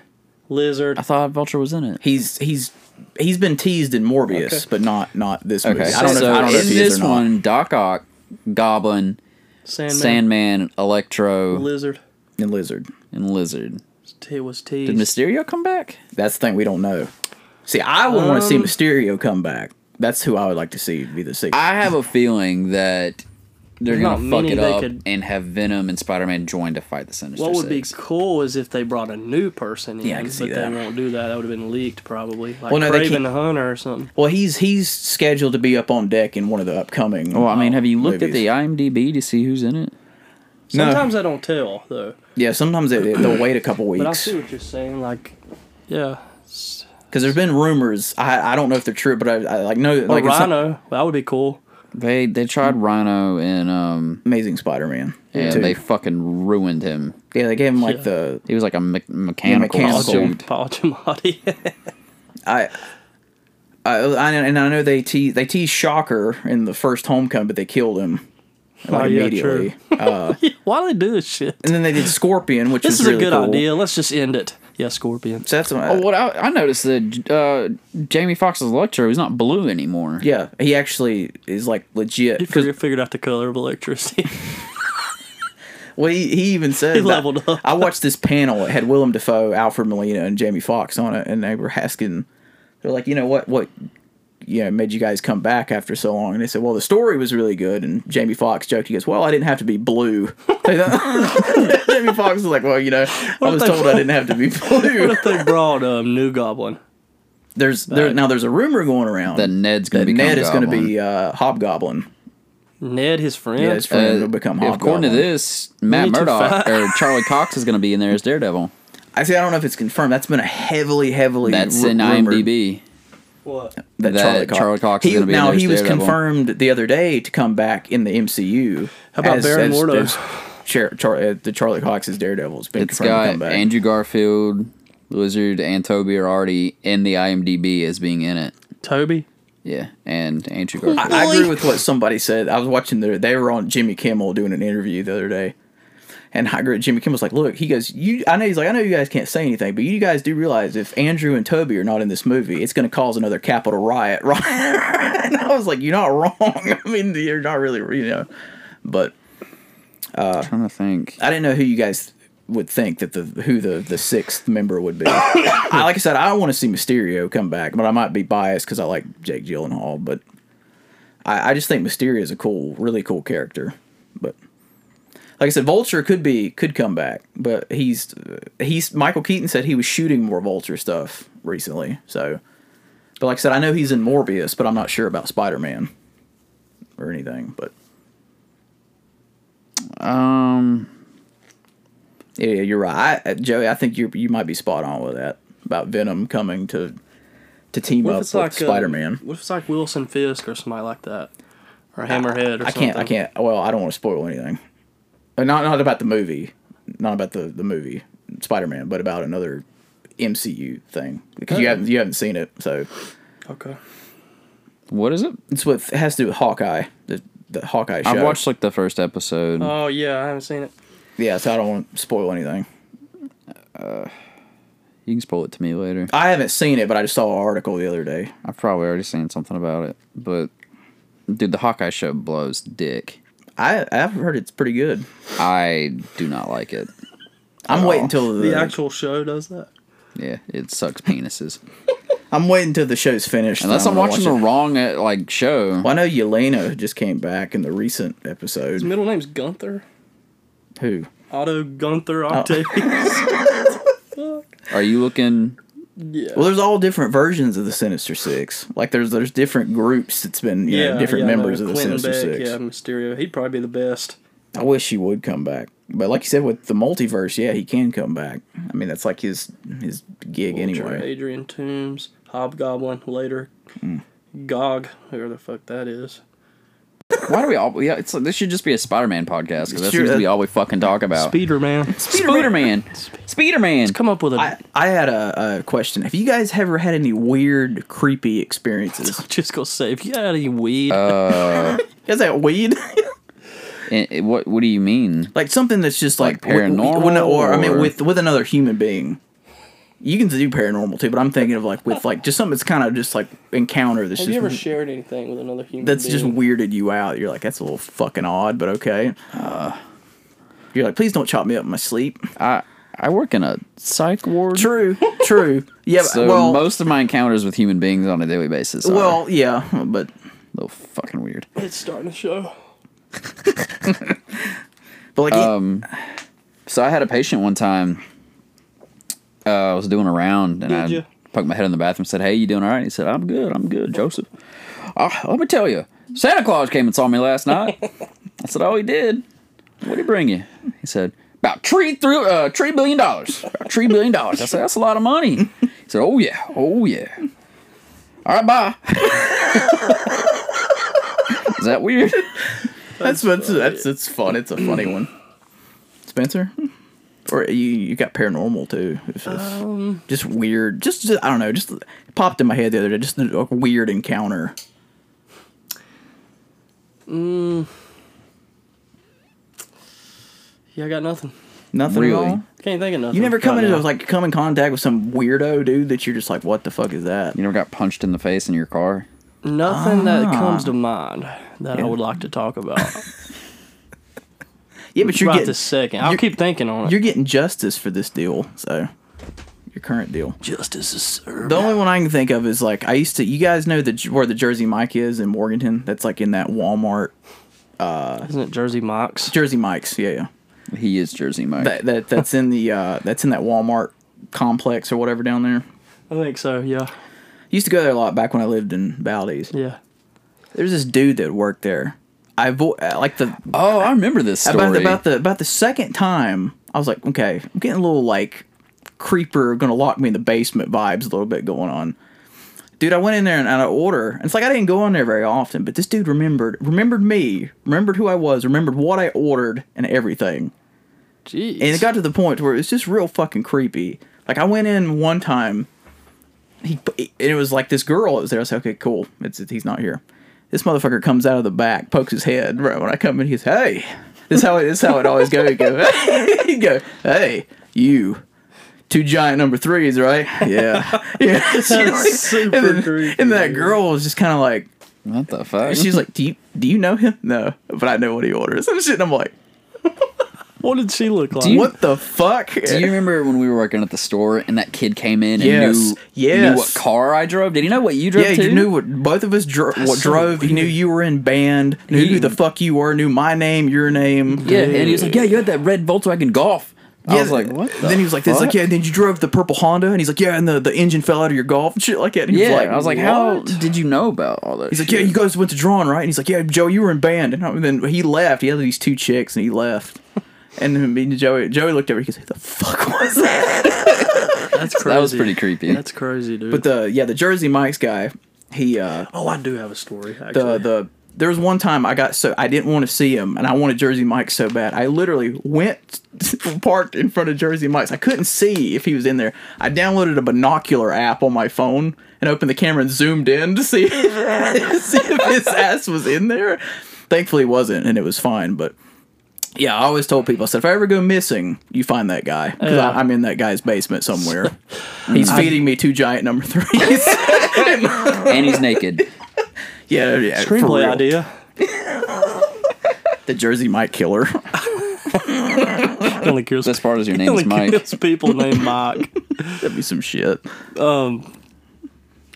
Speaker 7: Lizard.
Speaker 5: I thought Vulture was in it.
Speaker 6: He's he's he's been teased in Morbius, but not not this movie.
Speaker 5: Okay,
Speaker 6: I don't know.
Speaker 5: so
Speaker 6: I don't know
Speaker 5: in
Speaker 6: if he is
Speaker 5: this
Speaker 6: or not.
Speaker 5: one, Doc Ock, Goblin,
Speaker 7: Sandman,
Speaker 5: Sandman, Electro,
Speaker 7: Lizard.
Speaker 6: and Lizard.
Speaker 5: and Lizard.
Speaker 7: It was
Speaker 5: Did
Speaker 7: teased.
Speaker 5: Mysterio come back?
Speaker 6: That's the thing we don't know. See, I would want to
Speaker 7: Um,
Speaker 6: see Mysterio come back. That's who I would like to see be the sequel.
Speaker 5: I have a feeling that they're
Speaker 7: There's
Speaker 5: gonna
Speaker 7: not
Speaker 5: fuck
Speaker 7: many
Speaker 5: it
Speaker 7: they
Speaker 5: up
Speaker 7: could-
Speaker 5: and have Venom and Spider Man join to fight the Sinister
Speaker 7: what would be
Speaker 5: Six.
Speaker 7: cool is if they brought a new person in,
Speaker 6: Yeah, I can see
Speaker 7: but
Speaker 6: that.
Speaker 7: they won't do that. That would have been leaked probably, like
Speaker 6: Well, no, they
Speaker 7: Craven
Speaker 6: keep-
Speaker 7: the Hunter or something.
Speaker 6: well, he's he's scheduled to be up on deck in one of the upcoming.
Speaker 5: Well, I mean, have you looked
Speaker 6: movies.
Speaker 5: at the IMDb to see who's in it?
Speaker 6: No.
Speaker 7: Sometimes I don't tell though,
Speaker 6: Yeah, sometimes they, they'll wait a couple
Speaker 7: but I
Speaker 6: weeks
Speaker 7: see what you're saying. Like, yeah, s-
Speaker 6: because there's been rumors. I I don't know if they're true, but I, I like know
Speaker 7: or
Speaker 6: like it's not-
Speaker 7: Rhino. that would be cool.
Speaker 5: They they tried Rhino and um
Speaker 6: Amazing Spider-Man.
Speaker 5: and
Speaker 6: too.
Speaker 5: they fucking ruined him.
Speaker 6: yeah they gave him like the
Speaker 5: He was like a me- mechanical,
Speaker 6: mechanical.
Speaker 5: suit.
Speaker 7: Paul Giamatti. [laughs]
Speaker 6: I. I, I, and I know they tease they tease Shocker in the first Homecoming, but they killed him like,
Speaker 7: Oh, yeah,
Speaker 6: immediately. Uh,
Speaker 7: Why do they do this shit?
Speaker 6: and then they did Scorpion, which
Speaker 7: This
Speaker 6: was
Speaker 7: is
Speaker 6: really
Speaker 7: a good
Speaker 6: cool.
Speaker 7: idea. Let's just end it. Yeah, Scorpion.
Speaker 6: So that's uh,
Speaker 5: Oh, what I, I noticed that uh, Jamie Foxx's Electro is not blue anymore.
Speaker 6: Yeah, he actually is like legit.
Speaker 7: He
Speaker 6: 'cause-
Speaker 7: figured, figured out the color of electricity. [laughs]
Speaker 6: well, he, he even said
Speaker 7: He
Speaker 6: that-
Speaker 7: leveled up.
Speaker 6: I watched this panel. It had Willem Dafoe, Alfred Molina, and Jamie Foxx on it, and they were asking, they're like, you know what, what, you know, made you guys come back after so long? And they said, well, the story was really good. And Jamie Foxx joked, he goes, well, I didn't have to be blue. [laughs] Jamie Foxx was like, well, you know, I
Speaker 7: if
Speaker 6: was
Speaker 7: they-
Speaker 6: told I didn't have to
Speaker 7: [laughs]
Speaker 6: be blue.
Speaker 7: they brought um, New Goblin.
Speaker 6: There's there, now there's a rumor going around
Speaker 5: That Ned's gonna
Speaker 6: that
Speaker 5: be
Speaker 6: Ned is going to be uh, Hobgoblin.
Speaker 7: Ned, his friend.
Speaker 6: Yeah, his friend will become Hobgoblin.
Speaker 5: Uh, According to this, Matt
Speaker 7: need
Speaker 6: [laughs]
Speaker 7: to
Speaker 5: Murdock
Speaker 7: fi-
Speaker 5: or Charlie Cox is going to be in there as Daredevil.
Speaker 6: I see. I don't know if it's confirmed. That's been a heavily, heavily.
Speaker 5: That's
Speaker 6: ru-
Speaker 5: in
Speaker 6: rumored
Speaker 5: IMDb.
Speaker 7: what?
Speaker 6: That,
Speaker 5: that
Speaker 6: Charlie Cox,
Speaker 5: Charlie Cox is
Speaker 6: He-
Speaker 5: gonna be in
Speaker 6: now
Speaker 5: there as
Speaker 6: he was
Speaker 5: Daredevil.
Speaker 6: confirmed the other day to come back in the MCU. How
Speaker 7: about Baron Mordo?
Speaker 6: Char, Char, uh, the Charlie Cox's Daredevil has been
Speaker 5: It's
Speaker 6: confirmed to come
Speaker 5: got
Speaker 6: back.
Speaker 5: Andrew Garfield, Lizard, and Toby are already in the IMDb as being in it.
Speaker 7: Toby.
Speaker 5: Yeah, and Andrew Garfield.
Speaker 6: I, I agree with what somebody said. I was watching their. They were on Jimmy Kimmel doing an interview the other day. And I agree. Jimmy Kimmel's like, look, he goes, you. I know he's like, I know you guys can't say anything, but you guys do realize if Andrew and Toby are not in this movie, it's going to cause another capital riot, [laughs] right? and I was like, you're not wrong. [laughs] I mean, you're not really, you know. But
Speaker 5: I'm trying to think.
Speaker 6: I didn't know who you guys would think that the who the the sixth member would be. [coughs] I, like I said, I want to see Mysterio come back, but I might be biased because I like Jake Gyllenhaal. But I, I just think Mysterio is a cool, really cool character. But like I said, Vulture could be could come back, but he's he's Michael Keaton said he was shooting more Vulture stuff recently. So, but like I said, I know he's in Morbius, but I'm not sure about Spider Man or anything. But
Speaker 5: Um,
Speaker 6: Yeah, yeah, you're right, I, uh, Joey. I think you you might be spot on with that about Venom coming to to team
Speaker 7: What if
Speaker 6: up with
Speaker 7: it's like
Speaker 6: Spider Man.
Speaker 7: Um, what if it's like Wilson Fisk or somebody like that, or Hammerhead or
Speaker 6: I
Speaker 7: something?
Speaker 6: can't. I can't. Well, I don't want to spoil anything. Uh, Not not about the movie, not about the the movie Spider Man, but about another MCU thing because you haven't you haven't seen it. So
Speaker 7: Okay.
Speaker 5: what is it?
Speaker 6: it's with it has to do with Hawkeye. The, the Hawkeye show.
Speaker 5: I've watched like the first episode.
Speaker 6: Uh,
Speaker 7: Oh yeah, I haven't seen it.
Speaker 6: Yeah, so I don't want to spoil anything.
Speaker 5: you can spoil it to me later.
Speaker 6: I haven't seen it, but I just saw an article the other day.
Speaker 5: I've probably already seen something about it, but dude, the Hawkeye show blows dick.
Speaker 6: I I've heard it's pretty good.
Speaker 5: I do not like it.
Speaker 6: I'm waiting till the,
Speaker 7: The actual show does that.
Speaker 5: Yeah, it sucks penises.
Speaker 6: I'm waiting till the show's finished.
Speaker 5: Unless
Speaker 6: then
Speaker 5: I'm
Speaker 6: gonna
Speaker 5: watching the
Speaker 6: watch it.
Speaker 5: wrong uh, like show.
Speaker 6: Well, I know Yelena just came back in the recent
Speaker 7: His
Speaker 6: episode.
Speaker 7: middle name's Gunther.
Speaker 6: Who?
Speaker 7: Otto
Speaker 6: Oh,
Speaker 7: Gunther
Speaker 6: [laughs]
Speaker 7: Octavius.
Speaker 5: Are you looking?
Speaker 7: yeah.
Speaker 6: Well, there's all different versions of the Sinister Six. Like there's there's different groups. It's been you know, different
Speaker 7: yeah, I know.
Speaker 6: members of the
Speaker 7: Quentin
Speaker 6: Sinister
Speaker 7: Beck,
Speaker 6: Six.
Speaker 7: Yeah, Mysterio. He'd probably be the best.
Speaker 6: I wish he would come back. But like you said, with the multiverse, yeah, he can come back. I mean, that's like his his gig
Speaker 7: Ultra,
Speaker 6: anyway.
Speaker 7: Adrian Toombs, Hobgoblin later,
Speaker 6: Hmm.
Speaker 7: Gog, whoever the fuck that is.
Speaker 5: Why do we all? Yeah, it's this should just be a Spider-Man podcast because that
Speaker 6: Sure,
Speaker 5: seems to be
Speaker 6: that-
Speaker 5: all we fucking talk about.
Speaker 7: Speeder man. [laughs]
Speaker 5: Spider-Man, Spider-Man.
Speaker 7: Come up with a
Speaker 6: I, I had a, a question. Have you guys ever had any weird, creepy experiences? [laughs]
Speaker 7: just gonna say if you had any weed,
Speaker 6: You guys that weed?
Speaker 5: Eh, eh, what What do you mean?
Speaker 6: like something that's just like,
Speaker 5: Like paranormal,
Speaker 6: when- or, I mean,
Speaker 5: or-
Speaker 6: with with another human being. You can do paranormal too, but I'm thinking of like with like just something that's kind of just like encounter that's
Speaker 7: have
Speaker 6: just
Speaker 7: you ever shared anything with another human?
Speaker 6: that's just
Speaker 7: being?
Speaker 6: weirded you out. You're like, that's a little fucking odd, but okay. Uh, you're like, please don't chop me up in my sleep.
Speaker 5: I I work in a psych ward,
Speaker 6: True,
Speaker 5: [laughs]
Speaker 6: true. Yeah,
Speaker 5: so
Speaker 6: well,
Speaker 5: most of my encounters with human beings on a daily basis. Are well,
Speaker 6: well, yeah, but
Speaker 5: a little fucking weird.
Speaker 7: It's starting to show.
Speaker 6: but like,
Speaker 5: So I had a patient one time. Uh, I was doing a round and I
Speaker 7: ya?
Speaker 5: poked my head in the bathroom. Said, "Hey, you doing all right?" He said, "I'm good. I'm good, Joseph." "Ah, let me tell you, Santa Claus came and saw me last night. I said, "Oh, he did. What would he bring you?" He said, "About three through uh, three billion dollars. About three billion dollars." I said, "That's a lot of money." He said, "Oh yeah, oh yeah." All right, bye. [laughs] Is that weird?
Speaker 6: that's that's that's it's fun. It's a funny one. [clears throat] Spencer, or you you got paranormal too? It's just, just weird. Just, just- I don't know. Just popped in my head the other day. Just a weird encounter.
Speaker 7: Yeah, I got nothing.
Speaker 6: Nothing
Speaker 5: Really?
Speaker 6: at all.
Speaker 7: Can't think of nothing.
Speaker 6: You never come
Speaker 7: right
Speaker 6: into
Speaker 7: now.
Speaker 6: like come in contact with some weirdo dude that you're just like, what the fuck is that?
Speaker 5: You never got punched in the face in your car?
Speaker 7: nothing that
Speaker 6: Ah.
Speaker 7: comes to mind that I would like to talk about
Speaker 6: Yeah, but you're
Speaker 7: right
Speaker 6: getting
Speaker 7: this second. I'll
Speaker 6: you're-
Speaker 7: keep thinking on it.
Speaker 6: you're getting justice for this deal. So your current deal.
Speaker 7: Justice is served.
Speaker 6: The only one I can think of is like I used to. You guys know the where the Jersey Mike is in Morganton. That's like in that Walmart.
Speaker 7: Isn't it Jersey Mike's?
Speaker 6: Jersey Mike's, yeah, yeah.
Speaker 5: He is Jersey Mike.
Speaker 6: That that that's in the uh, that's in that Walmart complex or whatever down there.
Speaker 7: I think so. Yeah,
Speaker 6: Used to go there a lot back when I lived in Valdez.
Speaker 7: yeah.
Speaker 6: There's this dude that worked there. I vo- uh, like the
Speaker 5: oh, I remember this story.
Speaker 6: about, about the about the second time. I was like, okay, I'm getting a little like creeper, gonna lock me in the basement vibes a little bit going on. Dude, I went in there and, and I order. And it's like I didn't go in there very often, but this dude remembered remembered me, remembered who I was, remembered what I ordered and everything.
Speaker 7: Jeez.
Speaker 6: And it got to the point where it was just real fucking creepy. Like I went in one time, he and it was like this girl that was there. I said, "Okay, cool. It's he's not here." This motherfucker comes out of the back, pokes his head. Right when I come in, he goes, "Hey." This is how it is how it always goes. He'd go, hey, he'd go, "Hey, you." Two giant number threes, right?
Speaker 7: [laughs]
Speaker 6: Yeah, yeah. [laughs]
Speaker 7: super
Speaker 6: and, then,
Speaker 7: creepy,
Speaker 6: and that
Speaker 7: dude.
Speaker 6: girl was just kind of like,
Speaker 5: what the fuck?
Speaker 6: she's like, "Do you do you know him?" No, but I know what he orders. [laughs] I'm sitting. I'm like,
Speaker 7: What did she look like?
Speaker 5: you-
Speaker 6: "What the fuck?"
Speaker 5: Do you remember when we were working at the store and that kid came in and
Speaker 6: Yes.
Speaker 5: knew,
Speaker 6: Yes.
Speaker 5: knew what car I drove? Did he know what you drove
Speaker 6: Yeah,
Speaker 5: too?
Speaker 6: you knew what both of us dro- what
Speaker 7: so
Speaker 6: drove. He knew you were in band. Knew who the fuck you were. Knew my name, your name.
Speaker 5: yeah, and he was like, "Yeah, you had that red Volkswagen Golf." I
Speaker 6: Yeah,
Speaker 5: was like, "What?" The
Speaker 6: then he was like, "This,
Speaker 5: fuck?
Speaker 6: like, yeah." And then you drove the purple Honda, and he's like, "Yeah." And the, the engine fell out of your golf and shit like that. And he
Speaker 5: Yeah,
Speaker 6: was like,
Speaker 5: I was like, "How did you know about all that?"
Speaker 6: He's like, "Yeah, you guys went to drawing, right?" And he's like, "Yeah, Joe, you were in band." And, I- and then he left. He had these two chicks, and he left. And then me and Joey, Joey looked over. He goes, "Who the fuck was that?" [laughs]
Speaker 7: That's [laughs] crazy.
Speaker 5: that was pretty creepy.
Speaker 7: That's crazy, dude.
Speaker 6: But the yeah, the Jersey Mike's guy, he uh,
Speaker 7: oh, I do have a story.
Speaker 6: the
Speaker 7: Actually.
Speaker 6: the there was one time I got so I didn't want to see him and I wanted Jersey Mike so bad. I literally went [laughs] parked in front of Jersey Mike's. I couldn't see if he was in there. I downloaded a binocular app on my phone and opened the camera and zoomed in to see [laughs] see if his ass was in there. Thankfully, it wasn't and it was fine. But yeah, I always told people I said if I ever go missing, you find that guy because
Speaker 7: Yeah.
Speaker 6: I'm in that guy's basement somewhere. [laughs] Mm. He's feeding me two giant number threes.
Speaker 5: and he's naked.
Speaker 6: [laughs] yeah, yeah. for
Speaker 7: screenplay
Speaker 6: real.
Speaker 7: idea.
Speaker 6: The Jersey Mike killer.
Speaker 7: He only kills.
Speaker 5: Best part is
Speaker 7: [laughs]
Speaker 5: your
Speaker 7: he
Speaker 5: name is
Speaker 7: only
Speaker 5: Mike.
Speaker 7: kills [laughs] people named Mike.
Speaker 6: That'd be some shit.
Speaker 7: Um,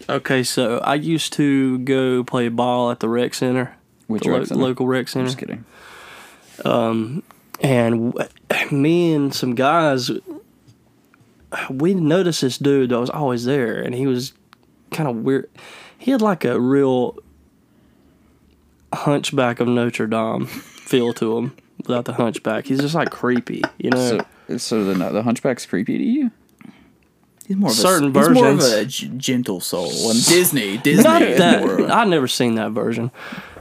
Speaker 7: okay, so I used to go play ball at the rec center,
Speaker 5: Which
Speaker 7: the
Speaker 5: rec
Speaker 7: lo-
Speaker 5: center?
Speaker 7: local rec center.
Speaker 5: Just kidding.
Speaker 7: and w- me and some guys we noticed this dude that was always there and he was kind of weird he had like a real hunchback of notre dame feel to him without the hunchback he's just like creepy you know
Speaker 5: So, so the the Hunchback's creepy to you?
Speaker 6: He's more of
Speaker 7: Certain
Speaker 6: a, He's more of
Speaker 7: versions.
Speaker 6: a g- gentle soul. And
Speaker 5: [laughs]
Speaker 6: Disney, Disney.
Speaker 7: not
Speaker 6: is more
Speaker 7: that
Speaker 6: of-
Speaker 7: i've never seen that version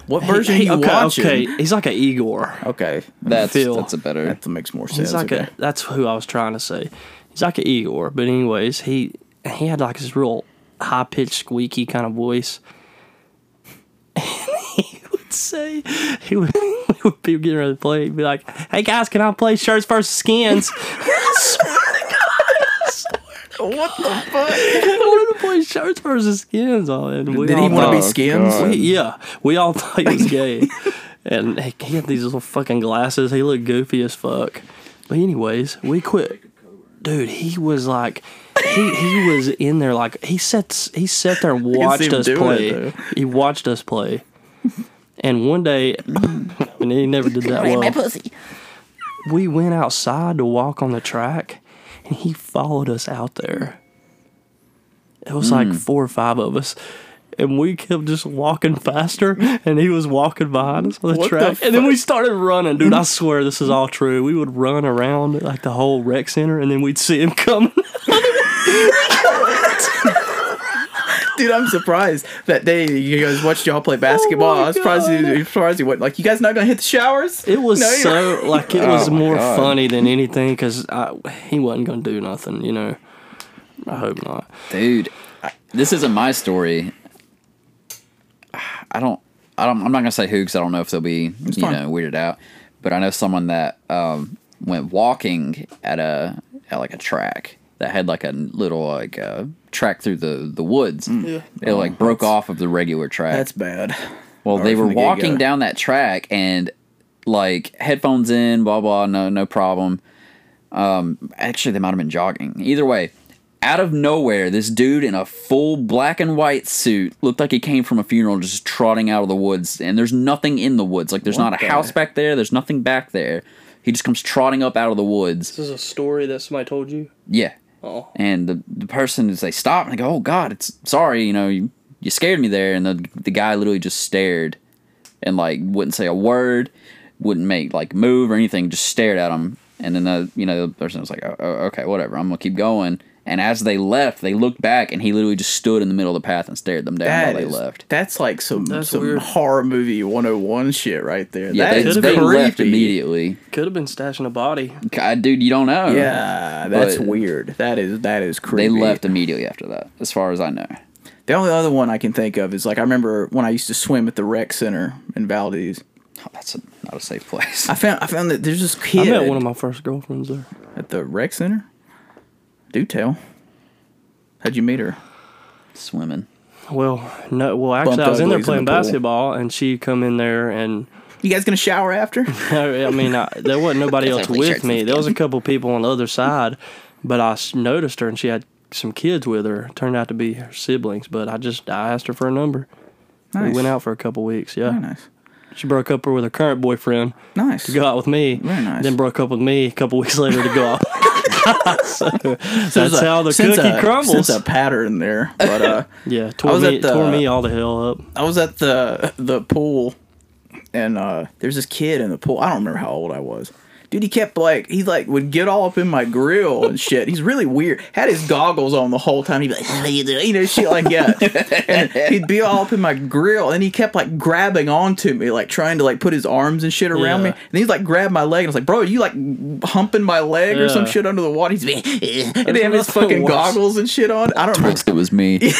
Speaker 6: what version
Speaker 7: He-
Speaker 6: you
Speaker 7: okay,
Speaker 6: watching?
Speaker 7: okay he's like an igor
Speaker 6: okay,
Speaker 5: That's
Speaker 7: Phil.
Speaker 5: that's a better.
Speaker 6: that makes more sense.
Speaker 7: He's like
Speaker 6: okay.
Speaker 7: a, that's who I was trying to say. He's like an Eeyore, but anyways, he he had like this real high pitched, squeaky kind of voice. [laughs] And he would say he would [laughs] when people getting ready to play, he'd be like, "Hey guys, can I play shirts versus skins?"
Speaker 6: what the fuck?
Speaker 7: I [laughs] wanted to play shirts versus skins. All and we
Speaker 6: Did he
Speaker 7: all
Speaker 6: want to
Speaker 7: thought-
Speaker 6: be skins?
Speaker 5: God.
Speaker 7: we- yeah, we all [laughs] thought he was gay, and he, he had these little fucking glasses. He looked goofy as fuck. But anyways, we quit. Dude, he was like, he he was in there like he sat he sat
Speaker 6: [laughs]
Speaker 7: there and
Speaker 6: see
Speaker 7: watched
Speaker 6: him
Speaker 7: us
Speaker 6: doing
Speaker 7: play.
Speaker 6: it, though.
Speaker 7: he watched us play, and one day, [clears throat] and he never did that well. We went outside to walk on the track, and he followed us out there. It was like four or five of us. And we kept just walking faster, and he was walking behind us on the
Speaker 6: What the
Speaker 7: track. and then we started running, dude. I swear this is all true. We would run around like the whole rec center, and then we'd see him [laughs] coming.
Speaker 6: Dude, I'm surprised that day you guys watched y'all
Speaker 7: Oh
Speaker 6: play basketball. I was surprised you, surprised you went like, you guys not gonna hit the showers?
Speaker 7: It was
Speaker 6: No, you're-
Speaker 7: so like it was
Speaker 5: Oh, my
Speaker 7: more
Speaker 5: God.
Speaker 7: funny than anything because he wasn't gonna do nothing, you know. I hope not.
Speaker 5: Dude, this isn't my story. I don't. I don't. I'm not gonna say who because I don't know if they'll be you
Speaker 6: fine.
Speaker 5: know weirded out. But I know someone that um, went walking at a at like a track that had like a little like uh, track through the the woods. It like broke off of the regular track.
Speaker 6: Mm. Oh. That's bad.
Speaker 5: Well, they
Speaker 6: from
Speaker 5: were
Speaker 6: the get-go.
Speaker 5: walking down that track and like headphones in, blah blah, no no problem. Um, actually, they might have been jogging. Either way, out of nowhere, this dude in a full black and white suit looked like he came from a funeral, just trotting out of the woods. And there's nothing in the woods. Like there's not a house back there. There's nothing back there. He just comes trotting up out of the woods.
Speaker 7: This is a story that somebody told you.
Speaker 5: Yeah.
Speaker 7: Oh.
Speaker 5: And the, the person is they stop and they go, "Oh God, it's sorry, you know, you, you scared me there." And the the guy literally just stared, and like wouldn't say a word, wouldn't make like move or anything, just stared at him. And then the you know the person was like, oh, oh, "Okay, whatever, I'm gonna keep going." And as they left, they looked back, and he literally just stood in the middle of the path and stared them down
Speaker 6: That
Speaker 5: while they
Speaker 6: is-
Speaker 5: left.
Speaker 6: That's like some,
Speaker 7: That's
Speaker 6: some
Speaker 7: weird.
Speaker 6: horror movie 101 shit right there.
Speaker 5: Yeah,
Speaker 6: that
Speaker 5: they,
Speaker 6: is
Speaker 5: they
Speaker 6: creepy.
Speaker 5: left immediately.
Speaker 7: Could have been stashing a body.
Speaker 5: God, dude, you don't know.
Speaker 6: Yeah, that's
Speaker 5: But-
Speaker 6: weird. Uh, That is that is
Speaker 5: they
Speaker 6: creepy.
Speaker 5: left immediately after that, as far as I know.
Speaker 6: The only other one I can think of is like I remember when I used to swim at the rec center in Valdez.
Speaker 5: Oh, that's a, not a safe place. [laughs]
Speaker 6: I found I found that there's this
Speaker 7: I
Speaker 6: kid
Speaker 7: met one of my first girlfriends there.
Speaker 6: at the rec center. Do tell. How'd you meet her?
Speaker 5: Swimming.
Speaker 7: Well, no. Well, actually, I was in there
Speaker 6: uglies in
Speaker 7: playing
Speaker 6: the pool.
Speaker 7: basketball, and she come in there, and [laughs]
Speaker 6: You guys gonna shower after?
Speaker 7: I mean, I, there wasn't nobody else
Speaker 5: Ugly shirts
Speaker 7: with
Speaker 5: and
Speaker 7: me. There was a couple people on the other side, but I s- noticed her, and she had some kids with her. Turned out to be her siblings, but I just I asked her for a number.
Speaker 6: Nice.
Speaker 7: We went out for a couple weeks. Yeah,
Speaker 6: Very nice.
Speaker 7: she broke up with her current boyfriend
Speaker 6: Nice.
Speaker 7: to go out with me.
Speaker 6: Very nice.
Speaker 7: Then broke up with me a couple weeks later to go out.
Speaker 6: [laughs]
Speaker 7: [laughs] so, that's
Speaker 6: There's a-
Speaker 7: how the
Speaker 6: since
Speaker 7: cookie
Speaker 6: a,
Speaker 7: crumbles.
Speaker 6: Since a pattern there, but [laughs] uh,
Speaker 7: yeah, tore
Speaker 6: was
Speaker 7: me
Speaker 6: at the-
Speaker 7: tore me all the hell up.
Speaker 6: I was at the the pool, and uh, there's this kid in the pool. I don't remember how old I was. Dude, he kept like he like would get all up in my grill and shit. He's really weird. Had his goggles on the whole time. He'd be like, "How you doing?" You know, shit like that. and he'd be all up in my grill, and he kept like grabbing onto me, like trying to like put his arms and shit around me.
Speaker 7: Yeah.
Speaker 6: And he's like grabbed my leg, and I was like, "Bro, you like humping my leg or some
Speaker 7: Yeah.
Speaker 6: shit under the water?" He's like, [laughs] and he had
Speaker 7: There's
Speaker 6: his
Speaker 7: nothing
Speaker 6: fucking
Speaker 7: worse.
Speaker 6: goggles and shit on. I don't remember.
Speaker 5: It was
Speaker 6: [laughs]
Speaker 5: me.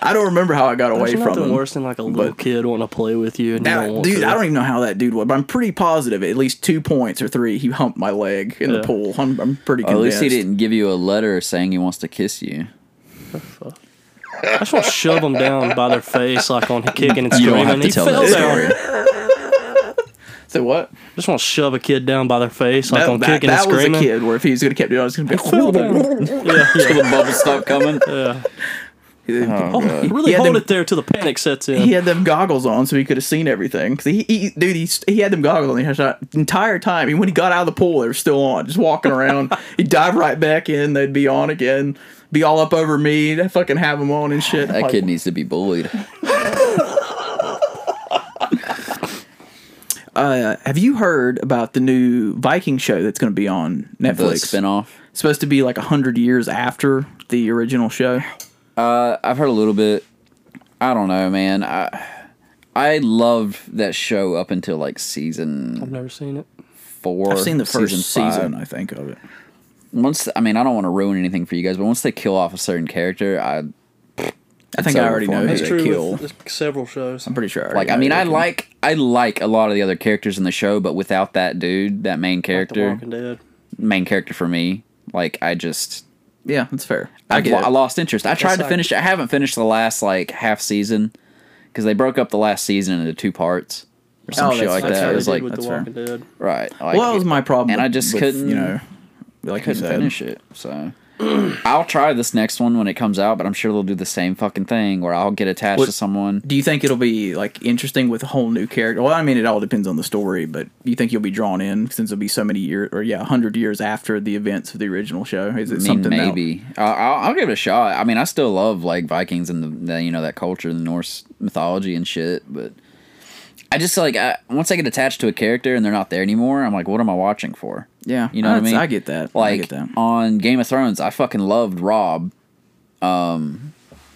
Speaker 6: I don't remember how I got away
Speaker 7: There's
Speaker 6: from
Speaker 7: nothing
Speaker 6: him.
Speaker 7: worse than like a little kid wanting to play with you and you
Speaker 6: That-
Speaker 7: don't want
Speaker 6: dude,
Speaker 7: to.
Speaker 6: I don't even know how that dude was, but I'm pretty positive at least two points or three he humped my leg in the
Speaker 7: Yeah.
Speaker 6: pool. I'm, I'm pretty
Speaker 5: At
Speaker 6: convinced.
Speaker 5: least he didn't give you a letter saying he wants to kiss you.
Speaker 7: I just want
Speaker 6: [laughs]
Speaker 7: to shove them down by their face, like on kicking and
Speaker 5: You [laughs] don't
Speaker 7: screaming.
Speaker 5: have to
Speaker 7: he
Speaker 5: tell
Speaker 7: fell
Speaker 5: that
Speaker 7: down.
Speaker 5: story.
Speaker 6: So what?
Speaker 7: Just want to shove a kid down by their face, like
Speaker 6: That,
Speaker 7: on
Speaker 6: that-
Speaker 7: kicking
Speaker 6: that
Speaker 7: and
Speaker 6: was a
Speaker 7: screaming. [laughs] Oh,
Speaker 6: kid where if he was gonna keep doing, it, it's gonna be.
Speaker 5: Till the bubbles stop
Speaker 7: [laughs]
Speaker 5: coming. Oh, God.
Speaker 7: Really
Speaker 6: He had
Speaker 7: hold
Speaker 6: them-
Speaker 7: it there till the panic sets in.
Speaker 6: he had them goggles on so he could have seen everything. 'Cause he, he dude, he, he had them goggles on the entire- entire time. And when he got out of the pool, they were still on, just walking
Speaker 7: [laughs]
Speaker 6: around. He'd dive right back in. They'd be on again, be all up over me. They fucking have them on and shit.
Speaker 5: That
Speaker 6: Like,
Speaker 5: kid needs to be bullied.
Speaker 6: uh, have you heard about the new Viking show that's going to be on
Speaker 5: The
Speaker 6: Netflix?
Speaker 5: spinoff.
Speaker 6: It's supposed to be like hundred years after the original show.
Speaker 5: I've heard a little bit. I don't know, man. I I loved that show up until like season
Speaker 7: I've never seen it.
Speaker 5: four.
Speaker 6: I've seen the first
Speaker 5: five.
Speaker 6: season, I think, of it.
Speaker 5: Once, I mean, I don't want to ruin anything for you guys, but once they kill off a certain character, I
Speaker 6: I
Speaker 5: It's
Speaker 6: think I
Speaker 5: over
Speaker 6: already
Speaker 5: for
Speaker 6: know
Speaker 5: me.
Speaker 6: who
Speaker 5: That's
Speaker 6: they kill.
Speaker 7: several shows.
Speaker 6: I'm pretty sure. already
Speaker 5: like. I
Speaker 6: know
Speaker 5: mean,
Speaker 6: who
Speaker 5: I
Speaker 6: they
Speaker 5: like I like a lot of the other characters in the show, but without that dude, that main
Speaker 7: The
Speaker 5: character,
Speaker 7: Walking Dead.
Speaker 5: main character for me, like I just
Speaker 6: kill. Yeah, that's fair.
Speaker 5: I,
Speaker 6: I get.
Speaker 5: I
Speaker 6: it.
Speaker 5: lost interest. I tried
Speaker 7: That's
Speaker 5: to
Speaker 7: like-
Speaker 5: finish. I haven't finished the last like half season because they broke up the last season into two parts or some
Speaker 6: Oh,
Speaker 5: shit
Speaker 6: that's-
Speaker 5: like
Speaker 6: that's
Speaker 5: that.
Speaker 6: how
Speaker 5: It
Speaker 6: they
Speaker 5: was
Speaker 6: did
Speaker 5: like
Speaker 7: with The
Speaker 6: that's fair.
Speaker 7: Walking Dead.
Speaker 5: right. Like,
Speaker 6: well, that was my problem.
Speaker 5: and I
Speaker 6: with-
Speaker 5: just
Speaker 6: with,
Speaker 5: couldn't-
Speaker 6: you know, like
Speaker 5: I
Speaker 6: you
Speaker 5: couldn't
Speaker 6: said.
Speaker 5: finish it. So I'll try this next one when it comes out, but I'm sure they'll do the same fucking thing where I'll get attached
Speaker 6: What-
Speaker 5: to someone.
Speaker 6: Do you think it'll be like interesting with a whole new character? Well, I mean, it all depends on the story, but you think you'll be drawn in since it'll be so many years, or yeah, hundred years after the events of the original show? Is it
Speaker 5: I mean,
Speaker 6: something that-
Speaker 5: maybe I- I'll, I'll give it a shot. I mean, I still love like Vikings and the, the you know that culture, the Norse mythology and shit. But I just like I, once I get attached to a character and they're not there anymore, I'm like, what am I watching for?
Speaker 6: yeah,
Speaker 5: You know what I
Speaker 6: that's-
Speaker 5: mean?
Speaker 6: I get that.
Speaker 5: Like
Speaker 6: I get that.
Speaker 5: on Game of Thrones, I fucking loved Rob. Um,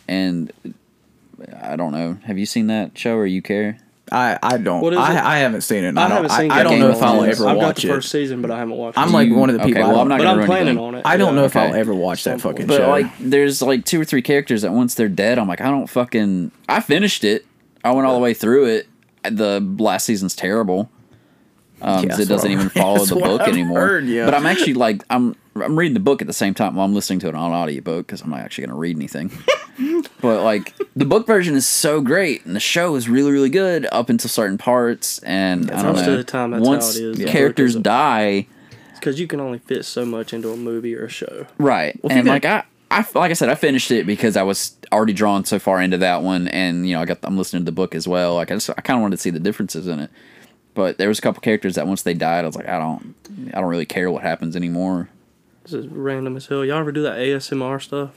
Speaker 5: and I don't know. Have you seen that show or you care?
Speaker 6: I I don't.
Speaker 7: What is it?
Speaker 6: I, I haven't seen it. and I, don't. I, I
Speaker 7: Game
Speaker 6: don't
Speaker 7: of
Speaker 6: know if I'll
Speaker 7: Thrones.
Speaker 6: ever
Speaker 7: I've got
Speaker 6: watch
Speaker 7: the
Speaker 6: it.
Speaker 7: first season, but I haven't watched
Speaker 6: I'm
Speaker 7: it.
Speaker 6: like
Speaker 5: You-
Speaker 6: one of the
Speaker 5: okay,
Speaker 6: people. I
Speaker 5: well, I'm not
Speaker 6: don't-
Speaker 7: but
Speaker 5: gonna
Speaker 7: I'm
Speaker 5: ruin
Speaker 7: planning
Speaker 5: anything.
Speaker 7: on it.
Speaker 6: I don't
Speaker 7: yeah.
Speaker 6: know if I'll
Speaker 5: Okay.
Speaker 6: ever watch that fucking
Speaker 5: But
Speaker 6: show.
Speaker 5: like, there's like two or three characters that once they're dead, I'm like, I don't fucking. I finished it. I went all the way through it. The last season's terrible. Um,
Speaker 6: Yeah,
Speaker 5: 'cause
Speaker 6: that's
Speaker 5: it doesn't
Speaker 6: what
Speaker 5: even
Speaker 7: [laughs]
Speaker 6: I-
Speaker 5: follow
Speaker 6: that's
Speaker 5: the
Speaker 6: what
Speaker 5: book
Speaker 6: I've
Speaker 5: anymore.
Speaker 6: heard, yeah.
Speaker 5: But I'm actually like, I'm I'm reading the book at the same time while I'm listening to it on audiobook because I'm not actually gonna read
Speaker 7: [laughs]
Speaker 5: anything. but like, the book version is so great, and the show is really really good up until certain parts. And I don't
Speaker 7: most
Speaker 5: know.
Speaker 7: of the time, that's how
Speaker 5: once
Speaker 7: it is. The book
Speaker 5: characters
Speaker 7: is a-
Speaker 5: die,
Speaker 7: because you can only fit so much into a movie or a show.
Speaker 5: Right.
Speaker 6: if
Speaker 5: and
Speaker 6: you're
Speaker 5: like I, I like I said, I finished it because I was already drawn so far into that one, and you know I got I'm listening to the book as well. Like I just I kind of wanted to see the differences in it. But there was a couple characters that once they died, I was like, I don't, I don't really care what happens anymore.
Speaker 7: This is random as hell. Y'all ever do that ASMR stuff?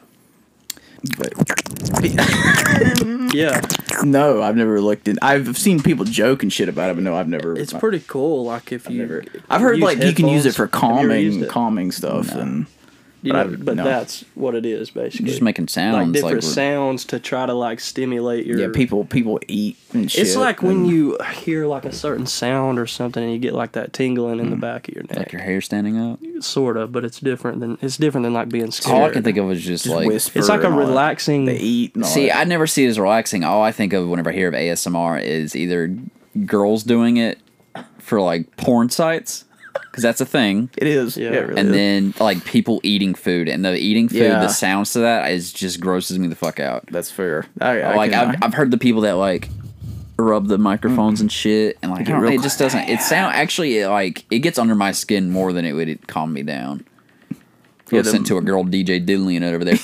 Speaker 7: yeah,
Speaker 6: no, I've never looked in. I've seen people joke and shit about it, but no, I've never.
Speaker 7: it's pretty cool. Like if you,
Speaker 6: Never. I've heard
Speaker 7: use
Speaker 6: like you can use it
Speaker 7: headphones.
Speaker 6: for
Speaker 7: Have you ever used
Speaker 6: calming,
Speaker 7: it?
Speaker 6: calming stuff, and
Speaker 7: You
Speaker 6: but
Speaker 7: know,
Speaker 6: I've-
Speaker 7: but
Speaker 6: no.
Speaker 7: that's what it is basically.
Speaker 5: just making
Speaker 7: like
Speaker 5: sounds, like,
Speaker 7: different
Speaker 5: we're-
Speaker 7: sounds to try to like stimulate your
Speaker 6: yeah, people people eat and shit.
Speaker 7: It's like when
Speaker 6: and-
Speaker 7: you hear like a certain sound or something, and you get like that tingling
Speaker 6: Hmm.
Speaker 7: in the back of your
Speaker 5: like
Speaker 7: neck,
Speaker 5: your hair standing up.
Speaker 7: sort of. But it's different than it's different than like being
Speaker 5: All I
Speaker 7: scared.
Speaker 5: can think of was just,
Speaker 6: just
Speaker 5: like,
Speaker 6: whisper
Speaker 7: it's like a
Speaker 6: and all that.
Speaker 7: relaxing.
Speaker 6: They eat. And all
Speaker 5: see,
Speaker 6: that.
Speaker 5: I never see it as relaxing. All I think of whenever I hear of ASMR is either girls doing it for like porn sites, because that's a thing.
Speaker 6: it is.
Speaker 7: Yeah.
Speaker 6: Yeah, it really
Speaker 5: and
Speaker 6: is.
Speaker 5: then like people eating food and the eating food
Speaker 6: Yeah.
Speaker 5: the sounds to that is just grosses me the fuck out
Speaker 6: that's fair. I, I Mm-hmm.
Speaker 5: like
Speaker 6: can-
Speaker 5: I've, I've heard the people that like rub the microphones and shit and like I don't-
Speaker 6: real
Speaker 5: it just doesn't it sound actually it, like it gets under my skin more than it would calm me down
Speaker 6: Yeah,
Speaker 5: listen
Speaker 6: the-
Speaker 5: to a girl dj diddling it over there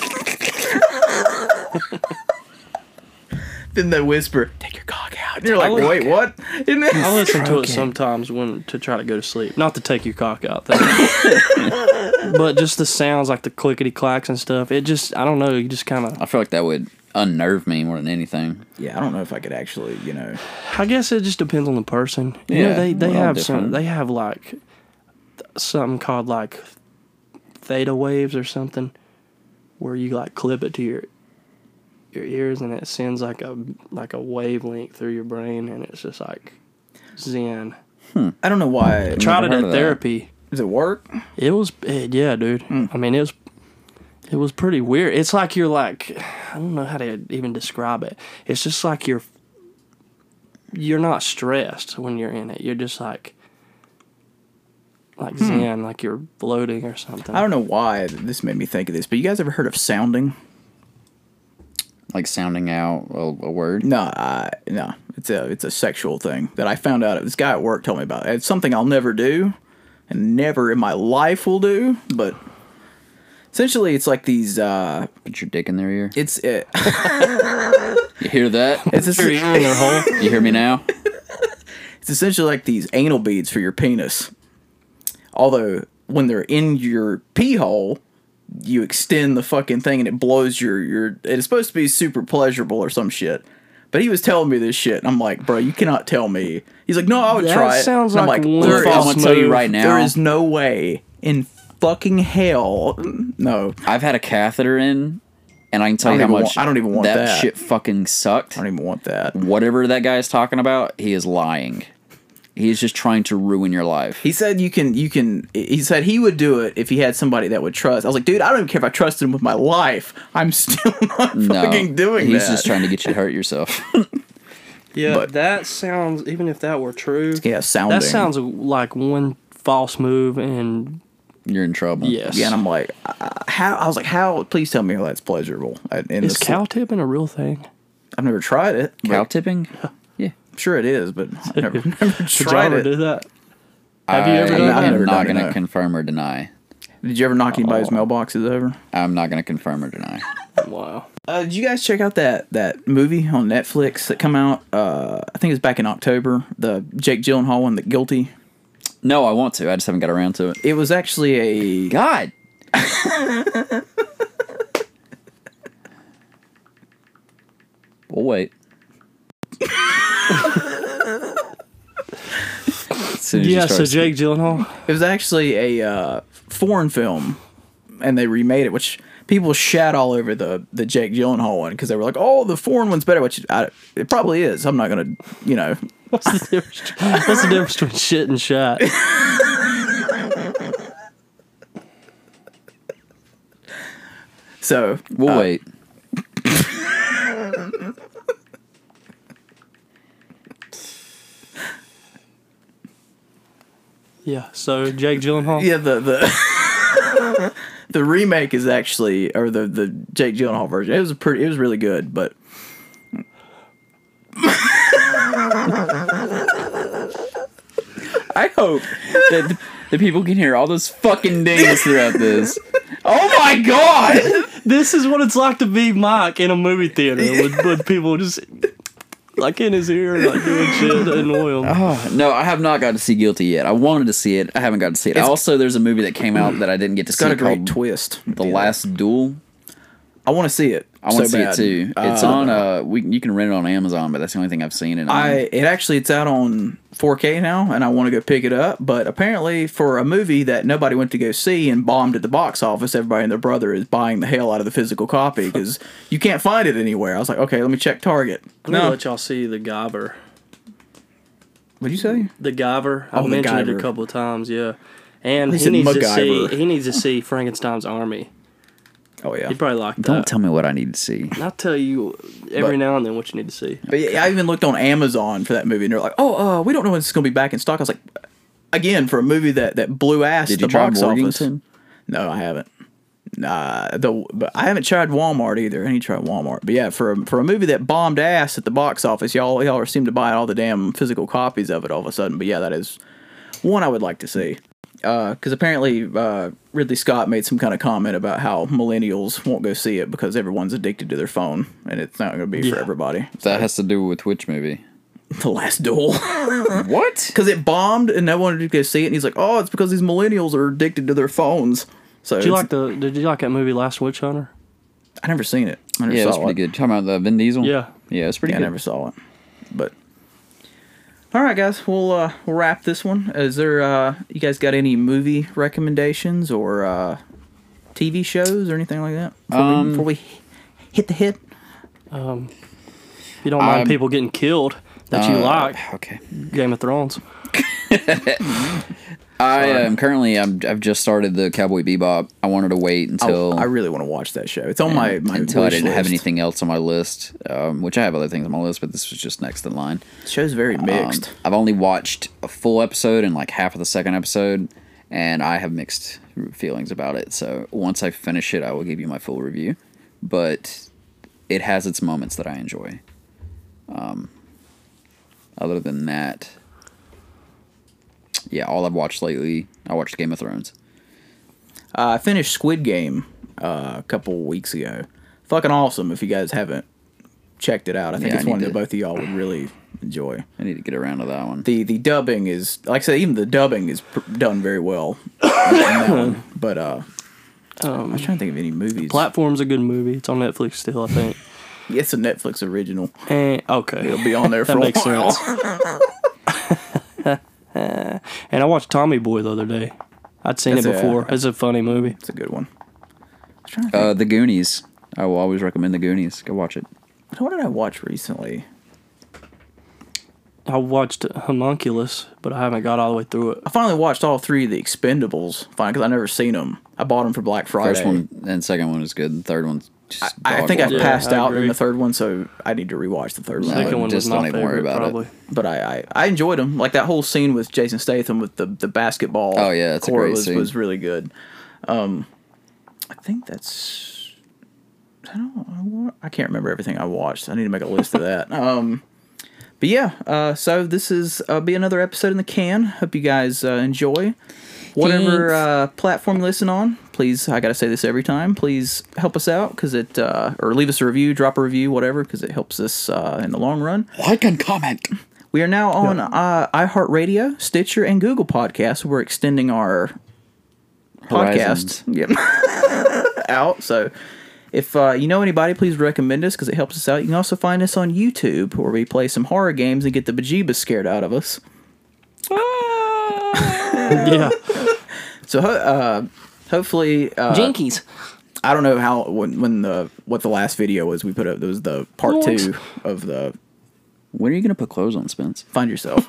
Speaker 6: then they whisper, "Take your cock out." And you're like, "Wait, [laughs] what?" And then-
Speaker 7: I listen to it sometimes when to try to go to sleep, not to take your cock
Speaker 6: [laughs]
Speaker 7: out, thing. but just the sounds like the clickety clacks and stuff. It just I don't know. You just kind of
Speaker 5: i feel like that would unnerve me more than anything
Speaker 6: yeah, I don't know if I could actually, you know.
Speaker 7: I guess it just depends on the person. You
Speaker 5: Yeah,
Speaker 7: know, they they
Speaker 5: we're all
Speaker 7: have some
Speaker 5: different.
Speaker 7: they have like th- something called like theta waves or something, where you like clip it to your your ears and it sends like a like a wavelength through your brain and it's just like zen.
Speaker 6: I don't know why.
Speaker 7: Tried it
Speaker 5: heard of
Speaker 7: at
Speaker 5: that.
Speaker 7: therapy.
Speaker 6: Does it work?
Speaker 7: It was it, yeah, dude. I mean, it was it was pretty weird. It's like you're like I don't know how to even describe it. It's just like you're you're not stressed when you're in it. You're just like like zen, like you're floating or something.
Speaker 6: I don't know why this made me think of this, but you guys ever heard of sounding?
Speaker 5: like sounding out a, a word?
Speaker 6: No, I, no, it's a it's a sexual thing that I found out. This guy at work told me about. It's something I'll never do, and never in my life will do. But essentially, it's like these. Uh,
Speaker 5: Put your dick in their ear.
Speaker 6: it's it, [laughs]
Speaker 5: You hear that?
Speaker 6: it's, es-
Speaker 5: you hear me now?
Speaker 6: it's essentially like these anal beads for your penis. Although when they're in your pee hole, you extend the fucking thing and it blows your your. It's supposed to be super pleasurable or some shit. But he was telling me this shit, and I'm like, bro, you cannot tell me. He's like, no, I would
Speaker 7: That
Speaker 6: try it.
Speaker 7: sounds
Speaker 6: And I'm
Speaker 7: like
Speaker 6: like,
Speaker 7: one
Speaker 6: there
Speaker 7: false
Speaker 5: I'm gonna tell you
Speaker 7: move.
Speaker 5: right now.
Speaker 6: There is no way in fucking hell. No, I
Speaker 5: I've had a catheter in, and I can tell
Speaker 6: I
Speaker 5: you
Speaker 6: don't
Speaker 5: how
Speaker 6: even
Speaker 5: much
Speaker 6: want- I don't even want that.
Speaker 5: shit fucking sucked.
Speaker 6: don't even want that.
Speaker 5: Whatever that guy is talking about, he is lying. He is just trying to ruin your life.
Speaker 6: He said you can you can he said he would do it if he had somebody that would trust. I was like, dude, I don't even care if I trust him with my life. I'm still [laughs] not
Speaker 5: no,
Speaker 6: fucking doing
Speaker 5: he's
Speaker 6: that.
Speaker 5: just trying to get you to hurt
Speaker 6: [laughs]
Speaker 5: yourself. [laughs]
Speaker 7: Yeah,
Speaker 6: But-
Speaker 7: that sounds. Even if that were true,
Speaker 6: yeah, sounding.
Speaker 7: that sounds like one false move, and
Speaker 5: You're in trouble.
Speaker 7: yes,
Speaker 6: Yeah, and I'm like, uh, how? I was like, how? Please tell me how that's pleasurable. I- In
Speaker 7: is
Speaker 6: this-
Speaker 7: cow tipping a real thing?
Speaker 6: I've never tried it. but
Speaker 5: Cow tipping?
Speaker 6: I'm sure it is,
Speaker 7: [laughs]
Speaker 6: but I've never, [laughs] never
Speaker 7: Did y'all
Speaker 6: tried
Speaker 7: ever
Speaker 6: it.
Speaker 7: do that? Have you ever
Speaker 5: I
Speaker 7: done that?
Speaker 6: I've never
Speaker 5: am not
Speaker 6: done it,
Speaker 5: going
Speaker 6: no.
Speaker 5: to confirm or deny.
Speaker 6: Did you ever knock anybody's mailboxes over?
Speaker 5: I'm not going to confirm or deny.
Speaker 7: Wow.
Speaker 6: Uh, did you guys check out that that movie on Netflix that come out? Uh, I think it was back in October. The Jake Gyllenhaal one, The Guilty.
Speaker 5: No, I want to. I just haven't got around to it.
Speaker 6: It was actually a
Speaker 5: God. we'll wait. As soon as you
Speaker 7: Yeah, so
Speaker 5: start
Speaker 7: Jake Gyllenhaal. [laughs]
Speaker 6: it was actually a uh, foreign film, and they remade it, which people shat all over the the Jake Gyllenhaal one because they were like, "Oh, the foreign one's better," which I, it probably is. I'm not gonna, you know,
Speaker 7: What's the difference? What's the difference between shit and shot?
Speaker 6: so
Speaker 5: speaking- we'll wait.
Speaker 7: Yeah. So Jake Gyllenhaal.
Speaker 6: yeah, the the. The [laughs] remake is actually, or the the Jake Gyllenhaal version. It was a pretty, it was really good,
Speaker 5: [laughs]
Speaker 6: but
Speaker 5: I hope that the people can hear all those fucking dings throughout this. Oh my god!
Speaker 7: This is what it's like to be Mike in a
Speaker 6: [laughs]
Speaker 7: movie theater with, with people just like in his ear, like doing shit to annoy him.
Speaker 6: Oh,
Speaker 5: No, I have not got to see Guilty yet. I wanted to see it. I haven't got to see it. also, there's a movie that came out that I didn't get to
Speaker 6: it's
Speaker 5: see
Speaker 6: got a great
Speaker 5: called
Speaker 6: twist.
Speaker 5: The Last Duel.
Speaker 6: I want to see it.
Speaker 5: I want to
Speaker 6: so
Speaker 5: see
Speaker 6: bad.
Speaker 5: it too. It's
Speaker 6: Uh,
Speaker 5: on. Uh, we you can rent it on Amazon, but that's the only thing I've seen it. On.
Speaker 6: I it actually it's out on 4K now, and I want to go pick it up. But apparently, for a movie that nobody went to go see and bombed at the box office, everybody and their brother is buying the hell out of the physical copy because you can't find it anywhere. I was like, okay, let me check Target.
Speaker 7: I'm gonna
Speaker 6: No,
Speaker 7: let y'all see the Gobber.
Speaker 6: what'd you say?
Speaker 7: The Guyver. I
Speaker 6: Oh, the
Speaker 7: mentioned it
Speaker 6: Guyver.
Speaker 7: a couple of times, yeah. And
Speaker 6: He
Speaker 7: he,
Speaker 6: said
Speaker 7: needs to
Speaker 6: MacGyver.
Speaker 7: see he needs to see Frankenstein's army.
Speaker 6: Oh yeah.
Speaker 7: He'd probably like that.
Speaker 5: Don't tell me what I need to see.
Speaker 7: I'll tell you every
Speaker 6: But-
Speaker 7: now and then what you need to see.
Speaker 6: But yeah, I even looked on Amazon for that movie, and they're like, "Oh, uh, we don't know when this is going to be back in stock." I was like, "Again, for a movie that that blew ass
Speaker 5: Did
Speaker 6: the
Speaker 5: you try
Speaker 6: box office."
Speaker 5: Morganton?
Speaker 6: No, I haven't. Nah, the but I haven't tried Walmart either. I need to try Walmart. But yeah, for a, for a movie that bombed ass at the box office, y'all y'all seem to buy all the damn physical copies of it all of a sudden. But yeah, that is one I would like to see. Because apparently uh, Ridley Scott made some kind of comment about how millennials won't go see it because everyone's addicted to their phone and it's not going to be for
Speaker 7: Yeah.
Speaker 6: everybody. [laughs]
Speaker 5: That has to do with which movie?
Speaker 6: The Last
Speaker 7: [laughs]
Speaker 6: Duel.
Speaker 5: What?
Speaker 6: Because it bombed and no one wanted to go see it. And he's like, oh, it's because these millennials are addicted to their phones. So
Speaker 7: Did you
Speaker 6: it's-
Speaker 7: like the did you like that movie Last Witch Hunter?
Speaker 6: I never seen it. I never
Speaker 5: Yeah, that's
Speaker 6: saw
Speaker 5: pretty
Speaker 6: it.
Speaker 5: good. You talking about the Vin Diesel?
Speaker 7: Yeah.
Speaker 5: Yeah, it's pretty
Speaker 6: Yeah, I
Speaker 5: good.
Speaker 6: never saw it. But all right, guys, we'll uh, we'll wrap this one. Is there uh, you guys got any movie recommendations or uh, TV shows or anything like that before, we,
Speaker 5: Um,
Speaker 6: before we hit the hit?
Speaker 7: If you don't mind
Speaker 5: Um,
Speaker 7: people getting killed that you
Speaker 5: Uh,
Speaker 7: like,
Speaker 5: Okay.
Speaker 7: Game of Thrones.
Speaker 5: I am currently. I'm, I've just started the Cowboy Bebop. I wanted to wait until
Speaker 6: Oh, I, I really want to watch that show. It's on my my
Speaker 5: until I
Speaker 6: wish
Speaker 5: didn't have
Speaker 6: list.
Speaker 5: anything else on my list, um, which I have other things on my list, but this was just next in line.
Speaker 6: The show's very
Speaker 5: Um,
Speaker 6: mixed.
Speaker 5: I've only watched a full episode and like half of the second episode, and I have mixed feelings about it. So once I finish it, I will give you my full review. But it has its moments that I enjoy. Um, other than that, yeah, all I've watched lately, I watched Game of Thrones.
Speaker 6: Uh, I finished Squid Game uh, a couple weeks ago. Fucking awesome! If you guys haven't checked it out, I think
Speaker 5: Yeah,
Speaker 6: it's
Speaker 5: I need
Speaker 6: one
Speaker 5: to-
Speaker 6: that both of y'all would really enjoy.
Speaker 5: I need to get around to that one.
Speaker 6: the The dubbing is, like I said, even the dubbing is pr- done very well. [coughs] in that one. but uh,
Speaker 7: Um,
Speaker 6: I was trying to think of any movies.
Speaker 7: Platform's a good movie. It's on Netflix still, I think.
Speaker 6: Yeah, it's a Netflix original.
Speaker 7: And, okay.
Speaker 6: It'll be on there for
Speaker 7: that
Speaker 6: a
Speaker 7: makes
Speaker 6: while.
Speaker 7: sense. and I watched Tommy Boy the other day. I'd seen it
Speaker 6: That's a-
Speaker 7: before. it's a funny movie.
Speaker 6: It's a good one.
Speaker 5: Uh, the Goonies. I will always recommend The Goonies. Go watch it.
Speaker 6: What did I watch recently?
Speaker 7: I watched Homunculus, but I haven't got all the way through it.
Speaker 6: I finally watched all three of the Expendables. Fine, because I never seen them. I bought them for Black Friday.
Speaker 5: First one and second one is good. The third one's just
Speaker 6: I, I
Speaker 5: dog
Speaker 6: think I
Speaker 5: water.
Speaker 6: passed
Speaker 7: I
Speaker 6: out in
Speaker 7: agree.
Speaker 6: the third one, so I need to rewatch the third one.
Speaker 7: Second one
Speaker 5: just
Speaker 7: was my
Speaker 5: don't even worry
Speaker 7: favorite,
Speaker 5: about it.
Speaker 7: probably.
Speaker 6: But I, I, I enjoyed them. Like that whole scene with Jason Statham with the, the basketball.
Speaker 5: Oh, yeah, that's a
Speaker 6: court
Speaker 5: great
Speaker 6: was,
Speaker 5: scene.
Speaker 6: was really good. Um, I think that's. I don't. I, wa- I can't remember everything I watched. I need to make a list of
Speaker 5: [laughs]
Speaker 6: that. Um, but yeah. Uh, so this is uh, be another episode in the can. Hope you guys uh, enjoy. Whatever
Speaker 7: Thanks.
Speaker 6: uh, platform you listen on, please. I gotta say this every time. Please help us out because it uh, or leave us a review, drop a review, whatever, because it helps us uh, in the long run.
Speaker 5: Like and comment.
Speaker 6: We are now on uh, iHeartRadio, Stitcher, and Google Podcasts. We're extending our podcast
Speaker 5: Horizons.
Speaker 6: yep. [laughs] out. So if uh, you know anybody, please recommend us because it helps us out. You can also find us on YouTube where we play some horror games and get the bejeebus scared out of us. [laughs]
Speaker 7: Yeah.
Speaker 6: So ho- uh, hopefully, uh,
Speaker 7: Jinkies.
Speaker 6: I don't know how when, when the what the last video was we put up. It was the part
Speaker 7: What?
Speaker 6: two of the
Speaker 5: When are you gonna put clothes on, Spence?
Speaker 6: Find Yourself.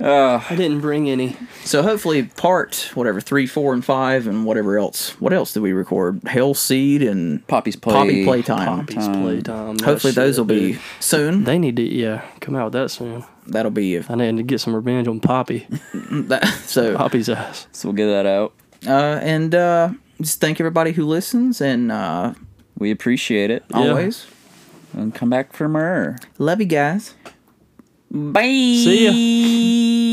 Speaker 7: I didn't bring any.
Speaker 6: So hopefully part whatever three, four, and five, and whatever else. What else did we record? Hell seed and
Speaker 5: Poppy's play.
Speaker 6: Poppy Playtime.
Speaker 7: Poppies playtime. that
Speaker 6: Hopefully those will
Speaker 7: shit,
Speaker 6: be
Speaker 7: dude.
Speaker 6: soon.
Speaker 7: They need to, yeah, come out with that soon.
Speaker 6: That'll be if
Speaker 7: I need to get some revenge on Poppy.
Speaker 6: that, [laughs] so.
Speaker 7: Poppy's ass.
Speaker 5: So we'll get that out.
Speaker 6: Uh, and uh, just thank everybody who listens and uh,
Speaker 5: We appreciate it.
Speaker 6: always
Speaker 5: And come back for more.
Speaker 6: love you guys.
Speaker 5: Bye.
Speaker 7: See ya.